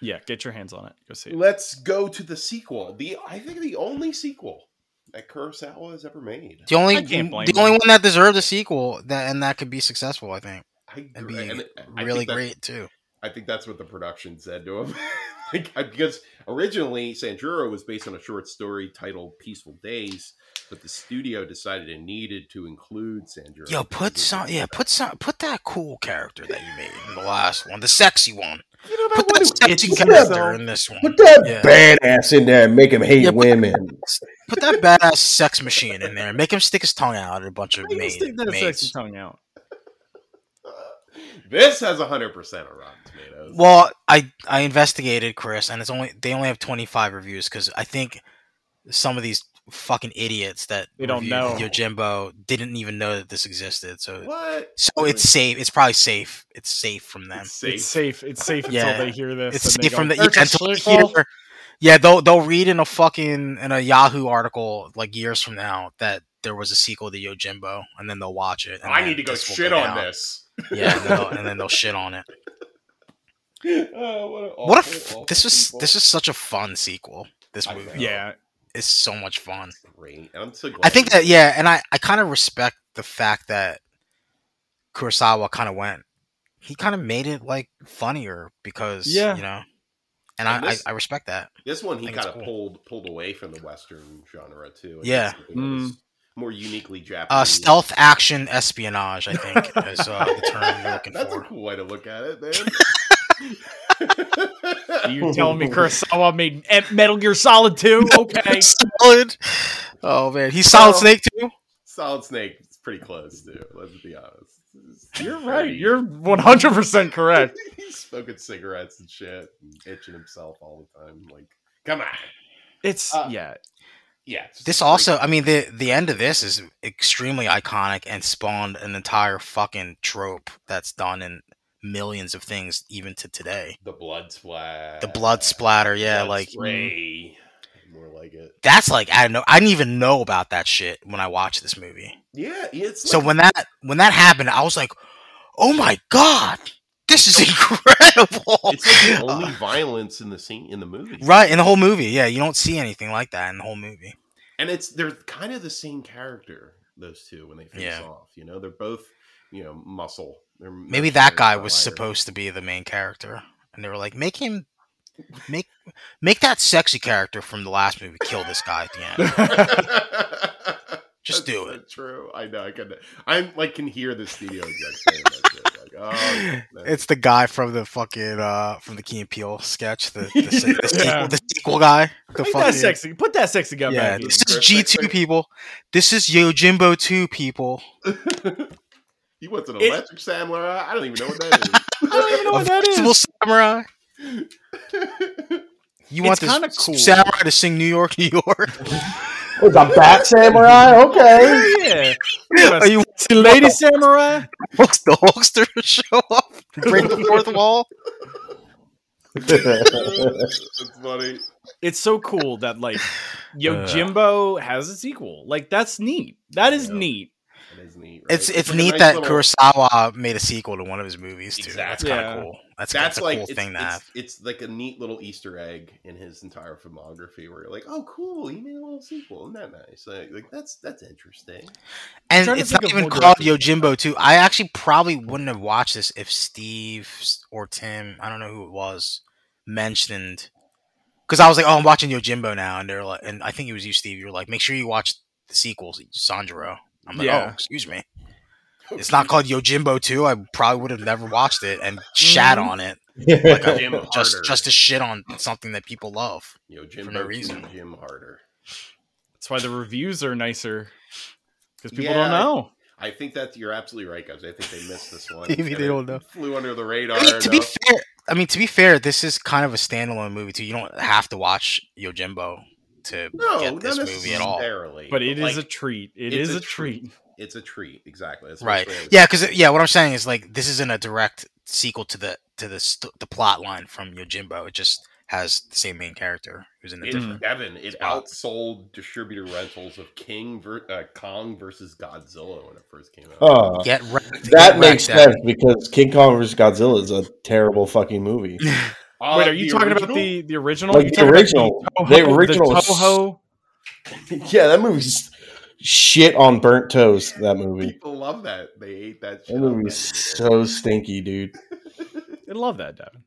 yeah, get your hands on it. Go see it.
Let's go to the sequel. The I think the only sequel that Kurosawa has ever made.
The only
I can't blame
the
him.
only one that deserved a sequel that and that could be successful, I think,
I,
and
agree.
be
And I
really
think that-
great too.
I think that's what the production said to him. [LAUGHS] like, I- because originally Sanjuro was based on a short story titled Peaceful Days, but the studio decided it needed to include Sanjuro.
Yo, put some yeah, put some put that cool character that you made in the last one, the sexy one.
You know,
Put
that
that
one
sexy
itches
character
himself.
in this one.
Put that
Yeah.
badass in there and make him hate
Yeah, but-
women.
Put that badass sex machine in there. Make him stick his tongue out at a bunch of
You
maid,
stick that sexy
maids.
tongue out.
[LAUGHS] This has 100% on Rotten Tomatoes.
Well, I I investigated Chris, and it's only they only have twenty five reviews because I think some of these fucking idiots that
They don't
reviewed
know.
Yojimbo didn't even know that this existed. So
what?
So it's safe. It's probably safe. It's safe from them.
It's safe.
It's safe. It's safe
Yeah.
until they hear this.
It's
and they
safe
go,
from the yeah,
"There's a
until they
sequel?"
hear- yeah. They'll they'll read in a fucking in a Yahoo article like years from now that there was a sequel to Yojimbo, and then they'll watch it. and
I
then
need to go
this will
shit on
down.
this.
Yeah, and, then they'll- and then they'll shit on
[LAUGHS]
it.
Oh, what, an
what
awful,
a f-
awful
this was
people.
this is such a fun sequel. This
I
movie
know.
Yeah,
is so much fun.
great. I'm so glad
I think
you-
that yeah, and I I kind of respect the fact that Kurosawa kind of went. He kind of made it like funnier because
Yeah.
you know, and
And
I,
this-
I I respect that.
This one he
think
kind
it's
of
cool.
pulled pulled away from the Western genre too. and
Yeah. Mm-hmm.
did something that was More uniquely Japanese.
Uh, stealth action espionage, I think, is uh, the term you're
[LAUGHS]
looking
That's a
for.
cool way to look at it, man.
[LAUGHS]
you telling me Kurosawa made M- Metal Gear Solid 2? Okay.
solid. Oh man, he's solid
Well-
snake too.
[LAUGHS] Solid Snake is pretty close too. Let's be honest. It's
[LAUGHS] You're right.
pretty- [LAUGHS]
You're 100% correct.
He's smoking cigarettes and shit, and itching himself all the time. Like, come on.
It's
Uh,
yeah.
Yeah. it's just
This
great.
also, I mean, the the end of this is extremely iconic and spawned an entire fucking trope that's done in millions of things, even to today.
the blood splat.
The blood splatter, yeah,
blood
like mm.
spray. More like it.
that's like I don't know, I didn't even know about that shit when I watched this movie.
Yeah, it's
So
like-
when that when that happened, I was like, oh my god, this is incredible.
it's like the only
[LAUGHS] Uh,
violence in the scene in the movie.
right in the whole movie, yeah, you don't see anything like that in the whole movie.
and it's they're kind of the same character those two when they face
Yeah.
off you know they're both you know muscle they're
Maybe that
mercenary
guy was
fighter.
supposed to be the main character, and they were like, make him, make, make that sexy character from the last movie kill this guy at the end.
[LAUGHS]
Just
That's
do
so
it.
true i know i can i'm like can hear the studio exec saying that shit, like,
[LAUGHS]
oh, that's-
It's the guy from the fucking uh from the Key and Peele sketch, the the, se- the,
[LAUGHS] Yeah.
sequel, the sequel guy, the
Put that
fucking
sexy. Put that sexy guy
yeah.
[LAUGHS] back in.
This is
Chris
G two
Sexton.
people. This is Yojimbo two people.
he wants an
It-
electric samurai i don't even know what that
I don't even know
A
what that
vegetable
is. [LAUGHS]
samurai. You want
It's kinda
this
cool.
samurai to sing New York, [LAUGHS] New York?
It's a bat samurai.
[LAUGHS]
Okay.
[LAUGHS]
[LAUGHS]
Yeah.
Are you
See, Lady Samurai?
wants the Hulkster to show up, break [LAUGHS] the fourth wall? [LAUGHS]
is it's funny
It's so cool that like [SIGHS] Yo Jimbo has a sequel. Like that's neat. That is
Yeah.
neat.
it is neat right?
It's it's,
like a
neat
nice
that
little-
Kurosawa made a sequel to one of his movies too. That's
Exactly.
kind of
Yeah.
cool. That's,
that's,
that's a
like
cool
it's,
thing to
it's-
have.
it's like a neat little Easter egg in his entire filmography, where you're like, "Oh, cool, he made a little sequel. Isn't that nice? Like, like, that's that's interesting."
And
trying to
it's
think
not
of
even
more
called
directors.
Yojimbo too. I actually probably wouldn't have watched this if Steve or Tim, I don't know who it was, mentioned. Because I was like, oh, I'm watching Yojimbo now, and they're like, and I think it was you, Steve. You were like, make sure you watch the sequels, Sanjuro. I'm like,
Yeah.
oh, excuse
[LAUGHS]
me. It's not called Yojimbo 2. I probably would have never watched it and shat
Mhm.
on it.
Yeah.
Like,
Jim
[LAUGHS] just
Harder.
just to shit on something that people love.
you know, Jim
no reason.
Jim Harder.
That's why the reviews are nicer. Because people
Yeah,
don't
I-
know.
I think that you're absolutely right, guys. I think they missed this one.
Maybe
And
they
it
don't know.
Flew under the radar.
I mean, to be
enough.
fair, I mean to be fair, this is kind of a standalone movie too. You don't have to watch Yojimbo to
no,
get
not
this movie at all.
necessarily.
But it is
like,
a treat. It
it's
is
a
a, treat.
it's a treat. Exactly. That's what I was
Right?
saying.
Yeah, because yeah, what I'm saying is like this isn't a direct sequel to the to the st- the plot line from Yojimbo. It just has the same main character who's in the
It,
different.
Evan, it
spot.
outsold distributor rentals of King ver- uh, Kong versus Godzilla when it first came out.
Oh,
[LAUGHS] Get wrecked,
that
get
makes
wrecked,
sense because King Kong vs. Godzilla is a terrible
[LAUGHS]
fucking movie.
Evan.
Uh,
Wait, are you
the
talking
original?
about the the original?
Like
You
the
talking about
original,
Toho-
the original,
the
is-
Toho.
yeah, that movie's shit on burnt toast. That movie,
People love that. They ate that shit.
that
up.
movie's so stinky, dude.
I love that, Devin.
[LAUGHS]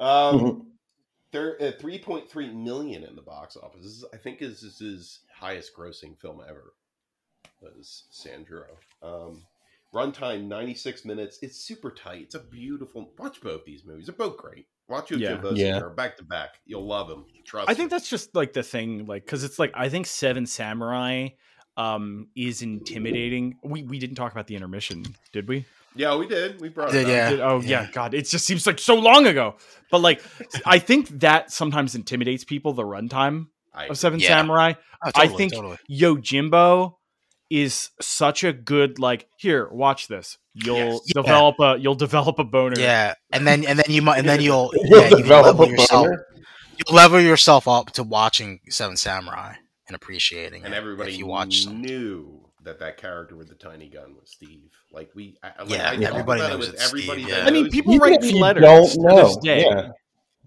Um, uh, they're at 3.3 million in the box office. This is, I think is this is highest grossing film ever. Was Sandro. Um, runtime 96 minutes. It's super tight. It's a beautiful. Watch both these movies. They're both great. Watch you
Yeah.
yeah. Jimbo
Yeah.
back to back. You'll love them. Trust.
I think
me.
that's just like the thing, like because it's like I think Seven Samurai um is intimidating. We we didn't talk about the intermission, did we?
yeah, we did. We brought it.
Did
up.
ya?
Did- oh yeah.
yeah.
God, it just seems like so long ago. But like, I think that sometimes intimidates people. The runtime
I,
of Seven
Yeah.
Samurai.
Oh,
I
totally,
think-
totally.
Yo Jimbo is such a good like. Here, watch this. You'll
Yes.
Yeah.
develop a you'll develop a boner.
yeah, and then and then you might and then you'll
[LAUGHS] You'll
yeah, you
develop a
level yourself
boner.
you level yourself up to watching Seven Samurai and appreciating
and
it
everybody
if you watch them.
knew that that character with the tiny gun was Steve. Like we, I, like,
Yeah,
I talk
everybody
about it
knows
with
it's Steve,
everybody.
yeah.
that
I mean,
knows
people
Even
write
if you
letters.
Don't
to this
know.
day.
Yeah.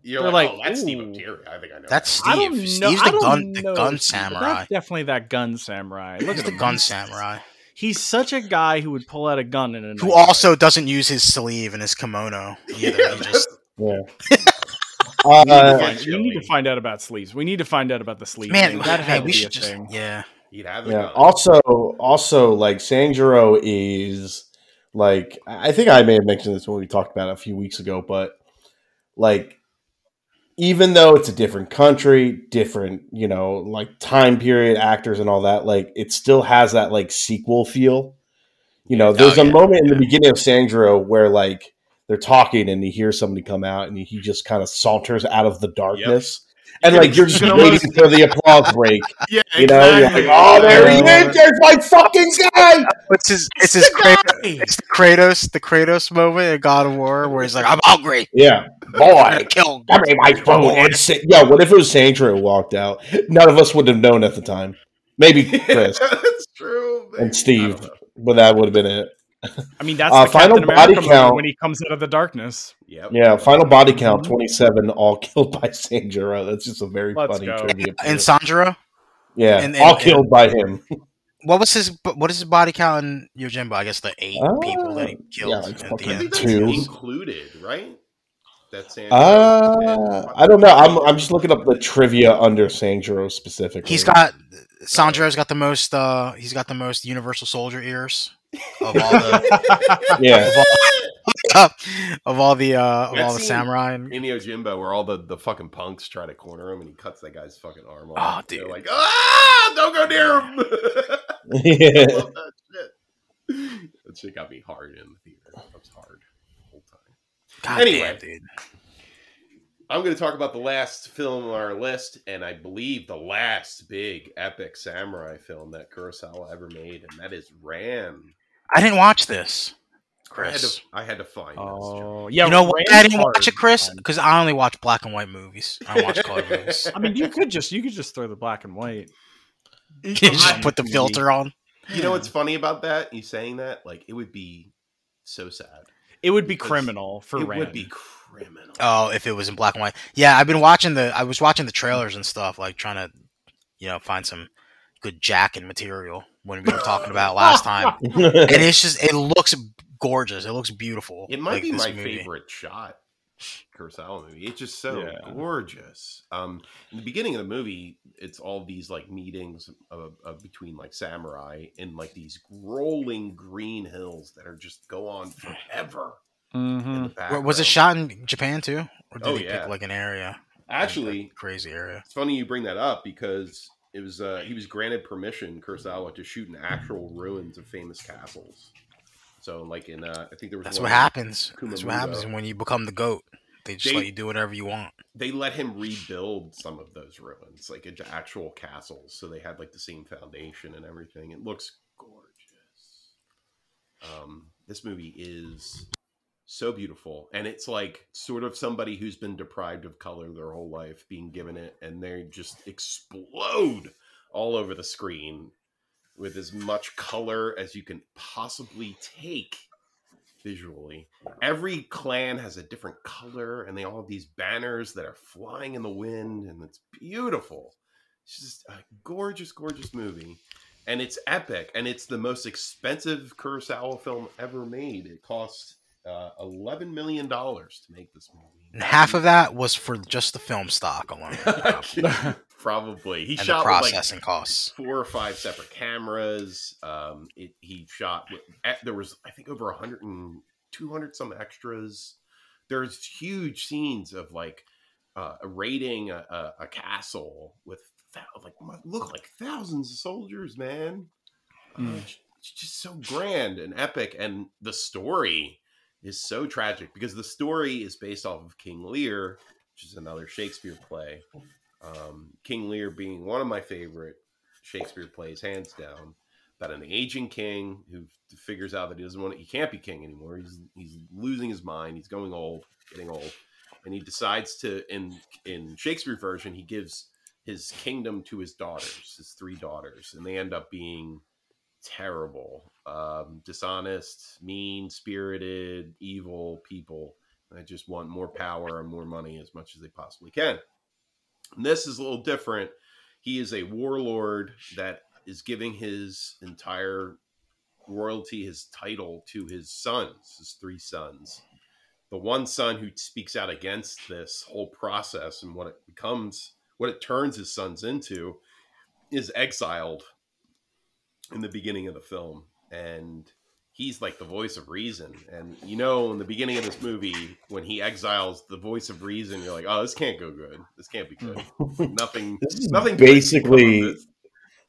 You're
They're
like,
like,
oh, that's Steve
"Ooh."
O'Teary. I think I know.
That's
that.
Steve.
I don't
Steve's
know. I
the
don't
gun, the
know.
gun
That's
samurai.
definitely that gun samurai. Look
He's
at
the
him.
gun samurai
He's such a guy who would pull out a gun in a
who
night.
also doesn't use his sleeve and his kimono either.
Yeah,
he just
Uh,
Yeah.
We need to find out about sleeves. We need to find out about the sleeves.
man,
that had
man,
to
we
be a
should just
thing.
yeah.
He'd have the
yeah.
gun. [LAUGHS]
Also, also like Sanjuro is like I think I may have mentioned this when we talked about it a few weeks ago, but like even though it's a different country, different you know like time period, actors and all that, like it still has that like sequel feel. You know, there's
Oh,
a
yeah,
moment in the
yeah.
beginning of Sanjuro where like they're talking and you hear somebody come out and he just kind of saunters out of the darkness. And
can-
like you're
you
just
can
waiting
almost-
for the applause break,
yeah,
you know, you're like, oh, there he
Yeah.
is. There's my fucking guy.
It's his it's his Kratos, it's the Kratos the Kratos moment in God of War where he's like, I'm hungry.
Yeah,
I'm gonna
boy.
kill
Give me my phone. And say, yeah, what if it was Sandra who walked out? None of us would have known at the time. Maybe [LAUGHS] Chris,
that's true.
And
I don't
Steve.
know.
but that would have been it.
I mean, that's
Uh,
the
final
Captain
body
America moment
count.
when he comes out of the darkness.
Yep.
Yeah, final body count twenty seven, all killed by Sandra. That's just a very
Let's
funny
go.
trivia.
And
point.
Sanjuro?
yeah,
and-
all
and-
killed by him.
What was his what is his body count in Yojimbo? I guess the eight
Uh,
people that he killed
yeah, like
at the
fucking
I
end.
think that's
Two.
included, right? That's Andrew.
Uh, I don't know. I'm, I'm just [LAUGHS] looking up the trivia under Sanjuro specifically.
He's
[LAUGHS]
got Sandro's got the most uh he's got the most universal soldier ears of all
[LAUGHS]
the [LAUGHS]
yeah.
of all the uh of
That
all the
scene-
samurai and
Inio Jimbo, where all the, the fucking punks try to corner him and he cuts that guy's fucking arm off.
Oh,
They're
dude.
like, ah, don't go near him. [LAUGHS] I
yeah.
love that shit. That shit got me hard in the theater. That was hard the whole time.
God
Anyway.
damn, dude.
I'm going to talk about the last film on our list, and I believe the last big epic samurai film that Kurosawa ever made, and that is Ran.
I didn't watch this.
I had
Chris.
to, I had to find this. John.
Oh, yeah.
you know why I didn't watch it,
Rampart.
Chris? Because I only watch black and white movies. I don't watch color movies.
I mean, you could just you could just throw the black and white.
You just put the filter on.
You know what's funny about that? You saying that? Like, it would be so sad.
It would be
Because
criminal for
it
Rand.
would be criminal.
Oh, if it was in black and white. Yeah, I've been watching the. I was watching the trailers and stuff, like trying to, you know, find some good jacking material when we were talking about it last
[LAUGHS]
time. And it's just, it looks gorgeous. It looks beautiful.
It might
like,
be
this
my
movie.
favorite shot, Kurosawa movie. It's just so
Yeah.
gorgeous. Um, in the beginning of the movie, it's all these like meetings of, of between like samurai in like these rolling green hills that are just go on forever. in
[LAUGHS] Mhm.
the
Wa- Hmm. Was it
background.
shot in Japan too, or did
Oh,
they
yeah.
pick like an area?
Actually,
Like, a crazy area.
it's funny you bring that up because it was uh, he was granted permission Kurosawa to shoot in actual ruins of famous castles. So like in uh, I think there was
That's
one
what
in-
happens. That's what
Kumamoto.
happens when you become the goat. They just
They-
let you do whatever you want.
they let him rebuild some of those ruins, like into actual castles. So they had like the same foundation and everything. It looks gorgeous. Um, this movie is so beautiful, and it's like sort of somebody who's been deprived of color their whole life being given it, and they just explode all over the screen with as much color as you can possibly take visually. Every clan has a different color, and they all have these banners that are flying in the wind, and it's beautiful. It's just a gorgeous, gorgeous movie. And it's epic, and it's the most expensive Kurosawa film ever made. It cost uh, $11 million to make this movie.
And half of that was for just the film stock alone
Probably. He
and the
shot with, like
processing costs.
four or five separate cameras. Um, it, he shot. With, eh, there was I think over 100 and 200 some extras. There's huge scenes of like uh, raiding a, a, a castle with thou- like mu- look like thousands of soldiers, man. Uh,
Mm.
it's- it's just so grand and epic, and the story is so tragic because the story is based off of King Lear, which is another Shakespeare play. Um, King Lear being one of my favorite Shakespeare plays, hands down. About an aging king who figures out that he doesn't want to, he can't be king anymore. He's he's losing his mind. He's going old, getting old, and he decides to. In in Shakespeare version, he gives his kingdom to his daughters, his three daughters, and they end up being terrible, um, dishonest, mean spirited, evil people. They just want more power and more money as much as they possibly can. And this is a little different. He is a warlord that is giving his entire royalty, his title to his sons, his three sons. The one son who speaks out against this whole process and what it becomes, what it turns his sons into, is exiled in the beginning of the film. And he's like the voice of reason. And you know, in the beginning of this movie, when he exiles the voice of reason, you're like, oh, this can't go good. This can't be
[LAUGHS]
good. Nothing,
This is
nothing good
basically
can come of this.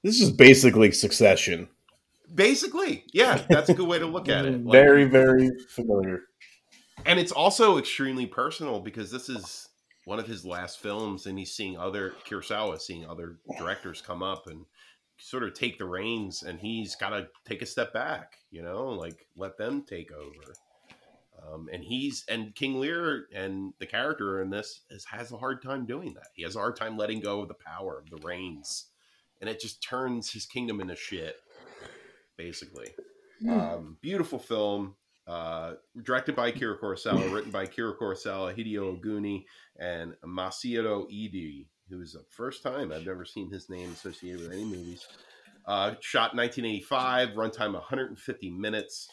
this is basically Succession.
Basically, yeah, that's a good way to look at it. Like-
[LAUGHS] very, very familiar.
and it's also extremely personal because this is one of his last films and he's seeing other kurosawa is seeing other directors come up and sort of take the reins and he's got to take a step back you know like let them take over um, and he's and king lear and the character in this is, has a hard time doing that he has a hard time letting go of the power of the reins and it just turns his kingdom into shit basically um, beautiful film uh, directed by Kira Kurosawa, written by Kira Kurosawa, Hideo Oguni, and Masato Ide, who is the first time I've ever seen his name associated with any movies. Uh, shot 1985, runtime 150 minutes.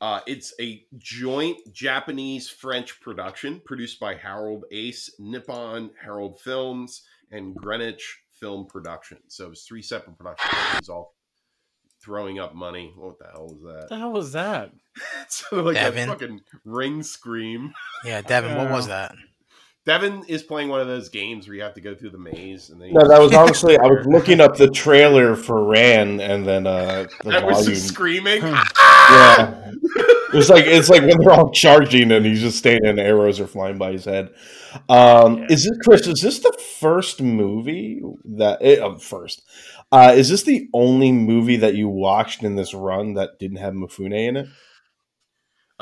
Uh, it's a joint Japanese French production produced by Harold Ace, Nippon Harold Films, and Greenwich Film Production. So it was three separate production companies all throwing up money. What the hell was that?
the hell was that?
[LAUGHS] so like that
Devin.
fucking ring scream.
Yeah, Devin, what was that?
Devin is playing one of those games where you have to go through the maze and then you
No,
[LAUGHS]
that was honestly I was looking up the trailer for Ran and then uh
[LAUGHS]
the
That was some
volume. Hmm.
screaming. [LAUGHS]
Yeah. It's like it's like when they're all charging and he's just standing and arrows are flying by his head. Um
Yeah.
is this Chris, is this the first movie that eh, uh, first. Uh is this the only movie that you watched in this run that didn't have Mifune in it?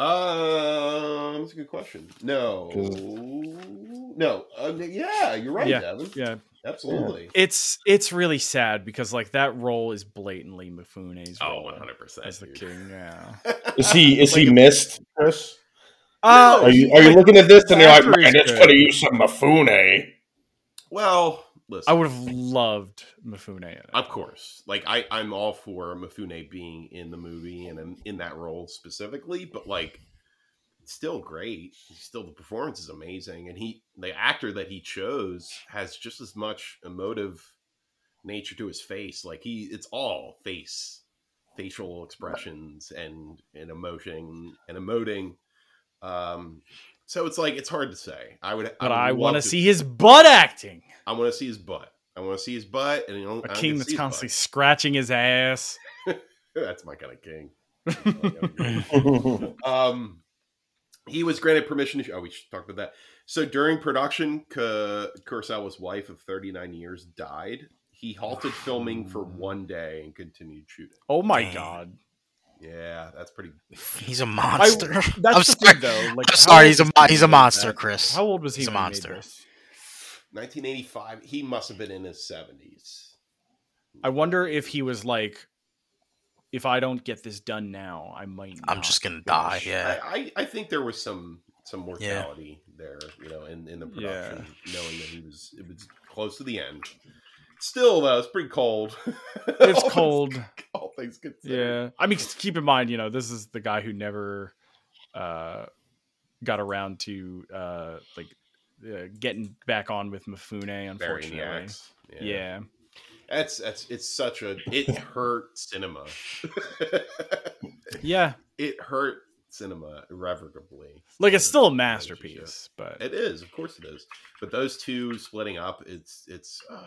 um, that's a good question. No,
'Cause-
no, uh, yeah, you're right, Devin.
Yeah,
Absolutely.
it's it's really sad because like that role is blatantly Mifune's
Oh,
role
100 percent.
as the king. Yeah.
Is he is he
Like-
missed, Chris?
Uh,
Um,
Are you are you looking at this and you're like,
Actor is
man, it's
good.
gonna use some Mifune?
[LAUGHS] Well, listen.
I would have loved Mifune in it.
Of course. Like I, I'm all for Mifune being in the movie and in, in that role specifically, but like it's still great. He's still the performance is amazing. And he the actor that he chose has just as much emotive nature to his face. Like he it's all face, facial expressions and and emotion and emoting. Um so it's like it's hard to say. I would
but
would
I
love
want to see his butt acting.
I want to see his butt. I want to see his butt and I don't-
A
I don't
king
get to
that's
see his butt.
constantly scratching his ass.
That's my kind of
[LAUGHS]
king. [LAUGHS] um, he was granted permission to. Oh, we should talk about that. So during production, Ku- Kurosawa's wife of 39 years died. He halted filming for one day and continued shooting.
Oh my
Dang.
god,
Yeah, that's pretty.
He's a [LAUGHS] monster. I,
That's
am
the
sorry.
thing, though. Like,
I'm
how
sorry.
old
He's a
was
mo-
he
he's a
when he made
monster,
that?
Chris.
How old was he?
He's a
when he made
monster.
this?
1985. He must have been in his 70s.
I wonder if he was like, if I don't get this done now, I might.
I'm
not
just gonna die.
finish."
Yeah.
I, I, I think there was some some mortality there, you know, in, in the production, knowing that he was it was close to the end. Still, though, it's pretty cold. [LAUGHS] All
[LAUGHS]
It's
things-
cold.
All things considered.
Yeah, I mean, keep in mind, you know, this is the guy who never uh, got around to uh, like uh, getting back on with Mifune.
Burying
Unfortunately,
the axe.
yeah. yeah,
That's that's it's such a it hurt cinema. [LAUGHS] it hurt cinema irrevocably.
Like it's still a
Relationship.
masterpiece, but
It is, of course it is. But those two splitting up, it's it's uh,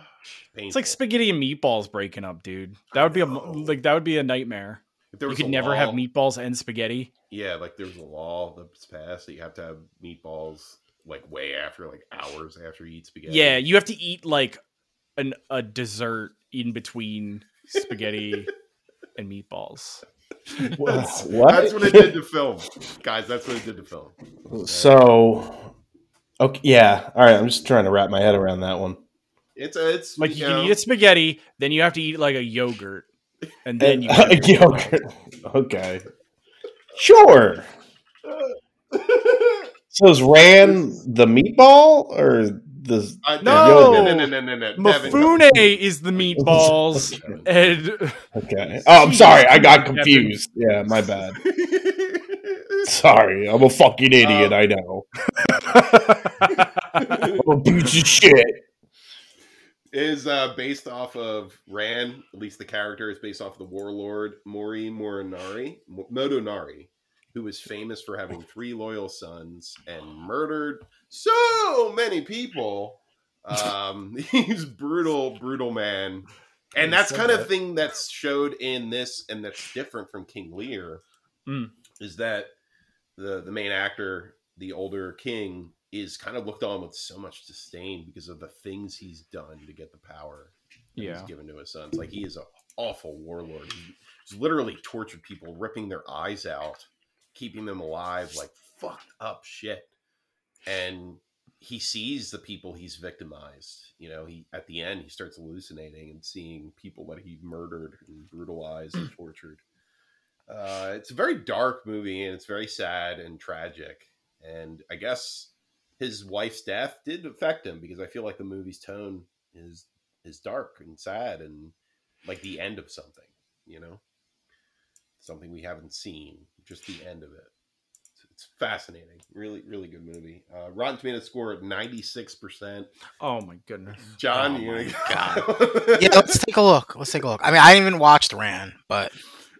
painful.
it's like spaghetti and meatballs breaking up, dude. That would be a
know.
like that would be a nightmare.
If there
You
was
could
a
never have
law-
meatballs and spaghetti.
Yeah, like there's a law that's passed that you have to have meatballs like way after, like hours after you eat spaghetti.
Yeah, you have to eat like an a dessert in between
[LAUGHS]
spaghetti and meatballs.
That's-
What?
That's what it did to film, guys. That's what it did to film.
So, okay, yeah. All right, I'm just trying to wrap my head around that one.
It's a, it's
Like you, can
know,
eat a spaghetti, then you have to eat like a yogurt, and then
And, [LAUGHS]
you can eat
yogurt. Okay. Sure.
[LAUGHS]
So is Ran the meatball or the
I- Uh,
No!
no, no, no, no, no, no. Devin, come-
Mafune is the meatballs,
[LAUGHS]
and
Okay. Oh, I'm sorry. I got
Jeez.
confused. Yeah, [LAUGHS]
[LAUGHS]
my bad. Sorry. I'm a
Oh.
fucking
Um,
idiot. I know. I'm a piece of shit.
[LAUGHS] is uh, based off of Ran. At least the character is based off the warlord Mori Morinari, Mo- Modonari, who was famous for
[LAUGHS]
having three loyal sons and murdered so many people. Um, [LAUGHS] he's brutal, brutal man, and
You
that's
said
kind of
that.
thing that's showed in this, and that's different from King Lear,
Mm.
is that the the main actor, the older king, is kind of looked on with so much disdain because of the things he's done to get the power that
yeah,
he's given to his sons. Like he is an awful warlord. He's literally tortured people, ripping their eyes out, keeping them alive, like fucked up shit. And he sees the people he's victimized. You know, he at the end he starts hallucinating and seeing people that he murdered and brutalized and tortured. Uh, it's a very dark movie and it's very sad and tragic. And I guess his wife's death did affect him because I feel like the movie's tone is is dark and sad and like the end of something, you know, something we haven't seen, just the end of it. It's- It's fascinating, really, really good movie. Uh, Rotten Tomatoes score at ninety six percent.
[LAUGHS] Oh my goodness.
John,
Oh
you
my
God, [LAUGHS]
Yeah, let's take a look. Let's take a look. I mean, I didn't even watch the Ran, but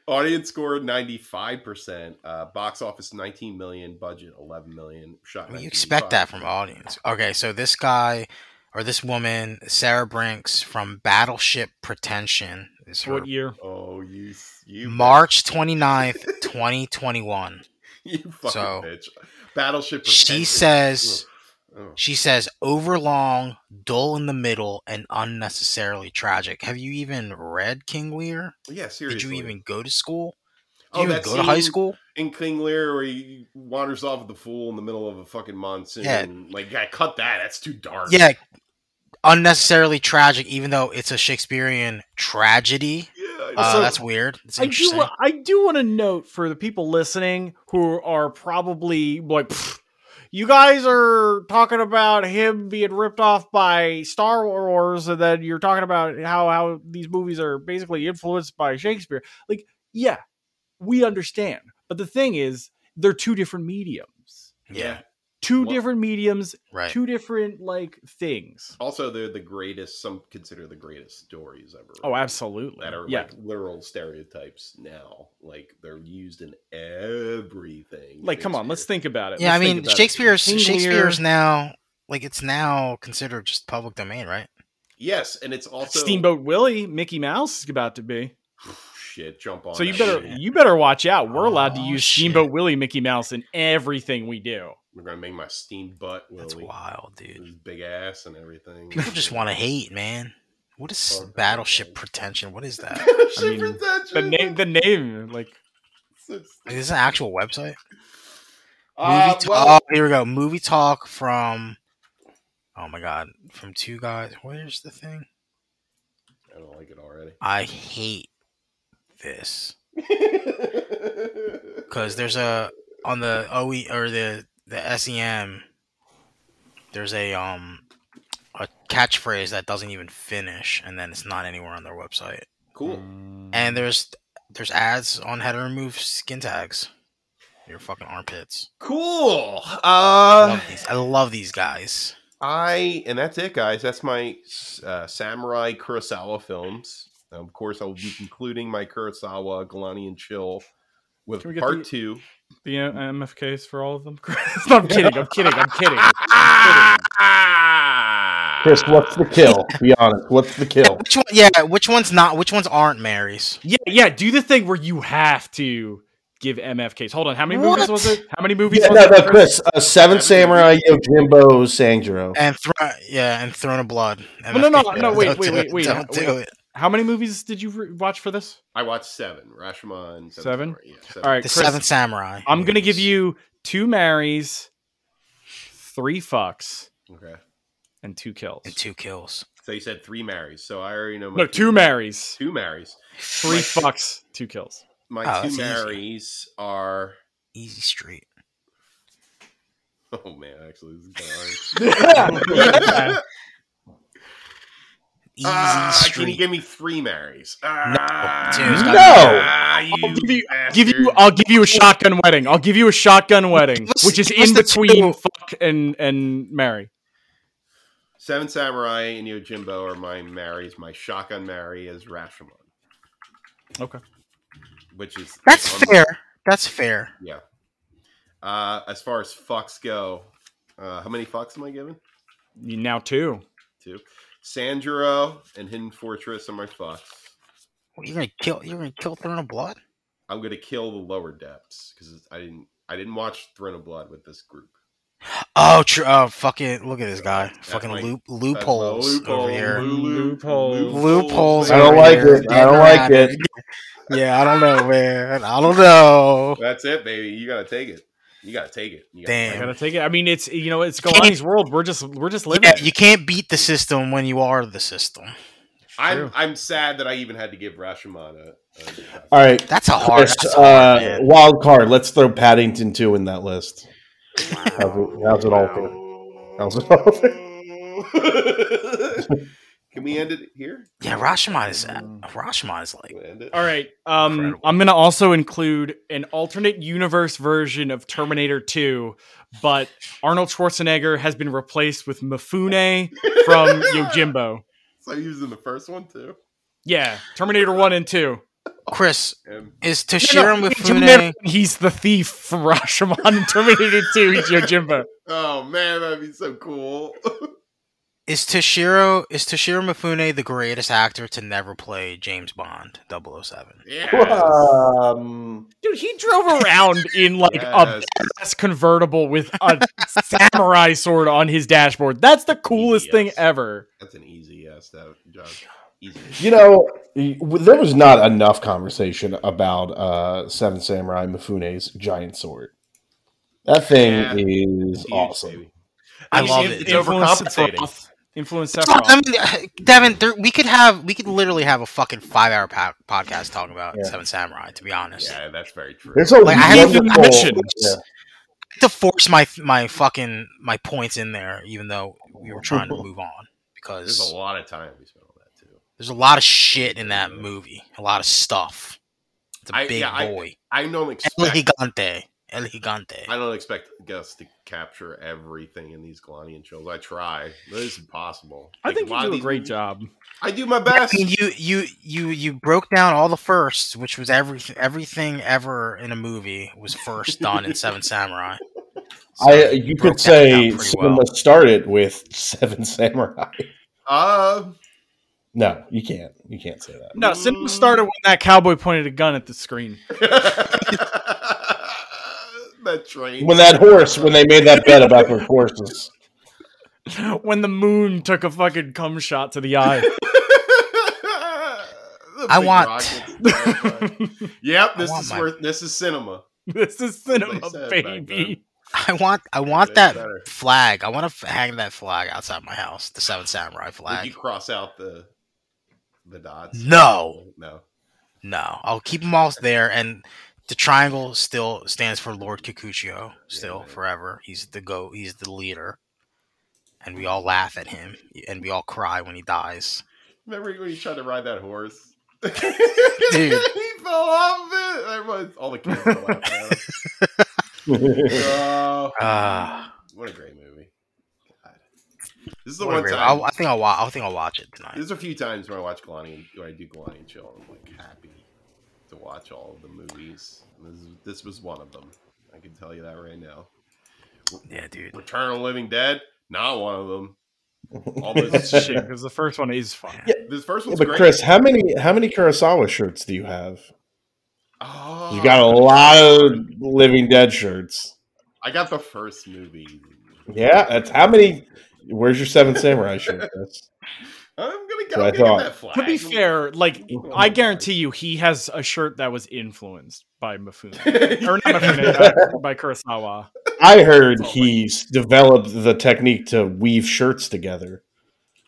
audience score ninety five percent. Uh, box office nineteen million, budget eleven million. Shot.
I mean,
1985.
you expect that from audience. Okay, so this guy or this woman, Sarah Brinks from Battleship Pretension, is her
What year?
Oh, you, you
March 29th, 2021.
[LAUGHS] You fucking
So-
bitch. Battleship.
She
Retention.
says-
Ugh. Oh. Ugh.
She says overlong, dull in the middle, and unnecessarily tragic. Have you even read King Lear?
"Yeah, seriously."
Did you even go to school? Did
Oh,
you even
that
go to high
scene-
school?
in King Lear where he wanders off with the fool in the middle of a fucking monsoon.
Yeah.
Like, I cut that. That's too dark.
Yeah, unnecessarily tragic, even though it's a Shakespearean tragedy.
Yeah,
Uh,
so-
that's weird. It's
I do.
interesting.
wa- I do want to note for the people listening who are probably like, "Pfft, you guys are talking about him being ripped off by Star Wars, and then you're talking about how how these movies are basically influenced by Shakespeare. Like, yeah, we understand, but the thing is, they're two different mediums.
yeah,
Two
Well-
different mediums,
right.
two different like things.
Also, they're the greatest, some consider the greatest stories ever.
Oh,
written
absolutely.
That are
yeah.
like literal stereotypes now. Like, they're used in everything.
Like, come on, let's think about it.
yeah, I
Let's think
mean
about it.
Shakespeare's
King Lear-
Shakespeare's now like it's now considered just public domain, right?
Yes, and it's also.
Steamboat Willie, Mickey Mouse is about to be.
Shit, jump on.
So you
that
better
Oh, shit.
you better watch out. We're allowed to
Oh,
use
shit.
Steamboat Willie, Mickey Mouse in everything we do.
We're going to make my steam butt, Willie.
That's wild, dude.
His big ass and everything.
People
[LAUGHS]
just want to hate, man. What is
Fuck that,
battleship
man.
pretension? What is that?
Battleship
I mean, The
Retention.
name, the name, like
Like, is this an actual website?
Uh,
Movie
well,
talk. Here we go. Movie talk from. Oh my god, from two guys. Where's the thing?
I don't like it
I hate this
already.
because there's a on the OE or the the SEM. There's a um a catchphrase that doesn't even finish, and then it's not anywhere on their website.
Cool.
And there's there's ads on how to remove skin tags. Your fucking armpits.
Cool.
I
Uh,
love these, I love these guys.
I and that's it, guys. That's my uh, samurai Kurosawa films. Um, of course, I will be concluding my Kurosawa Galani and Chill with
Can we get
part
the-
two.
the uh, MFKs for all of them. [LAUGHS] no, I'm kidding. I'm kidding. I'm kidding.
Chris, what's the kill? Be honest. What's
[LAUGHS]
the kill?
Which one? Yeah, which one's not? Which ones aren't Marys?
Yeah, yeah. Do the thing where you have to give MFKs. Hold on. How many movies
What?
was it? How many movies?
Yeah,
was
no,
it?
no, Chris. Uh, Seven Samurai, Yojimbo, Sanjuro.
And thro- yeah, and Throne of Blood.
no, no,
MFK.
no, wait,
Don't
wait,
do
wait,
it.
wait,
Don't do it.
How many movies did you re- watch for this?
I watched seven. Rashomon.
Seven?
Samurai, Yeah, seven.
All right,
The
Chris,
Seventh Samurai.
I'm gonna
movies.
give you two marries, three fucks,
Okay.
and two kills.
and two kills.
So you said three marries. So I already know. my
No, two marries,
Two marries.
three fucks, two kills.
My
Oh,
two
that's easy.
marries are. [LAUGHS]
Easy street.
Oh man, actually, this is kinda hard.
[LAUGHS]
[LAUGHS]
Easy
Ah, can you
street.
give me three Marys? Ah,
dude,
stop.
ah, you
I'll give you,
bastard.
give you, I'll give you a shotgun wedding. I'll give you a shotgun wedding,
us-
which is
give us
in
the
between
two.
fuck and and marry.
Seven Samurai and Yojimbo are my Marys. My shotgun Mary is Rashomon.
Okay.
Which is
That's
on-
fair. That's fair.
Yeah. Uh, as far as fucks go, uh, how many fucks am I giving?
You now two.
Two. Sanjuro and Hidden Fortress are my fucks.
What, You're gonna kill. You're gonna kill Throne of Blood.
I'm gonna kill the lower depths because I didn't. I didn't watch Throne of Blood with this group.
Oh, true. Oh, fucking look at this guy. fucking
my-
loop,
That's
loopholes
loophole,
over here.
Loopholes.
Loopholes.
I don't
over
like
here.
it. I don't like it.
Yeah, I don't know, man. I don't know.
That's it, baby. You gotta take it. You gotta take it. You gotta
Damn.
I gotta take it. I mean, it's you know, it's
You can't-
Galani's world. We're just we're just living.
Yeah,
it.
you can't beat the system when you are the system.
I'm
True.
I'm sad that I even had to give Rashomon a. a
All right.
That's a hard.
Chris,
that's a hard,
uh,
man.
wild card. Let's throw Paddington 2 in that list. How's it, how's it all feel? How's [LAUGHS] it all feel?
[LAUGHS] Can we end it here?
yeah, Rashomon is. Rashomon is like.
Can we end it?
All right. Um,
Incredible.
I'm gonna also include an alternate universe version of Terminator 2, but Arnold Schwarzenegger has been replaced with Mifune
[LAUGHS]
from
[LAUGHS]
Yojimbo.
So he was in the first one too.
Yeah, Terminator 1 and 2.
Chris
And
is
No, no,
Toshiro
in
Mifune.
Terminator, he's the thief from [LAUGHS] Rashomon. In Terminator 2, he's Yojimbo.
oh man, that'd be so cool. [LAUGHS]
Is Toshiro is Toshiro Mifune the greatest actor to never play James Bond 007?
yeah.
Um,
Dude, he drove around in like
Yes.
a badass convertible with a samurai sword on his dashboard. That's the coolest
Yes.
thing ever.
That's an easy yes, that Josh. Easy.
you know, y- there was not enough conversation about uh, Seven Samurai Mifune's giant sword. That thing
Yeah.
is
It's huge,
awesome.
baby.
I
It's
love
in-
it.
It's
dude.
Influence
overcompensating.
Sephiroth. Influence
Fuck, I
Sephiroth.
mean, uh, Devin, there, we could have we could literally have a fucking five hour po- podcast talking about
Yeah.
Seven Samurai. To be honest,
Yeah, that's very true.
There's a
Like, I have-
wonderful-
I have- I
yeah.
had to force my my fucking my points in there, even though we were trying to move on because
There's a lot of time we spent on that too.
There's a lot of shit in that movie. A lot of stuff. It's a
I-
big
yeah, I-
boy.
I don't expect
El Gigante. El Gigante.
I don't expect Gus to capture everything in these Galanian shows. I try. But it's impossible.
I
Like,
think
lot of
you do a
these
great
movies-
job.
I do my
I
best.
mean, you you you you broke down all the firsts, which was every everything ever in a movie was first done in
[LAUGHS]
Seven Samurai. So
I, uh, you
broke that down
could say
pretty
cinema
well.
started with [LAUGHS] Seven Samurai.
Uh, [LAUGHS]
No, you can't. You can't say that.
No, cinema started when that cowboy pointed a gun at the screen. [LAUGHS]
that train.
When that horse, when they made that bet about their horses,
When the moon took a fucking cum shot to the eye.
[LAUGHS] The
I
big
want-
[LAUGHS]
rockets. yep, this
want
is
my-
worth. This is cinema.
this is cinema,
They said back
baby.
I want I want
Way
that
better.
flag. I want to f- hang that flag outside my house. The Seven Samurai
Did you
flag.
cross out the the dots?
No,
no.
no. I'll keep them all there, and the triangle still stands for Lord Kikuchio. Still
Yeah.
forever. He's the go. He's the leader, and we all laugh at him, and we all cry when he dies.
Remember when you tried to ride that horse? [LAUGHS] Dude.
Dude.
he fell off it. Everyone, all the kids were laughing at him.
[LAUGHS]
Oh,
Ah.
what a great movie. God. This is the
What a
one
great-
time.
I'll, I think I'll watch. I think I'll watch it tonight.
There's a few times where I watch Galani and where I do Galani and Chill, and I'm like happy to watch all of the movies. And This, is- this was one of them. I can tell you that right now.
Yeah, dude.
Return of the Living Dead, not one of them. All
[LAUGHS]
That's
those,
shit, because the first one is fun.
Yeah.
this first
Yeah,
one's
but
great.
Chris, how many how many Kurosawa shirts do you have?
Oh,
You got a lot of Living Dead shirts.
I got the first movie.
Yeah, that's how many. Where's your Seven
[LAUGHS]
Samurai shirt? Chris?
I'm gonna
So
go
I
get
thought-
that flag.
To be fair, like
Oh my [LAUGHS]
I guarantee you, he has a shirt that was influenced
[LAUGHS]
by Mifune or not Mifune,
Yeah.
uh, by Kurosawa.
I heard he's developed the technique to weave shirts together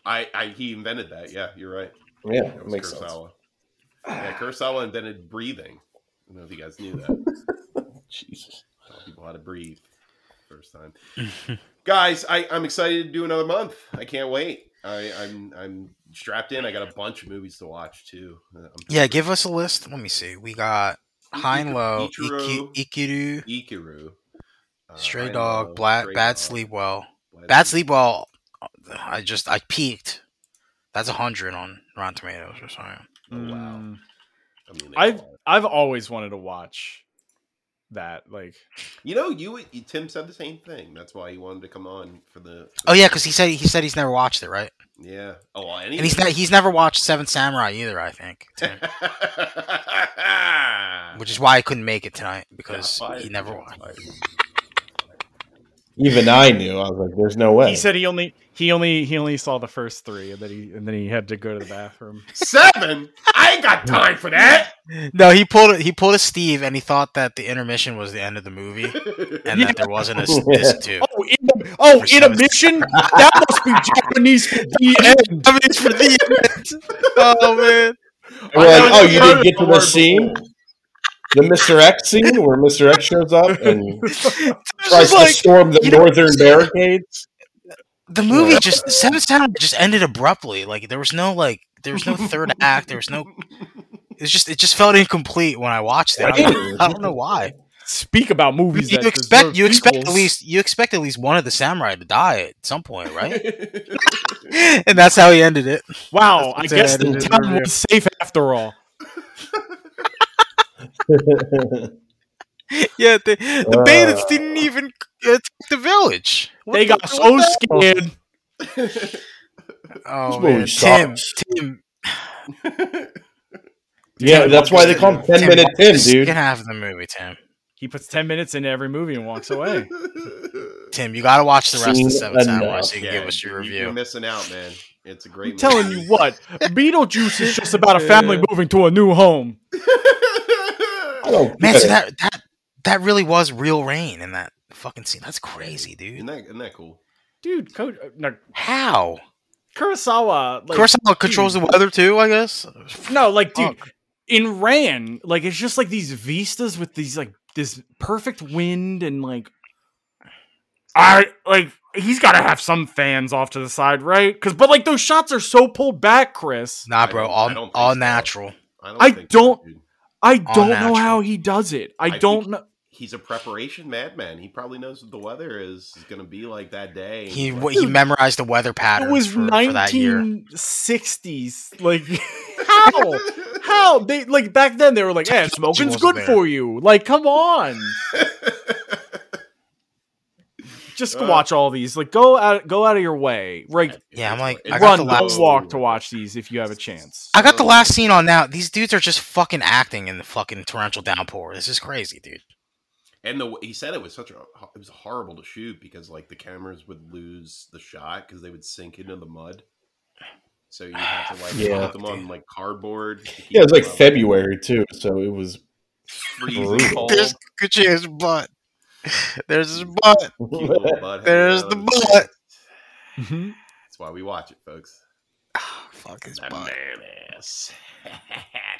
I, I he invented that. Yeah, you're right.
Yeah,
That
it
was
makes sense.
Kurosawa. Yeah, Kurosawa invented breathing. I don't know if you guys knew that.
[LAUGHS] Jesus.
Taught people how to breathe first time. guys, I, I'm excited to do another month. I can't wait. I, I'm I'm strapped in. I got a bunch of movies to watch too. Uh, I'm
Yeah, give us a list. Let me see. We got High and Low,
Ichiro.
Iki- Ikiru,
Ikiru, uh,
Stray
High and Low,
Dog, Black,
Stray
Bad
Dog,
Sleep Well.
Bad
Bad Sleep Well, I just, I peaked. That's 100 on Rotten Tomatoes or something.
Oh, wow.
Hmm.
Mm.
I mean, they
I've
are.
I've always wanted to watch that. Like
you know, you, you Tim said the same thing. That's why he wanted to come on for the.
Oh yeah, because he said he said he's never watched it, right?
yeah. Oh, well,
And he's ne- he's never watched Seven Samurai either. I [LAUGHS] think,
[LAUGHS]
Tim.
not.
which is why I couldn't make it tonight because he never watched.
Even I knew. I was like, "There's no way."
he said, he only he only he only saw the first three, and then he and then he had to go to the bathroom.
[LAUGHS]
Seven? I ain't got time for that.
No, he pulled he pulled a Steve, and he thought that the intermission was the end of the movie,
[LAUGHS]
and that there wasn't a [LAUGHS] s- disc two.
Oh, in the, oh,
For some reason. [LAUGHS]
intermission! that must be Japanese for the end.
I mean, it's for the end. Oh man,
And we're
I
like,
know
"Oh,
it's
you
better
didn't get to
than
the
word
scene,
before."
the Mr. X scene where Mr. X shows up and
It's
tries
just
to
like
storm the
you know-
northern barricades."
the [LAUGHS] movie just Seven Samurai just ended abruptly. Like there was no like there was no third act. There was no. It's just it just felt incomplete when I watched it. I don't, I don't know why.
Speak about movies
You
that
expect
deserve
you expect at
sequels.
least you expect at least one of the samurai to die at some point,
[LAUGHS]
right? [LAUGHS] and that's how he ended it. [LAUGHS]
Wow, I
That's
guess
what
the
it is,
town
review.
was safe after all.
Yeah, the, the
Uh.
bandits didn't even attack the village. What
they
the-
got so
what the-
scared.
Oh
This movie
man, Tim,
sucks.
Tim.
yeah, that's why they call him Ten Minute Tim,
You can
dude.
have the movie, Tim.
He puts ten minutes into every movie and walks [LAUGHS] away.
Tim, you got to watch the rest
Seen
of Seven Samurai
enough.
so you can give us your
You're
review.
missing out, man. It's a great.
I'm telling you
[LAUGHS]
what, Beetlejuice is just about a family moving to a new home.
I don't
Man,
get
so
it.
that that that really was real rain in that fucking scene. That's crazy,
isn't
dude.
that isn't that cool?
Dude, Coach no,
How?
Kurosawa, like,
Kurosawa controls the weather too, I guess.
no, like, dude, in Ran, like, it's just like these vistas with these like this perfect wind and like, I like he's got to have some fans off to the side, right? Because but like those shots are so pulled back, Chris.
Nah,
I
bro,
don't- I don't
all
think
all
so.
natural.
don't.
I
think so,
don't-
dude.
I don't know
natural.
how he does it. I,
think
don't know.
He's a preparation madman. He probably knows what the weather is going to be like that day. [LAUGHS]
He
Like,
w- he memorized the weather patterns
It was
for, for that year.
1960s. Like [LAUGHS] how? How they like back then they were like, "Yeah, smoking's
wasn't
good
there.
for you." Like,
[LAUGHS]
come on. Just
Uh.
watch all these. Like, go out, go out of your way. Right,
Yeah, I'm like, I got
run,
the
don't
last.
walk to watch these if you have a chance.
I got the last scene on now. These dudes are just fucking acting in the fucking torrential downpour. This is crazy, dude.
And the he said it was such a it was horrible to shoot because like the cameras would lose the shot because they would sink into the mud. So you have to like
Yeah.
put them on like cardboard. to keep
Yeah, it was like
them up.
February too, so it was.
Freezing
Brutal.
cold.
There's good his [LAUGHS] butt. There's his butt.
[LAUGHS]
Cute little bud hanging
There's
out
the
on his
butt.
pants.
Mhm.
That's why we watch it, folks.
Fuck his
That
butt.
man ass. [LAUGHS]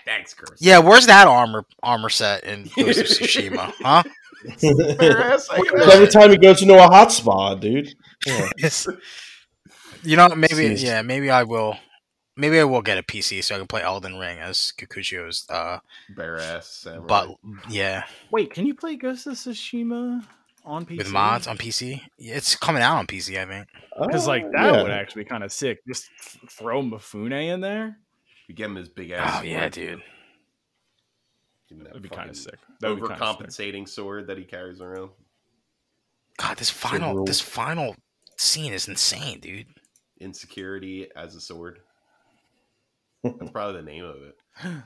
Thanks, Chris.
Yeah, where's that armor armor set [LAUGHS] in Ghost of Tsushima? Huh?
Bare
Every
ass, I can imagine.
time he goes into a hot spa, dude. Yeah.
[LAUGHS] It's- you know, maybe
Jeez.
yeah, maybe I will. Maybe I will get a PC so I can play Elden Ring as Kikuchio's. Uh,
Bare ass. samurai.
but yeah,
Wait, can you play Ghost of Tsushima on PC?
with mods on PC, it's coming out on PC. I think.
Because like
Oh,
that
yeah.
would actually be kind of sick. Just th- throw Mifune in there.
you give him his big ass.
Oh yeah,
sword.
dude.
Give him that
That'd be kind
fucking
of sick. That'd be kinda sick.
Overcompensating sword that he carries around.
God, this final
rule.
this final scene is insane, dude.
Insecurity as a sword. [LAUGHS] That's probably the name of it.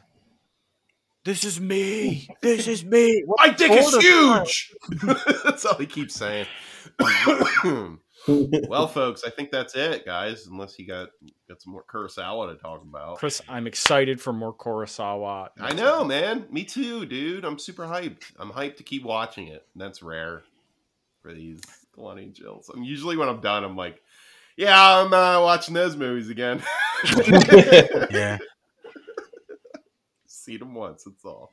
This is me. This is me.
My dick
is
huge. [LAUGHS] that's all he keeps saying. [COUGHS] well, folks, I think that's it, guys. Unless you got got some more Kurosawa to talk about.
Chris, I'm excited for more Kurosawa.
I know, man. Me too, dude. I'm super hyped. I'm hyped to keep watching it. And that's rare for these Kalani Jills. I'm usually when I'm done, I'm like, yeah, I'm uh, watching those movies [LAUGHS] again.
Yeah.
seen them once. That's all.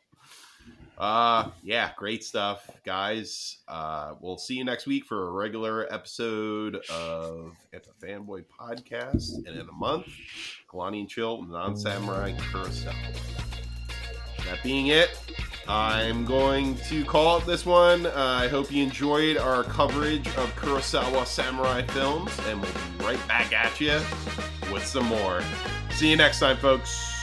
Uh, yeah, great stuff, guys. Uh, we'll see you next week for a regular episode of at the Fanboy Podcast, and in a month, Kalani and Chill, Non Samurai Curacao. That being it, I'm going to call it this one. Uh, I hope you enjoyed our coverage of Kurosawa samurai films, and we'll be right back at you with some more. See you next time, folks.